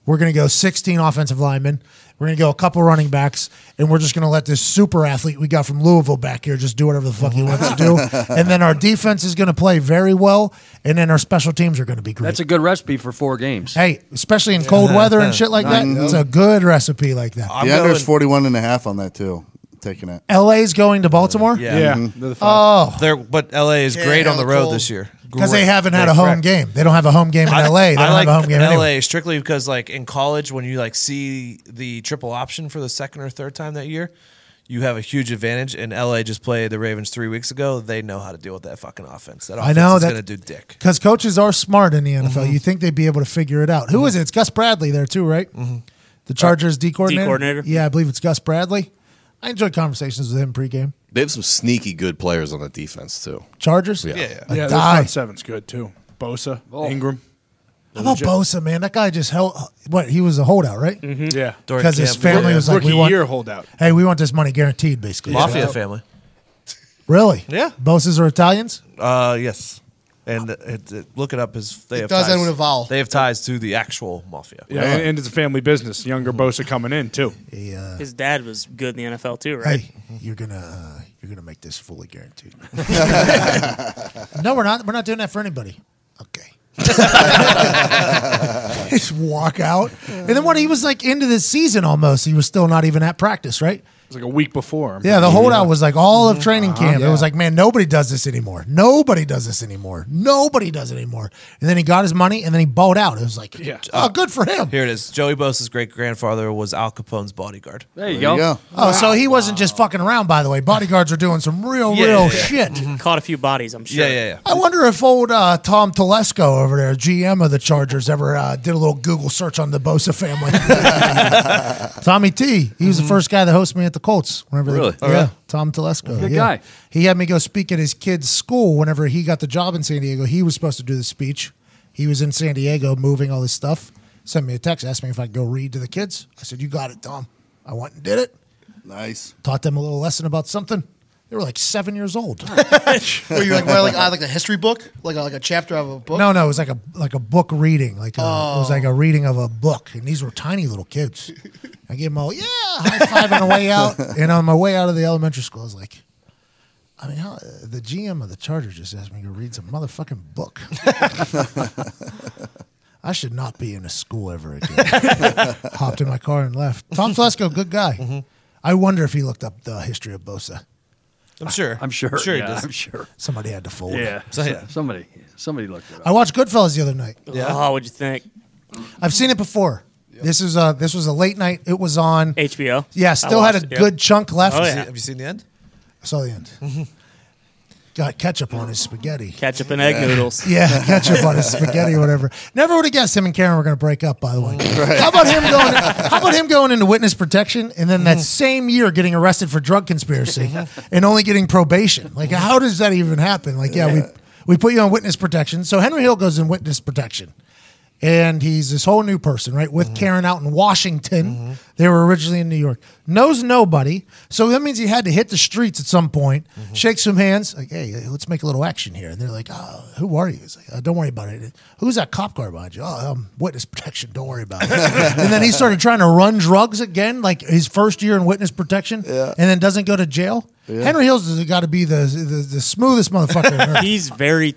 Speaker 1: We're gonna go sixteen offensive linemen. We're gonna go a couple running backs, and we're just gonna let this super athlete we got from Louisville back here just do whatever the fuck he wants to do. And then our defense is gonna play very well, and then our special teams are gonna be great.
Speaker 8: That's a good recipe for four games.
Speaker 1: Hey, especially in cold weather and shit like that, it's a good recipe like that.
Speaker 4: I'm
Speaker 2: the under's
Speaker 4: going,
Speaker 2: 41 and a half on that too. Taking it.
Speaker 1: LA's going to Baltimore Oh,
Speaker 4: yeah.
Speaker 3: Yeah, they're the final.
Speaker 4: Uh, they're- but LA is
Speaker 6: Yeah,
Speaker 4: great on the
Speaker 6: Alan
Speaker 4: road
Speaker 6: Cole.
Speaker 4: this year
Speaker 1: because they
Speaker 4: Great.
Speaker 1: haven't had a home game. They don't have a home game in LA. They don't
Speaker 4: I like
Speaker 1: have a home game
Speaker 4: LA
Speaker 1: anywhere.
Speaker 4: strictly because like in college when you like see the triple option for the second or third time that year, you have a huge advantage. And LA just played the Ravens three weeks ago. They know how to deal with that fucking offense. That offense
Speaker 1: I know
Speaker 4: is
Speaker 1: that
Speaker 4: gonna do dick.
Speaker 1: because coaches are smart in the NFL.
Speaker 4: Mm-hmm.
Speaker 1: You think they'd be able to figure it out? Who is it? It's Gus Bradley there too, right?
Speaker 4: Mm-hmm. Uh,
Speaker 1: The Chargers D coordinator.
Speaker 9: coordinator?
Speaker 1: Yeah, I believe it's Gus Bradley. I enjoyed conversations with him pregame.
Speaker 5: They have some sneaky good players on that defense too.
Speaker 1: Chargers.
Speaker 5: Yeah,
Speaker 4: yeah.
Speaker 1: A
Speaker 3: Yeah, their
Speaker 1: die.
Speaker 3: front seven's good too. Bosa,
Speaker 5: Oh.
Speaker 3: Ingram.
Speaker 1: How about Bosa, man? That guy just held. What he was a holdout, right?
Speaker 3: Yeah,
Speaker 4: Mm-hmm. Dorian
Speaker 1: Because his
Speaker 4: Campbell.
Speaker 1: family was like,
Speaker 3: rookie
Speaker 1: we want,
Speaker 3: year holdout.
Speaker 1: Hey, we want this money guaranteed, basically.
Speaker 4: mafia family.
Speaker 1: Really?
Speaker 4: Yeah.
Speaker 1: Bosa's are Italians?
Speaker 4: Uh, yes. And it, it- look it up as they
Speaker 6: It
Speaker 4: have
Speaker 6: does
Speaker 4: ties.
Speaker 6: end with a vowel.
Speaker 4: They have ties to the actual mafia.
Speaker 3: Yeah, and, and it's a family business. Younger
Speaker 5: Mm-hmm.
Speaker 3: Bosa coming in too.
Speaker 1: Yeah.
Speaker 9: his dad was good in the NFL too, right?
Speaker 1: Hey, you're gonna uh, you're gonna make this fully guaranteed. no, we're not. We're not doing that for anybody. Okay. Just walk out, and then when he was like into the season almost, he was still not even at practice, right?
Speaker 3: was like a week before.
Speaker 1: Yeah, the holdout was like all of training
Speaker 3: Uh-huh.
Speaker 1: camp. It was
Speaker 3: Yeah.
Speaker 1: like, man, nobody does this anymore. Nobody does this anymore. Nobody does it anymore. And then he got his money and then he bowed out. It was like, oh, good for him.
Speaker 4: Uh, Here it is. Joey Bosa's great grandfather was Al Capone's bodyguard.
Speaker 8: There
Speaker 1: you There you go. go. Oh, so he wasn't just fucking around, by the way. Bodyguards are doing some real,
Speaker 9: Yeah,
Speaker 1: real
Speaker 9: yeah, yeah.
Speaker 1: shit.
Speaker 9: Caught a few bodies, I'm sure.
Speaker 4: Yeah, yeah, yeah.
Speaker 1: I wonder if old uh, Tom Telesco over there, GM of the Chargers, ever uh, did a little Google search on the Bosa family. Tommy T, he was the first guy that hosted me at the Colts. Whenever they-
Speaker 5: Mm-hmm. Really? Oh,
Speaker 1: yeah,
Speaker 5: really?
Speaker 1: Tom Telesco,
Speaker 5: Good
Speaker 1: yeah.
Speaker 5: guy.
Speaker 1: He had me go speak at his kid's school whenever he got the job in San Diego. He was supposed to do the speech. He was in San Diego moving all this stuff. Sent me a text, asked me if I could go read to the kids. I said, "You got it, Tom." I went and did it.
Speaker 2: Nice.
Speaker 1: Taught them a little lesson about something. They were like seven years old.
Speaker 6: Were you like, well, like, uh, like a history book, like a, like a chapter of a book?
Speaker 1: No, no, it was like a like a book reading, like a, it was like a reading of a book, and these were tiny little kids. I gave them all yeah, high five on the way out, and on my way out of the elementary school, I was like, I mean, how, uh, the GM of the Chargers just asked me to read some motherfucking book. I should not be in a school ever again. Hopped in my car and left. Tom Telesco, good guy. I wonder if he looked up the history of Bosa.
Speaker 4: I'm sure.
Speaker 8: I'm sure.
Speaker 1: I'm sure he
Speaker 8: yeah,
Speaker 1: does.
Speaker 8: I'm sure.
Speaker 1: Somebody had to fold.
Speaker 8: Yeah.
Speaker 1: So, yeah.
Speaker 8: Somebody. Somebody looked it up.
Speaker 1: I watched Goodfellas the other night.
Speaker 9: Oh, what'd you think?
Speaker 1: I've seen it before. This is a this was a late night. It was on
Speaker 9: HBO.
Speaker 1: Yeah, still
Speaker 9: I
Speaker 1: had a
Speaker 9: watched it, yeah.
Speaker 1: good chunk left.
Speaker 9: Oh, yeah.
Speaker 4: Have you seen the end?
Speaker 1: I saw the end. Got ketchup on his spaghetti.
Speaker 9: Ketchup and egg noodles.
Speaker 1: Yeah, ketchup on his spaghetti or whatever. Never would have guessed him and Karen were going to break up. By the way, how about him going? How about him going into witness protection and then that same year getting arrested for drug conspiracy and only getting probation? Like, how does that even happen? Like, yeah, we we put you on witness protection. So Henry Hill goes in witness protection, and he's this whole new person, right? With Karen out in Washington, they were originally in New York. Knows nobody, so that means he had to hit the streets at some point. Shake some hands, like, hey, let's make a little action here. And they're like, oh, who are you? He's like, "Uh, don't worry about it. Who's that cop car behind you? Oh, um, witness protection. Don't worry about it. and then he started trying to run drugs again, like his first year in witness protection, and then doesn't go to jail.
Speaker 9: Yeah.
Speaker 1: Henry Hills has got to be the, the the smoothest motherfucker. on earth.
Speaker 9: He's very,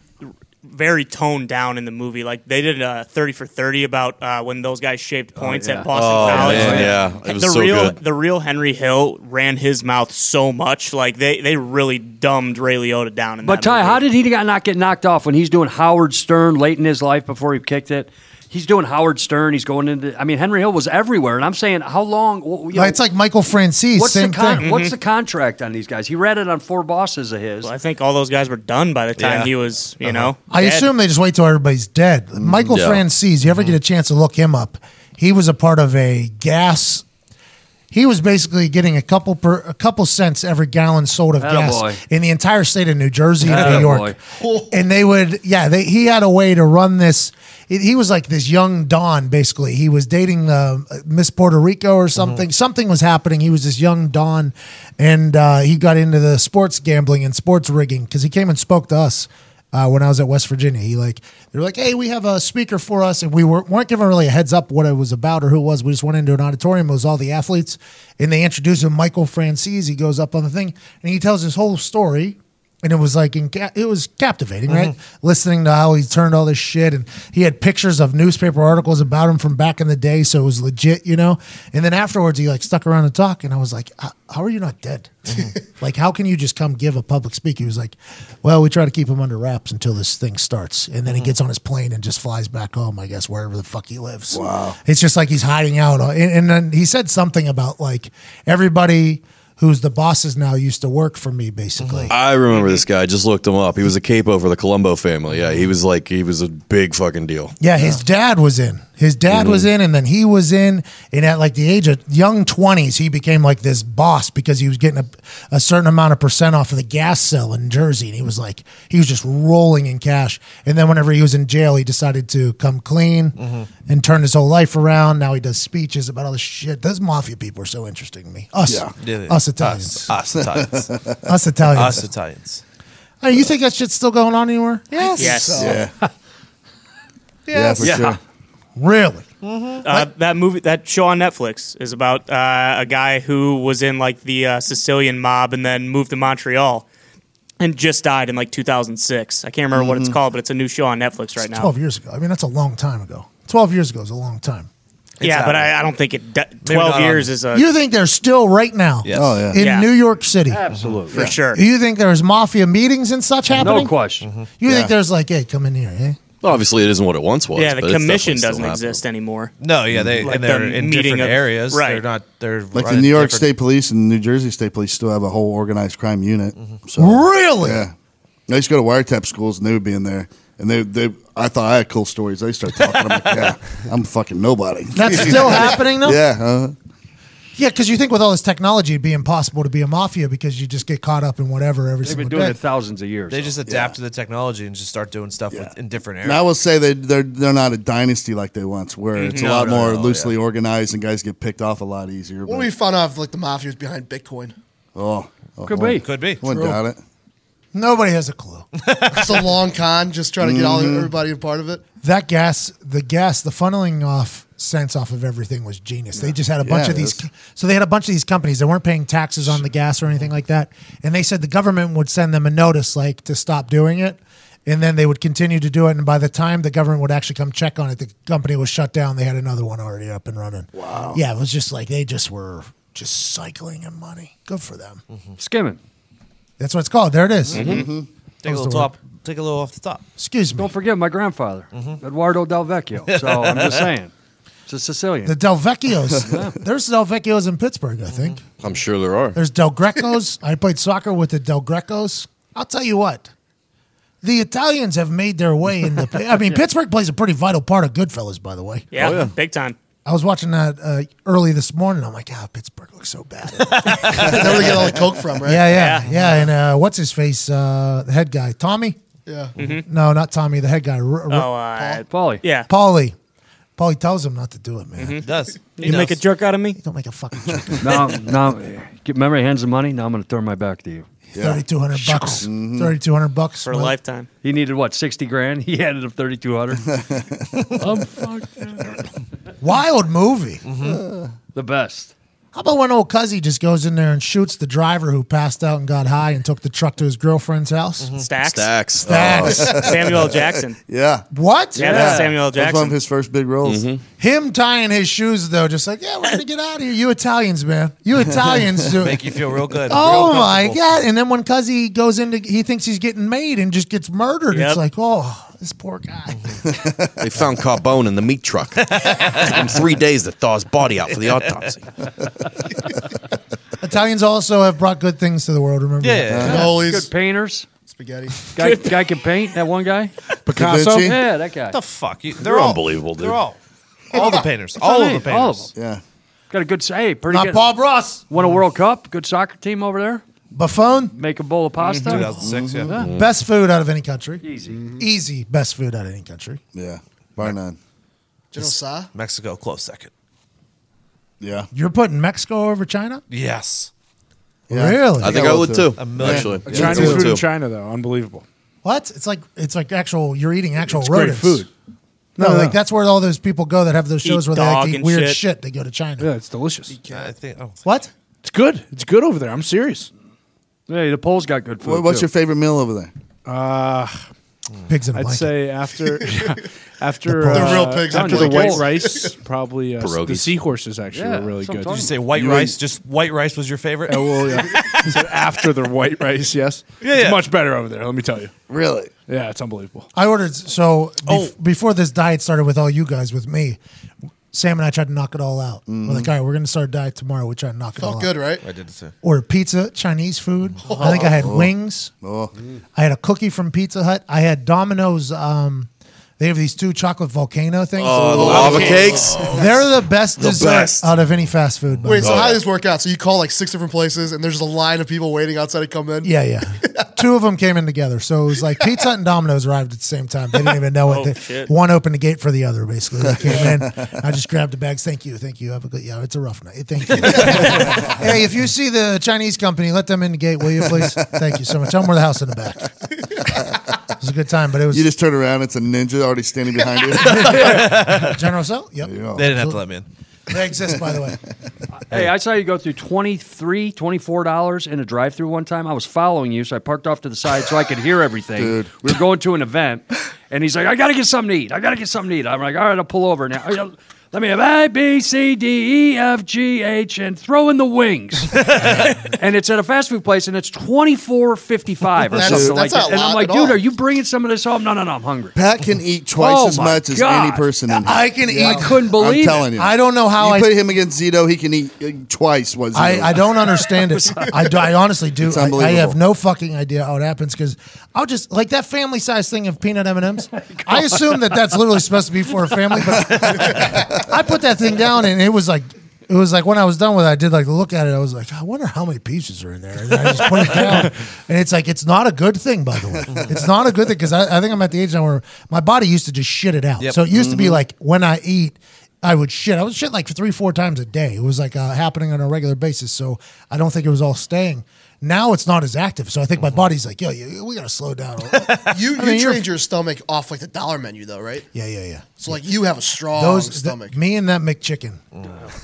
Speaker 9: very toned down in the movie. Like they did a thirty for thirty about uh, when those guys shaved points
Speaker 5: yeah.
Speaker 9: at Boston
Speaker 5: Oh,
Speaker 9: College.
Speaker 5: man, yeah. It was
Speaker 9: the
Speaker 5: so
Speaker 9: real,
Speaker 5: good.
Speaker 9: the real Henry Hill ran his mouth so much. Like they, they really dumbed Ray Liotta down in
Speaker 8: But
Speaker 9: that.
Speaker 8: Ty, how did he got- not get knocked off when he's doing Howard Stern late in his life before he kicked it? He's doing Howard Stern. He's going into. I mean, Henry Hill was everywhere, and I'm saying, how long? w- you
Speaker 1: Like,
Speaker 8: know,
Speaker 1: it's like Michael Francis.
Speaker 8: what's
Speaker 1: same
Speaker 8: the con-
Speaker 1: thing.
Speaker 8: what's the contract on these guys? He read it on four bosses of his.
Speaker 9: Well, I think all those guys were done by the time
Speaker 8: Yeah.
Speaker 9: he was, you know.
Speaker 1: Uh-huh. I
Speaker 9: dead.
Speaker 1: assume they just wait till everybody's dead. Michael
Speaker 9: Mm, Yeah. Mm-hmm.
Speaker 1: Francis, you ever get a chance to look him up? He was a part of a gas. He was basically getting a couple per, a couple cents every gallon sold of
Speaker 8: Attaboy.
Speaker 1: gas in the entire state of New Jersey and
Speaker 8: Oh,
Speaker 1: New York.
Speaker 8: Attaboy.
Speaker 1: And they would, yeah, they, he had a way to run this. He- he was like this young Don, basically. He was dating uh, Miss Puerto Rico or something. Something was happening. He was this young Don, and uh, he got into the sports gambling and sports rigging because he came and spoke to us uh, when I was at West Virginia. He like they were like, "Hey, we have a speaker for us," and we were, weren't given really a heads up what it was about or who it was. We just went into an auditorium. It was all the athletes, and they introduced him, Michael Francis. He goes up on the thing and he tells his whole story. And it was like, in ca- it was captivating, right? Listening to how he turned all this shit, and he had pictures of newspaper articles about him from back in the day, so it was legit, you know. And then afterwards, he like stuck around and talked, and I was like, "How- "How are you not dead? like, how can you just come give a public speak?" He was like, "Well, we try to keep him under wraps until this thing starts, and then he gets on his plane and just flies back home, I guess, wherever the fuck he lives." Wow, it's just like he's hiding out. And, and then he said something about like everybody who's the bosses now used to work for me, basically.
Speaker 5: I remember this guy. I Just looked him up. He was a capo for the Colombo family. Yeah, he was like he was a big fucking deal.
Speaker 1: Yeah, Mm-hmm. his dad was in. His dad was in, and then he was in. And at like the age of young 20s, he became like this boss because he was getting a, a certain amount of percent off of the gas cell in Jersey. And he was like, he was just rolling in cash. And then whenever he was in jail, he decided to come clean and turn his whole life around. Now he does speeches about all this shit. Those mafia people are so interesting to me. Us.
Speaker 4: Yeah. Yeah, yeah.
Speaker 1: Us Italians.
Speaker 4: Us Italians.
Speaker 1: Us Italians.
Speaker 4: Us Italians.
Speaker 1: Hey, you think that shit's still going on anywhere? Yes.
Speaker 9: Yeah.
Speaker 1: Yes. Really?
Speaker 9: Uh, that movie, that show on Netflix is about uh, a guy who was in like the uh, Sicilian mob and then moved to Montreal and just died in like 2006. I can't remember what it's
Speaker 1: Mhm.
Speaker 9: called, but it's a new show on Netflix right now.
Speaker 1: 12 years ago. I mean, that's a long time ago. 12 years ago is a long time.
Speaker 9: yeah, but
Speaker 4: happening.
Speaker 9: I, I don't think it. De-
Speaker 4: Maybe not
Speaker 9: Twelve
Speaker 4: on-
Speaker 9: years is a
Speaker 1: You think they're still right now
Speaker 5: Yes. Oh, yeah.
Speaker 1: in
Speaker 9: Yeah.
Speaker 1: New York City?
Speaker 8: Absolutely.
Speaker 9: for sure.
Speaker 1: You think there's mafia meetings and such happening?
Speaker 8: No question.
Speaker 1: You think there's like, hey, come in here, eh?
Speaker 5: Obviously, it isn't what it once was.
Speaker 9: Yeah, the
Speaker 5: but it's definitely
Speaker 9: commission
Speaker 5: still
Speaker 9: doesn't
Speaker 5: happening.
Speaker 9: exist anymore. Mm-hmm.
Speaker 4: No, yeah, they
Speaker 9: Like
Speaker 4: and they're
Speaker 9: the
Speaker 4: in
Speaker 9: meeting
Speaker 4: different
Speaker 9: of-
Speaker 4: areas.
Speaker 9: right.
Speaker 4: They're not. They're
Speaker 2: Like the
Speaker 4: running
Speaker 2: New York
Speaker 4: different-
Speaker 2: State Police and the New Jersey State Police still have a whole organized crime unit.
Speaker 9: Mm-hmm.
Speaker 2: So,
Speaker 1: Really?
Speaker 2: Yeah. They used to go to wiretap schools and they would be in there. And they, they, I thought I had cool stories. They start talking. I'm like, yeah, I'm fucking nobody.
Speaker 1: That's still happening though.
Speaker 2: yeah. Uh,
Speaker 1: Yeah, because you think with all this technology, it'd be impossible to be a mafia because you just get caught up in whatever every
Speaker 8: They've
Speaker 1: single
Speaker 8: been doing
Speaker 1: day.
Speaker 8: it thousands of years.
Speaker 4: They just adapt to the technology and just start doing stuff with, in different areas.
Speaker 2: and I will say they, they're they're not a dynasty like they once were.
Speaker 9: Mm-hmm.
Speaker 2: It's a
Speaker 4: No,
Speaker 2: lot
Speaker 4: no,
Speaker 2: more
Speaker 4: no,
Speaker 2: loosely organized, and guys get picked off a lot easier.
Speaker 6: What
Speaker 2: but-
Speaker 6: do we found out if like the mafia was behind Bitcoin?
Speaker 2: oh, oh,
Speaker 8: Could
Speaker 2: well,
Speaker 8: be.
Speaker 4: Could be.
Speaker 2: Wouldn't doubt it.
Speaker 9: Mm-hmm.
Speaker 1: Nobody has a clue. Mm-hmm.
Speaker 6: It's a long con, just trying to get all everybody a part of it.
Speaker 1: that gas, the gas, the funneling off sense off of everything was genius. They just had a bunch
Speaker 2: Yeah,
Speaker 1: of these.
Speaker 2: that's-
Speaker 1: So they had a bunch of these companies that weren't paying taxes on the gas or anything like that, and they said the government would send them a notice like to stop doing it, and then they would continue to do it. And by the time the government would actually come check on it, the company was shut down. They had another one already up and running.
Speaker 6: Oh.
Speaker 1: Wow. Yeah, it was just like they just were just cycling in money. Good for them. Mm-hmm.
Speaker 8: skimming.
Speaker 1: That's what it's called. There it is.
Speaker 8: Mm-hmm.
Speaker 1: Mm-hmm.
Speaker 4: Take a
Speaker 1: That was
Speaker 4: little
Speaker 1: the word.
Speaker 4: top. Take a little off the top.
Speaker 1: Excuse me.
Speaker 8: Don't forget my grandfather,
Speaker 9: Mm-hmm.
Speaker 8: Eduardo Del Vecchio. So I'm just saying, it's a Sicilian.
Speaker 1: The Del Vecchios. There's Del Vecchios in Pittsburgh, I think.
Speaker 9: Mm-hmm.
Speaker 5: I'm sure there are.
Speaker 1: There's Del Grecos. I played soccer with the Del Grecos. I'll tell you what. The Italians have made their way in the. I mean, Pittsburgh plays a pretty vital part of Goodfellas, by the way.
Speaker 4: Oh,
Speaker 9: Yeah, big time.
Speaker 1: I was watching that uh, early this morning. I'm like, ah, Pittsburgh looks so bad.
Speaker 6: That's where they get all the coke from, right?
Speaker 1: yeah, yeah, yeah, And uh, what's his face? Uh, the head guy, Tommy?
Speaker 6: Yeah.
Speaker 1: No, not Tommy. The head guy, R-
Speaker 9: Mm-hmm. Oh,
Speaker 1: R-
Speaker 9: uh,
Speaker 8: Paulie.
Speaker 9: yeah. Mm-hmm.
Speaker 1: Paulie. Paulie tells him not to do it, man.
Speaker 4: It does.
Speaker 9: You make a jerk out of me.
Speaker 1: Don't make a fucking joke.
Speaker 8: Now, now, get- remember he hands the money. Now I'm going to turn my back to you.
Speaker 1: Thirty-two hundred bucks. Thirty-two hundred bucks
Speaker 9: Mm-hmm. for a
Speaker 1: Well,
Speaker 9: lifetime.
Speaker 8: He needed what, sixty grand? He added up thirty-two hundred. I'm fucked.
Speaker 1: Wild movie.
Speaker 9: Mm-hmm.
Speaker 8: The best.
Speaker 1: How about when old Cuzzy just goes in there and shoots the driver who passed out and got high and took the truck to his girlfriend's house?
Speaker 9: Stacks.
Speaker 4: Oh.
Speaker 5: Stacks.
Speaker 1: That's-
Speaker 9: Samuel L. Jackson.
Speaker 2: Yeah,
Speaker 1: what?
Speaker 9: Yeah, that's Samuel L.
Speaker 2: that's one of
Speaker 9: Jackson.
Speaker 2: his first big roles.
Speaker 1: Him tying his shoes though, just like, yeah, we're gonna get out of here. You Italians, man. You Italians do.
Speaker 4: Make you feel real good.
Speaker 1: Oh
Speaker 4: real
Speaker 1: my
Speaker 4: comfortable.
Speaker 1: god! And then when Cuzzy goes into, he thinks he's getting made and just gets murdered.
Speaker 9: Yep.
Speaker 1: It's like, oh, this poor guy.
Speaker 5: They found Carbone in the meat truck. It took him three days to thaw his body out for the autopsy.
Speaker 1: Italians also have brought good things to the world. Remember?
Speaker 4: Yeah,
Speaker 1: that.
Speaker 4: yeah, yeah.
Speaker 6: Cannolis,
Speaker 8: Good painters.
Speaker 6: spaghetti.
Speaker 8: Guy, guy can paint. That one guy.
Speaker 2: Picasso?
Speaker 8: Yeah, that guy.
Speaker 4: What the fuck? You, they're,
Speaker 5: You're
Speaker 4: all,
Speaker 5: unbelievable, dude.
Speaker 4: They're all. All the painters. all of the painters.
Speaker 8: All of them.
Speaker 2: Yeah,
Speaker 8: Got a good say. Pretty
Speaker 1: Not
Speaker 8: good.
Speaker 1: Paul Bros.
Speaker 8: Won a World Cup. Good soccer team over there.
Speaker 1: Buffon.
Speaker 8: Make a bowl of pasta.
Speaker 4: 2006. Yeah.
Speaker 8: Mm-hmm.
Speaker 1: Best food out of any country.
Speaker 8: Easy.
Speaker 1: Easy. Best food out of any country.
Speaker 2: yeah, bar none.
Speaker 6: General Sa.
Speaker 4: Mexico, close second.
Speaker 2: Yeah,
Speaker 1: You're putting Mexico over China?
Speaker 4: Yes.
Speaker 2: Yeah.
Speaker 1: Really?
Speaker 5: I think I would too.
Speaker 4: A million.
Speaker 5: Actually, Yeah, I
Speaker 3: Chinese
Speaker 5: would,
Speaker 3: food in
Speaker 5: too.
Speaker 3: China, though, unbelievable.
Speaker 1: What? It's like it's like actual. You're eating actual
Speaker 3: It's great
Speaker 1: rodents.
Speaker 3: food.
Speaker 1: No,
Speaker 3: No,
Speaker 1: like
Speaker 3: no.
Speaker 1: that's where all those people go that have those
Speaker 9: Eat
Speaker 1: shows where they like
Speaker 9: dog
Speaker 1: to eat
Speaker 9: and
Speaker 1: weird shit.
Speaker 9: shit.
Speaker 1: They go to China.
Speaker 3: Yeah, it's delicious.
Speaker 4: I think. Oh,
Speaker 1: What?
Speaker 3: It's good. It's good over there. I'm serious.
Speaker 8: Hey, the Poles got good food.
Speaker 2: What, what's
Speaker 8: too.
Speaker 2: your favorite meal over there?
Speaker 3: Uh,
Speaker 1: Pigs in a
Speaker 3: I'd
Speaker 1: blanket.
Speaker 3: say after after
Speaker 1: The
Speaker 3: uh,
Speaker 6: real pigs in
Speaker 3: after
Speaker 6: a
Speaker 3: the white
Speaker 8: blanket.
Speaker 3: rice, probably uh,
Speaker 5: Pierogies.
Speaker 3: the seahorses actually
Speaker 8: Yeah,
Speaker 3: were really
Speaker 8: that's what I'm
Speaker 3: good.
Speaker 8: talking
Speaker 4: Did you say white rice? Just white rice was your favorite?
Speaker 3: Yeah, well, yeah. I said after the white rice, yes.
Speaker 4: Yeah,
Speaker 3: it's
Speaker 4: yeah.
Speaker 3: much better over there. Let me tell you.
Speaker 2: Really?
Speaker 3: Yeah, it's unbelievable.
Speaker 1: I ordered so bef-
Speaker 4: Oh.
Speaker 1: before this diet started with all you guys with me. Sam and I tried to knock it all out. We're like, all right, we're gonna start a diet tomorrow. We try to knock it all
Speaker 6: Mm-hmm. Felt good,
Speaker 1: out.
Speaker 6: right?
Speaker 4: I did too.
Speaker 1: Ordered pizza, Chinese food. I think I had wings.
Speaker 2: Oh,
Speaker 1: I had a cookie from Pizza Hut. I had Domino's. Um, they have these two chocolate volcano things.
Speaker 6: Oh,
Speaker 5: Lava cakes.
Speaker 1: They're the best dessert
Speaker 5: best.
Speaker 1: out of any fast food. by
Speaker 6: Wait,
Speaker 1: the
Speaker 6: so
Speaker 1: way.
Speaker 6: how does this work out? So you call like six different places, and there's just a line of people waiting outside to come in.
Speaker 1: Yeah, yeah. Two of them came in together, so it was like Pizza Hut and Domino's arrived at the same time. They didn't even know it.
Speaker 9: Oh,
Speaker 1: They-
Speaker 9: shit.
Speaker 1: One opened the gate for the other, basically. They came in. I just grabbed the bags. Thank you, thank you. Have a good. Yeah, it's a rough night. Thank you. hey, if you see the Chinese company, let them in the gate, will you, please? Thank you so much. Tell them we're the house in the back. It was a good time, but it was
Speaker 2: you just turn around. It's a ninja already standing behind you.
Speaker 1: General Cell. Yep,
Speaker 2: You know.
Speaker 4: They didn't have to let me in.
Speaker 1: they exist, by the way.
Speaker 8: Hey, I saw you go through $23, $24 in a drive through one time. I was following you, so I parked off to the side so I could hear everything.
Speaker 2: Dude.
Speaker 8: We were going to an event, and he's like, I got to get something to eat. I got to get something to eat. I'm like, all right, I'll pull over now. Let me have A, B, C, D, E, F, G, H, and throw in the wings. and it's at a fast food place, and it's twenty four fifty five or
Speaker 2: That's-
Speaker 8: something
Speaker 2: that's
Speaker 8: like
Speaker 2: not
Speaker 8: that. And
Speaker 2: a
Speaker 8: I'm
Speaker 2: lot
Speaker 8: like,
Speaker 2: at
Speaker 8: dude,
Speaker 2: all.
Speaker 8: are you bringing some of this home? No, no, no, I'm hungry.
Speaker 2: Pat can eat twice
Speaker 8: Oh
Speaker 2: as
Speaker 8: my
Speaker 2: much as
Speaker 8: God.
Speaker 2: any person in here.
Speaker 1: I can
Speaker 8: I
Speaker 1: eat.
Speaker 8: couldn't believe
Speaker 2: I'm telling
Speaker 8: it.
Speaker 2: you.
Speaker 1: I don't know how
Speaker 2: you
Speaker 1: I-
Speaker 2: put him against Zito, he can eat uh, twice what Zito.
Speaker 1: I, I don't understand it. I, do- I honestly do.
Speaker 2: It's
Speaker 1: I, I have
Speaker 2: unbelievable.
Speaker 1: no fucking idea how it happens because I'll just like that family size thing of peanut M and M's. I assume that that's literally supposed to be for a family, but I put that thing down and it was like. It was like when I was done with it, I did like look at it. I was like, I wonder how many pieces are in there. And then I just put it down. And it's like, it's not a good thing, by the way. It's not a good thing because I, I think I'm at the age now where my body used to just shit it out.
Speaker 4: Yep.
Speaker 1: So it used to be like when I eat, I would shit. I would shit like three, four times a day. It was like uh, happening on a regular basis. So I don't think it was all staying. Now it's not as active. So I think my body's like, yo, you, we got to slow down.
Speaker 6: You, you
Speaker 1: mean, you're-
Speaker 6: trained your stomach off like the dollar menu though, right?
Speaker 1: yeah, yeah, yeah.
Speaker 6: So like you have a strong
Speaker 1: Those
Speaker 6: stomach.
Speaker 1: th- me and that McChicken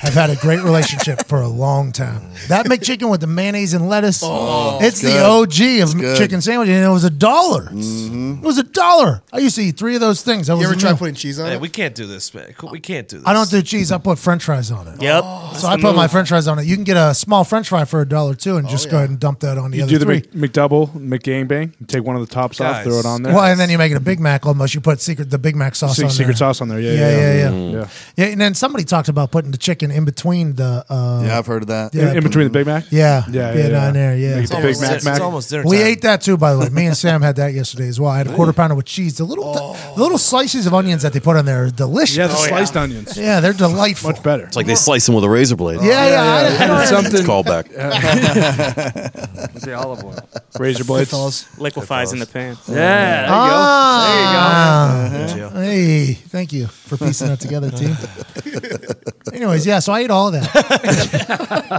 Speaker 1: have had a great relationship for a long time. That McChicken with the mayonnaise and lettuce,
Speaker 6: Oh,
Speaker 1: it's the OG of McChicken sandwich, and it was a dollar. It was a dollar. I used to eat three of those things. I
Speaker 6: Mm-hmm. you
Speaker 1: was
Speaker 6: ever
Speaker 1: a
Speaker 6: try
Speaker 1: meal.
Speaker 6: putting cheese on
Speaker 4: Hey,
Speaker 6: it?
Speaker 4: we can't do this, man. We can't do this.
Speaker 1: I don't do cheese. I put French fries on it.
Speaker 9: Yep.
Speaker 1: So I put my French fries on it. You can get a small French fry for a dollar too,
Speaker 6: Oh,
Speaker 1: and just go ahead and dump that on the
Speaker 3: You
Speaker 1: other
Speaker 3: do the
Speaker 1: three.
Speaker 3: Mc, McDouble, McGangbang, take one of the tops off,
Speaker 4: Guys.
Speaker 3: throw it on there.
Speaker 1: Well, and then you make it a Big Mac almost. You put secret the Big Mac sauce
Speaker 3: Se-
Speaker 1: on
Speaker 3: secret
Speaker 1: there.
Speaker 3: sauce on there. Yeah,
Speaker 1: Yeah,
Speaker 3: yeah, Mm.
Speaker 1: yeah, yeah.
Speaker 3: Yeah.
Speaker 1: Yeah, and then somebody talked about putting the chicken in between the. Uh,
Speaker 2: yeah, I've heard of that.
Speaker 1: Yeah.
Speaker 3: In, in between the Big Mac.
Speaker 1: Yeah, uh,
Speaker 3: Yeah,
Speaker 1: yeah,
Speaker 3: yeah,
Speaker 1: down
Speaker 3: yeah.
Speaker 1: there, yeah.
Speaker 3: Make it
Speaker 1: It's
Speaker 3: the
Speaker 6: almost
Speaker 3: Big Mac
Speaker 4: it's,
Speaker 3: Mac.
Speaker 4: it's almost dinner
Speaker 1: We
Speaker 4: time.
Speaker 1: ate that too, by the way. Me and Sam had that yesterday as well. I had a quarter pounder with cheese. The little, the little slices of onions that they put on there are delicious. Oh,
Speaker 5: Oh,
Speaker 3: Yeah, the
Speaker 9: yeah.
Speaker 3: sliced onions.
Speaker 1: Yeah, they're delightful.
Speaker 3: Much better.
Speaker 5: It's like they slice him with a razor blade.
Speaker 1: Yeah, yeah. I- I don't-
Speaker 5: It's
Speaker 3: It's something.
Speaker 5: callback.
Speaker 8: It's the olive oil.
Speaker 3: Razor blades.
Speaker 9: Liquefies in the pan.
Speaker 8: Yeah.
Speaker 1: Ah,
Speaker 4: go.
Speaker 1: Hey, thank you for piecing that together, team. Anyways, yeah. So I ate all of that.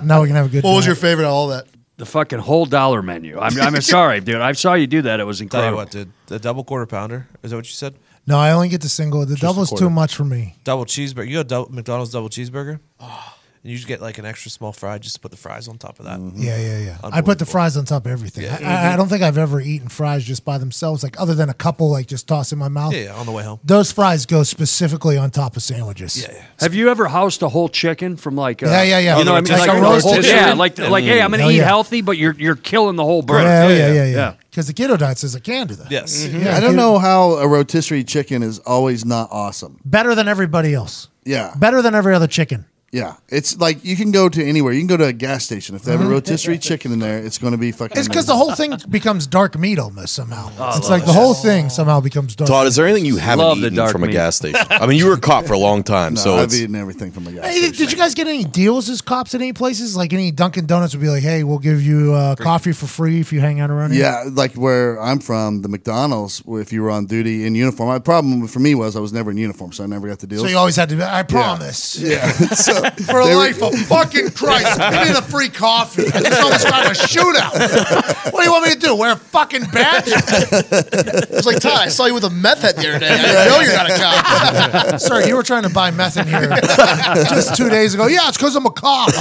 Speaker 1: now we can have a good.
Speaker 6: What was
Speaker 1: night.
Speaker 6: your favorite out of all that?
Speaker 8: The fucking whole dollar menu. I'm, I'm sorry, dude. I saw you do that. It was
Speaker 4: Tell you
Speaker 8: incredible.
Speaker 4: what, dude. The double quarter pounder. Is that what you said?
Speaker 1: No, I only get the single. The double's
Speaker 5: quarter.
Speaker 1: too much for me. Oh.
Speaker 4: Double cheeseburger. You go double, McDonald's double cheeseburger. And you just get like an extra small fry just to put the fries on top of that.
Speaker 1: Yeah, yeah, yeah. I put the
Speaker 4: Unbelievable.
Speaker 1: fries on top of everything. I, I, I don't think I've ever eaten fries just by themselves, like other than a couple, like just toss in my mouth.
Speaker 4: Yeah, yeah, on the way home.
Speaker 1: Those fries go specifically on top of sandwiches.
Speaker 4: Yeah, yeah.
Speaker 8: Have you ever housed a whole chicken from like a,
Speaker 1: Yeah, yeah, yeah.
Speaker 8: You know, what I
Speaker 1: Like
Speaker 8: mean,
Speaker 1: a
Speaker 8: like, a
Speaker 1: roast
Speaker 8: whole,
Speaker 1: chicken?
Speaker 8: yeah, like like hey, I'm gonna
Speaker 1: Hell
Speaker 8: eat
Speaker 1: yeah.
Speaker 8: healthy, but you're you're killing the whole bird.
Speaker 1: Yeah, yeah, yeah, yeah.
Speaker 8: yeah.
Speaker 1: Because the keto diet's is a can do that.
Speaker 4: Yes.
Speaker 1: Yeah,
Speaker 2: I don't
Speaker 1: keto-
Speaker 2: know how a rotisserie chicken is always not awesome.
Speaker 1: Better than everybody else.
Speaker 2: Yeah.
Speaker 1: Better than every other chicken.
Speaker 2: Yeah. It's like you can go to anywhere. You can go to a gas station. If they have a rotisserie chicken in there, it's going to be fucking.
Speaker 1: Mm-hmm. It's because the
Speaker 2: amazing.
Speaker 1: whole thing becomes dark meat almost somehow.
Speaker 4: Oh,
Speaker 1: it's like the whole thing somehow becomes dark.
Speaker 5: Todd, is there anything you haven't
Speaker 8: Love the
Speaker 5: eaten
Speaker 8: dark
Speaker 5: from a
Speaker 8: meat.
Speaker 5: gas station? I mean, you were caught for a long time,
Speaker 2: No,
Speaker 5: so
Speaker 2: I've
Speaker 5: it's,
Speaker 2: eaten everything from a gas
Speaker 1: Hey,
Speaker 2: station.
Speaker 1: did you guys get any deals as cops at any places? Like any Dunkin' Donuts would be like, "Hey, we'll give you uh, coffee for free if you hang out around here."
Speaker 2: Yeah, like where I'm from, the McDonald's. If you were on duty in uniform, my problem for me was I was never in uniform, so I never got the deals.
Speaker 1: So you always had to. be, I promise.
Speaker 2: yeah, so
Speaker 1: For
Speaker 2: They were-
Speaker 1: life of fucking Christ, give me the free coffee. It's almost kind of a shootout. What do you want me to do? Wear a fucking badge?
Speaker 6: It's like Todd, I saw you with a meth head the other day. I know you're not a cop.
Speaker 1: Sir, you were trying to buy meth in here just two days ago. Yeah, it's because I'm a cop.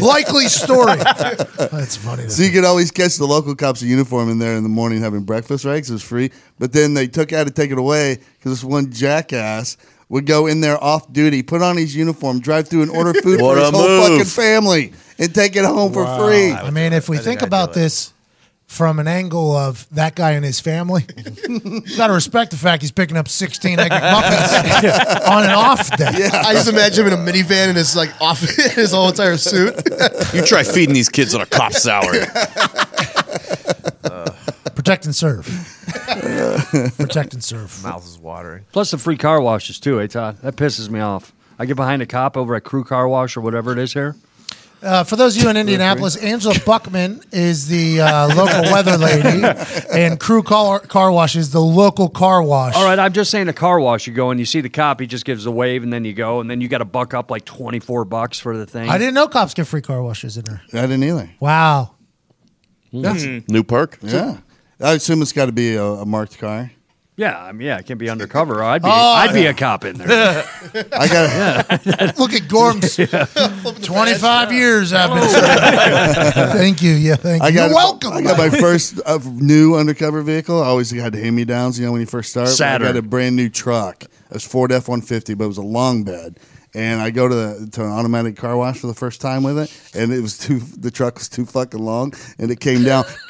Speaker 1: Likely story. That's funny.
Speaker 2: so you could always catch the local cops in uniform in there in the morning having breakfast, right? 'Cause it was free. But then they took out to take it away because this one jackass would go in there off duty, put on his uniform, drive through and order food
Speaker 5: What
Speaker 2: for his
Speaker 5: a
Speaker 2: whole
Speaker 5: move.
Speaker 2: fucking family, and take it home for free.
Speaker 1: I mean, if we think,
Speaker 4: I'd do
Speaker 1: about
Speaker 4: it.
Speaker 1: this from an angle of that guy and his family, you got to respect the fact he's picking up 16 egg McMuffins on an off day.
Speaker 6: I just imagine him in a minivan in his like off his whole entire suit.
Speaker 5: you try feeding these kids on a cop salary.
Speaker 1: Protect and serve. Protect and serve.
Speaker 4: Mouth is watering.
Speaker 8: Plus the free car washes too, eh, Todd? That pisses me off. I get behind a cop over at Crew Car Wash or whatever it is here.
Speaker 1: Uh, for those of you in Indianapolis, Angela Buckman is the uh, local weather lady, and Crew Car, car Wash is the local car wash.
Speaker 8: All right, I'm just saying a car wash. You go and you see the cop. He just gives a wave, and then you go, and then you got to buck up like 24 bucks for the
Speaker 2: Oh.
Speaker 8: thing.
Speaker 1: I didn't know cops get free car washes in there.
Speaker 2: I didn't either. Mm-hmm.
Speaker 1: Wow.
Speaker 5: New perk.
Speaker 2: Yeah, I assume it's got to be a, a marked car.
Speaker 8: Yeah, I mean, yeah, I can't be undercover. or
Speaker 1: Oh,
Speaker 8: I'd be, I'd be a cop in there.
Speaker 2: I got
Speaker 1: Look at Gorms. 25 years I've been Thank you. Yeah, thank you.
Speaker 2: Oh. I got
Speaker 1: You're welcome.
Speaker 2: I got my first uh, new undercover vehicle. I always had hand me downs. You know when you first start.
Speaker 8: Saturn.
Speaker 2: I got a brand new truck. It was Ford F one fifty, but it was a long bed. And I go to the to an automatic car wash for the first time with it, and it was too the truck was too fucking long, and it came down.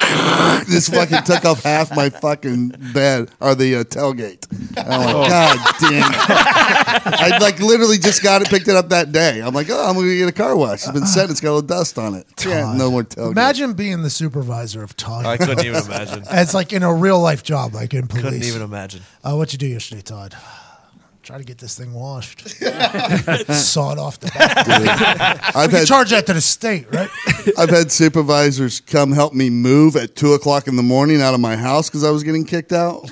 Speaker 2: this fucking took off half my fucking bed or the uh, tailgate. I'm like, God damn! it." I like literally just got it, picked it up that day. I'm like, oh, I'm gonna get a car wash. It's been set. It's got a little dust on it. Yeah, no more tailgate.
Speaker 1: Imagine being the supervisor of Todd.
Speaker 4: I couldn't even imagine.
Speaker 1: It's like in a real life job, like in police.
Speaker 4: Couldn't even imagine.
Speaker 1: Uh, what you do yesterday, Todd? Try to get this thing washed. Sawed off the back.
Speaker 2: I've
Speaker 1: We can
Speaker 2: had
Speaker 1: charge that to the state, right?
Speaker 2: I've had supervisors come help me move at two o'clock in the morning out of my house because I was getting kicked out.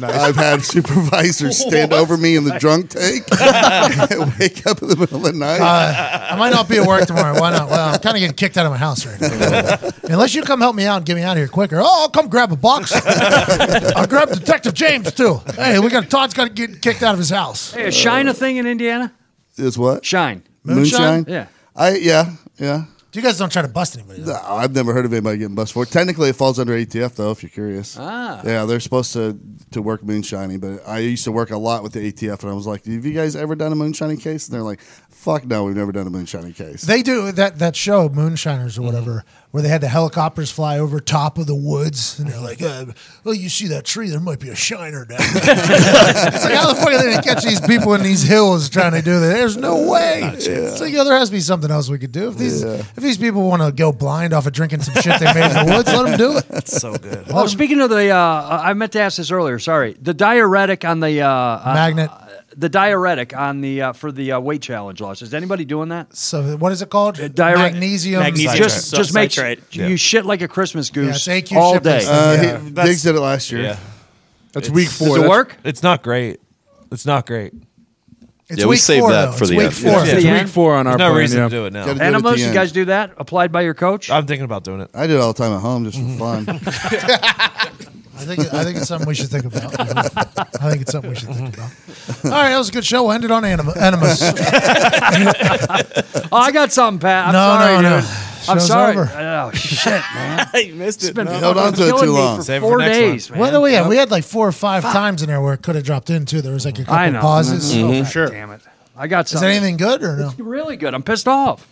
Speaker 2: I've had supervisors stand over me in the drunk tank, wake up in the middle of the night.
Speaker 1: Uh, I might not be at work tomorrow. Why not? Well, I'm kind of getting kicked out of my house right now. Unless you come help me out and get me out of here quicker. Oh, I'll come grab a box. I'll grab Detective James too. Hey, we got Todd's got to get kicked out of his house.
Speaker 8: hey, is Shine a thing in Indiana?
Speaker 2: is what
Speaker 8: Shine.
Speaker 1: Moonshine?
Speaker 8: Yeah.
Speaker 2: I yeah yeah.
Speaker 1: You guys don't try to bust anybody. Though.
Speaker 2: No, I've never heard of anybody getting busted for. it. Technically, it falls under ATF though. If you're curious, ah. yeah, they're supposed to to work moonshining. But I used to work a lot with the ATF, and I was like, "Have you guys ever done a moonshining case?" And they're like, "Fuck no, we've never done a moonshining case."
Speaker 1: They do that that show Moonshiners or
Speaker 4: Mm-hmm.
Speaker 1: whatever, where they had the helicopters fly over top of the woods, and they're like, uh, "Well, you see that tree? There might be a shiner down." there." it's like how the fuck are they gonna catch these people in these hills trying to do that? There's no way. It's like, yo, there has to be something else we could do. If these if these people want to go blind off of drinking some shit they made in the woods, let them do it.
Speaker 4: It's so good.
Speaker 1: Um,
Speaker 8: Oh, speaking of the, uh, I meant to ask this earlier. Sorry, the diuretic on the uh, uh,
Speaker 1: Magnet.
Speaker 8: the diuretic on the uh, for the uh, weight challenge loss. Is anybody doing that?
Speaker 1: So what is it called?
Speaker 8: dire-
Speaker 1: magnesium.
Speaker 9: Magnesium.
Speaker 1: citrate.
Speaker 8: Uh, Just
Speaker 9: Citrate.
Speaker 8: just make
Speaker 9: Citrate.
Speaker 8: you shit like a Christmas goose
Speaker 1: it's AQ
Speaker 8: all
Speaker 1: shipments.
Speaker 8: day.
Speaker 2: Uh,
Speaker 1: Yeah.
Speaker 2: he, Diggs did it last year.
Speaker 4: Yeah.
Speaker 3: That's week four.
Speaker 8: Does it
Speaker 3: That's-
Speaker 8: work?
Speaker 4: It's not great. It's not great.
Speaker 1: It's
Speaker 5: Yeah, we
Speaker 1: week
Speaker 5: saved
Speaker 1: four,
Speaker 5: that
Speaker 1: though.
Speaker 5: for
Speaker 1: It's
Speaker 5: the
Speaker 1: week
Speaker 5: end.
Speaker 1: four.
Speaker 8: Yeah.
Speaker 3: It's
Speaker 8: Yeah.
Speaker 3: week four on our
Speaker 4: There's no
Speaker 3: plan,
Speaker 4: reason
Speaker 3: yeah.
Speaker 4: to do it now.
Speaker 2: Gotta do it at
Speaker 8: Animals,
Speaker 2: the
Speaker 8: you
Speaker 2: end.
Speaker 8: guys do that? Applied by your coach?
Speaker 4: I'm thinking about doing it. Mm-hmm.
Speaker 2: I do it all the time at home just for fun.
Speaker 1: I think I think it's something we should think about. I think it's something we should
Speaker 6: Mm-hmm.
Speaker 1: think about. All right, that was a good show. We'll end it on anima, enemas.
Speaker 8: oh, I got something, Pat. I'm
Speaker 1: No, no,
Speaker 8: sorry,
Speaker 1: no.
Speaker 8: dude. I'm
Speaker 1: Show's
Speaker 8: sorry.
Speaker 1: over.
Speaker 8: Oh shit!
Speaker 9: I missed it.
Speaker 8: It's been
Speaker 9: No.
Speaker 2: held on to it
Speaker 8: fucking killing
Speaker 2: too
Speaker 8: me
Speaker 2: long.
Speaker 8: for
Speaker 4: Save it for
Speaker 8: four
Speaker 4: next one.
Speaker 8: days, man.
Speaker 1: What do we have? oh, We had like four or five times in there where it could have dropped in too. There was like a
Speaker 8: I
Speaker 1: couple
Speaker 8: know.
Speaker 1: pauses.
Speaker 8: Oh, for sure. Damn it! I got
Speaker 1: Is
Speaker 8: something.
Speaker 1: that anything good or no?
Speaker 8: really good? I'm pissed off.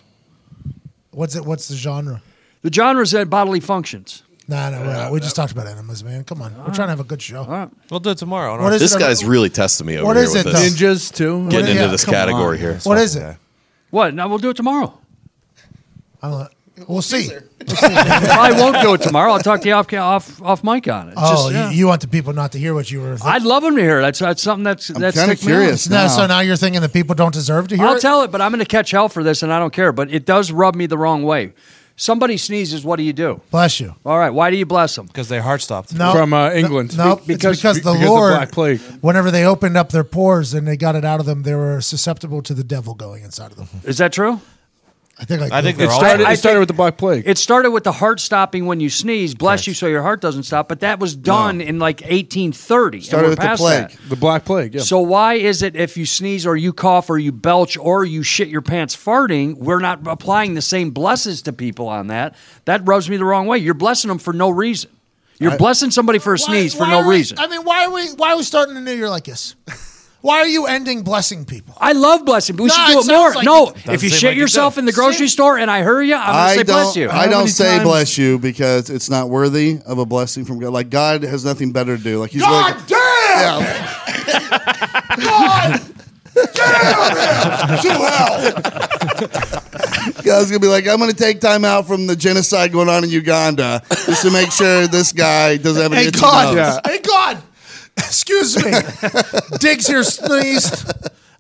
Speaker 1: What's it? What's the genre?
Speaker 8: The genre's at bodily functions.
Speaker 1: Nah, no, we're not. we just talked about enemas, man. Come on, we're trying to have a good show.
Speaker 4: We'll do it tomorrow. On
Speaker 1: What
Speaker 4: our-
Speaker 1: is
Speaker 5: This
Speaker 1: it?
Speaker 5: guy's really testing me over
Speaker 1: What
Speaker 5: here
Speaker 1: is
Speaker 5: with
Speaker 1: it,
Speaker 5: this.
Speaker 1: though?
Speaker 3: Ninjas too.
Speaker 5: Getting
Speaker 1: Yeah,
Speaker 5: into this
Speaker 1: come
Speaker 5: category here.
Speaker 1: What is it?
Speaker 8: What? No, we'll do it tomorrow.
Speaker 1: I don't know. We'll see.
Speaker 8: I won't do it tomorrow. I'll talk to you off off off mic on it. It's
Speaker 1: Oh,
Speaker 8: just- yeah.
Speaker 1: you, you want the people not to hear what you were? Thinking.
Speaker 8: I'd love them to hear. it. That's that's something that's that's
Speaker 2: kinda
Speaker 8: sticking me out.
Speaker 2: curious.
Speaker 1: No,
Speaker 2: No.
Speaker 1: so now you're thinking that people don't deserve to hear
Speaker 8: I'll
Speaker 1: it?
Speaker 8: tell it, but I'm going to catch hell for this, and I don't care. But it does rub me the wrong way. Somebody sneezes. What do you do?
Speaker 1: Bless you.
Speaker 8: All right. Why do you bless them?
Speaker 4: Because they heart stopped.
Speaker 1: No,
Speaker 3: From, uh, England.
Speaker 1: No, nope.
Speaker 8: Because-
Speaker 1: it's because the
Speaker 3: because of
Speaker 1: Lord,
Speaker 3: Black Plague.
Speaker 1: whenever they opened up their pores and they got it out of them, they were susceptible to the devil going inside of them.
Speaker 8: Is that true?
Speaker 1: I think. Like
Speaker 4: I think
Speaker 1: Google-
Speaker 4: they're all.
Speaker 3: Started,
Speaker 8: I- I
Speaker 3: it started
Speaker 8: think-
Speaker 3: with the Black Plague.
Speaker 8: It started with the heart stopping when you sneeze. Bless you, so your heart doesn't stop. But that was done in like 1830. and
Speaker 2: Started
Speaker 8: we're
Speaker 2: with the
Speaker 8: past
Speaker 2: plague.
Speaker 8: that.
Speaker 3: the Black Plague. Yeah.
Speaker 8: So why is it if you sneeze or you cough or you belch or you shit your pants farting, we're not applying the same blesses to people on that? That rubs me the wrong way. You're blessing them for no reason. You're blessing somebody for a sneeze for
Speaker 1: why
Speaker 8: no
Speaker 1: are we-
Speaker 8: reason.
Speaker 1: I mean, why are we? Why are we starting a new year like this? Why are you ending blessing people?
Speaker 8: I love blessing, but we
Speaker 1: No,
Speaker 8: should
Speaker 1: it
Speaker 8: do it
Speaker 1: sounds
Speaker 8: more.
Speaker 1: like
Speaker 8: no,
Speaker 1: it.
Speaker 8: if
Speaker 4: Doesn't
Speaker 8: you
Speaker 4: seem
Speaker 8: shit
Speaker 4: like it
Speaker 8: yourself
Speaker 4: does.
Speaker 8: in the grocery store and I hurry you, I'm gonna
Speaker 2: I
Speaker 8: say
Speaker 2: don't,
Speaker 8: bless you.
Speaker 2: I
Speaker 10: How
Speaker 2: don't
Speaker 10: many
Speaker 2: say
Speaker 10: times-
Speaker 2: bless you because it's not worthy of a blessing from God. Like God has nothing better to do. Like he's
Speaker 1: God
Speaker 2: like,
Speaker 1: damn!
Speaker 2: God's gonna be like, I'm gonna take time out from the genocide going on in Uganda just to make sure this guy doesn't have any.
Speaker 1: Hey
Speaker 2: itchy
Speaker 1: God!
Speaker 2: nose."
Speaker 1: Hey God! Excuse me. Diggs here sneezed.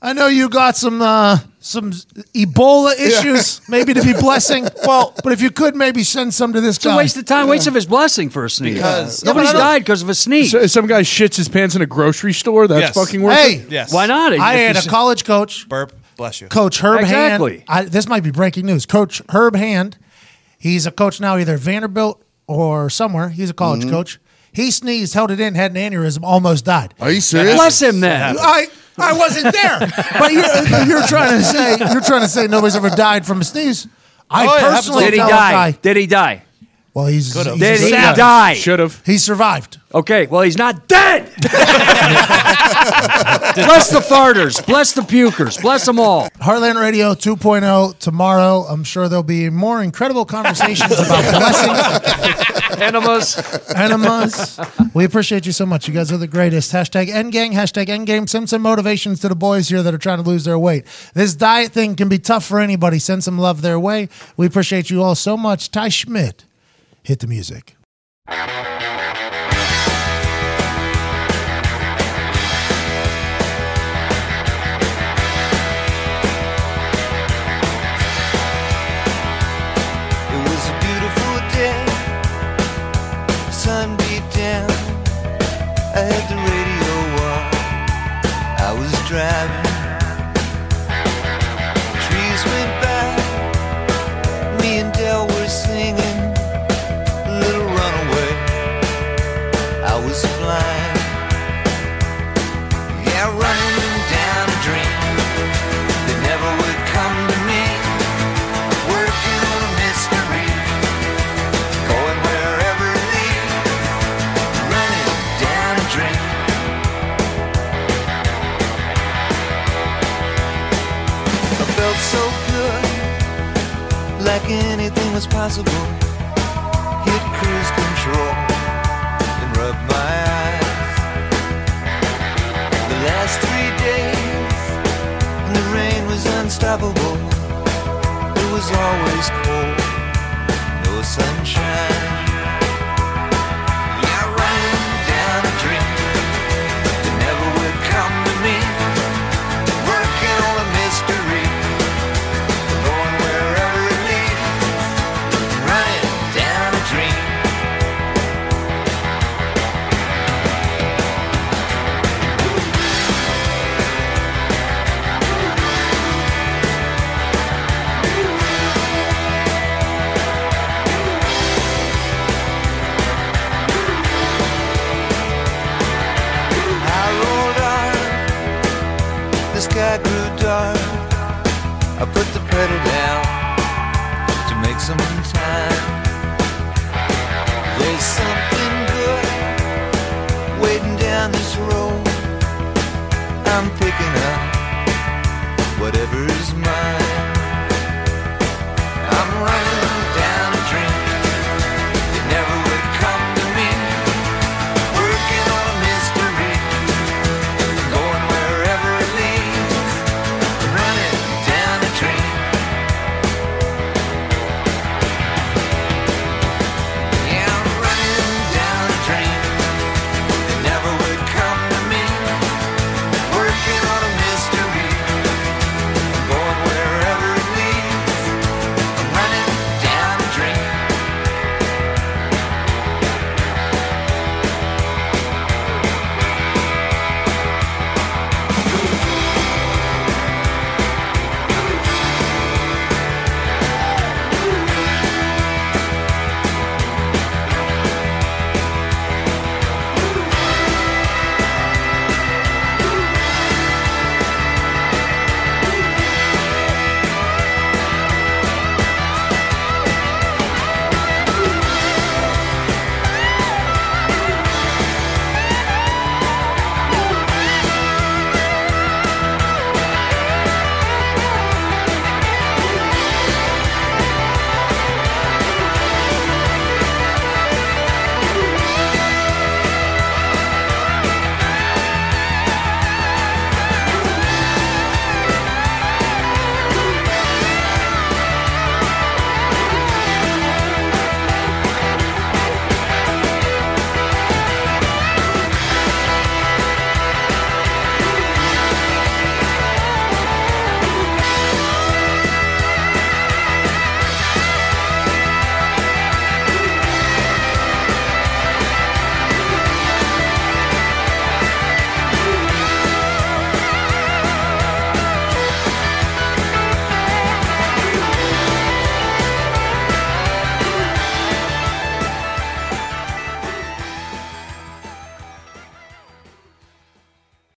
Speaker 1: I know you got some uh, some Ebola issues, maybe to be blessing. Well, but if you could maybe send some to this
Speaker 8: It's a
Speaker 1: guy.
Speaker 8: waste of time, waste of his blessing for a sneeze.
Speaker 2: Because-
Speaker 8: Nobody
Speaker 1: Yeah, but I don't-
Speaker 8: died because of a sneeze.
Speaker 3: So if some guy shits his pants in a grocery store. That's
Speaker 4: Yes.
Speaker 3: fucking worth it.
Speaker 1: hey,
Speaker 4: Yes.
Speaker 8: Why not?
Speaker 1: I
Speaker 8: If you
Speaker 1: had a
Speaker 8: should-
Speaker 1: college coach,
Speaker 4: Burp. Bless you.
Speaker 1: Coach Herb
Speaker 8: Exactly.
Speaker 1: Hand. I, this might be breaking news. Coach
Speaker 2: Mm-hmm.
Speaker 1: Herb Hand, he's a coach now, either at Vanderbilt or somewhere. He's a college coach. He sneezed, held it in, had an aneurysm, almost died.
Speaker 2: Are you serious?
Speaker 8: Bless him then.
Speaker 1: I I wasn't there. but you're, you're trying to say you're trying to say nobody's ever died from a sneeze. I
Speaker 4: Oh, yeah,
Speaker 1: personally
Speaker 8: Did he
Speaker 1: tell
Speaker 8: die?
Speaker 1: a guy.
Speaker 8: Did he die?
Speaker 1: Well, he's, he's
Speaker 8: Did he
Speaker 1: survived.
Speaker 8: die?
Speaker 3: Should have.
Speaker 1: He survived.
Speaker 8: Okay, well, he's not dead. bless the farters. Bless the pukers. Bless them all.
Speaker 1: Heartland Radio 2.0 tomorrow. I'm sure there'll be more incredible conversations about blessings,
Speaker 8: Enemas.
Speaker 1: enemas. We appreciate you so much. You guys are the greatest. Hashtag endgang, hashtag endgame. Send some motivations to the boys here that are trying to lose their weight. This diet thing can be tough for anybody. Send some love their way. We appreciate you all so much. Ty Schmidt, hit the music.
Speaker 7: It was a beautiful day. Sun beat down. I had the radio on. I was driving. Trees went by. Me and Dell were singing. Little runaway. I was flying. Yeah, running down a dream that never would come to me. Working on a mystery, going wherever it leads, running down a dream. I felt so good, like anything was possible. Hit cruise control and rub my eyes. The last three days, the rain was unstoppable. It was always cold, no sunshine. Yeah, running down a dream that never would come to me. Working on a mystery, going wherever it leads. Running down a dream. I rolled on. The sky grew dark. I put the pedal down to make some time. There's something good waiting down this road. I'm picking up whatever is mine.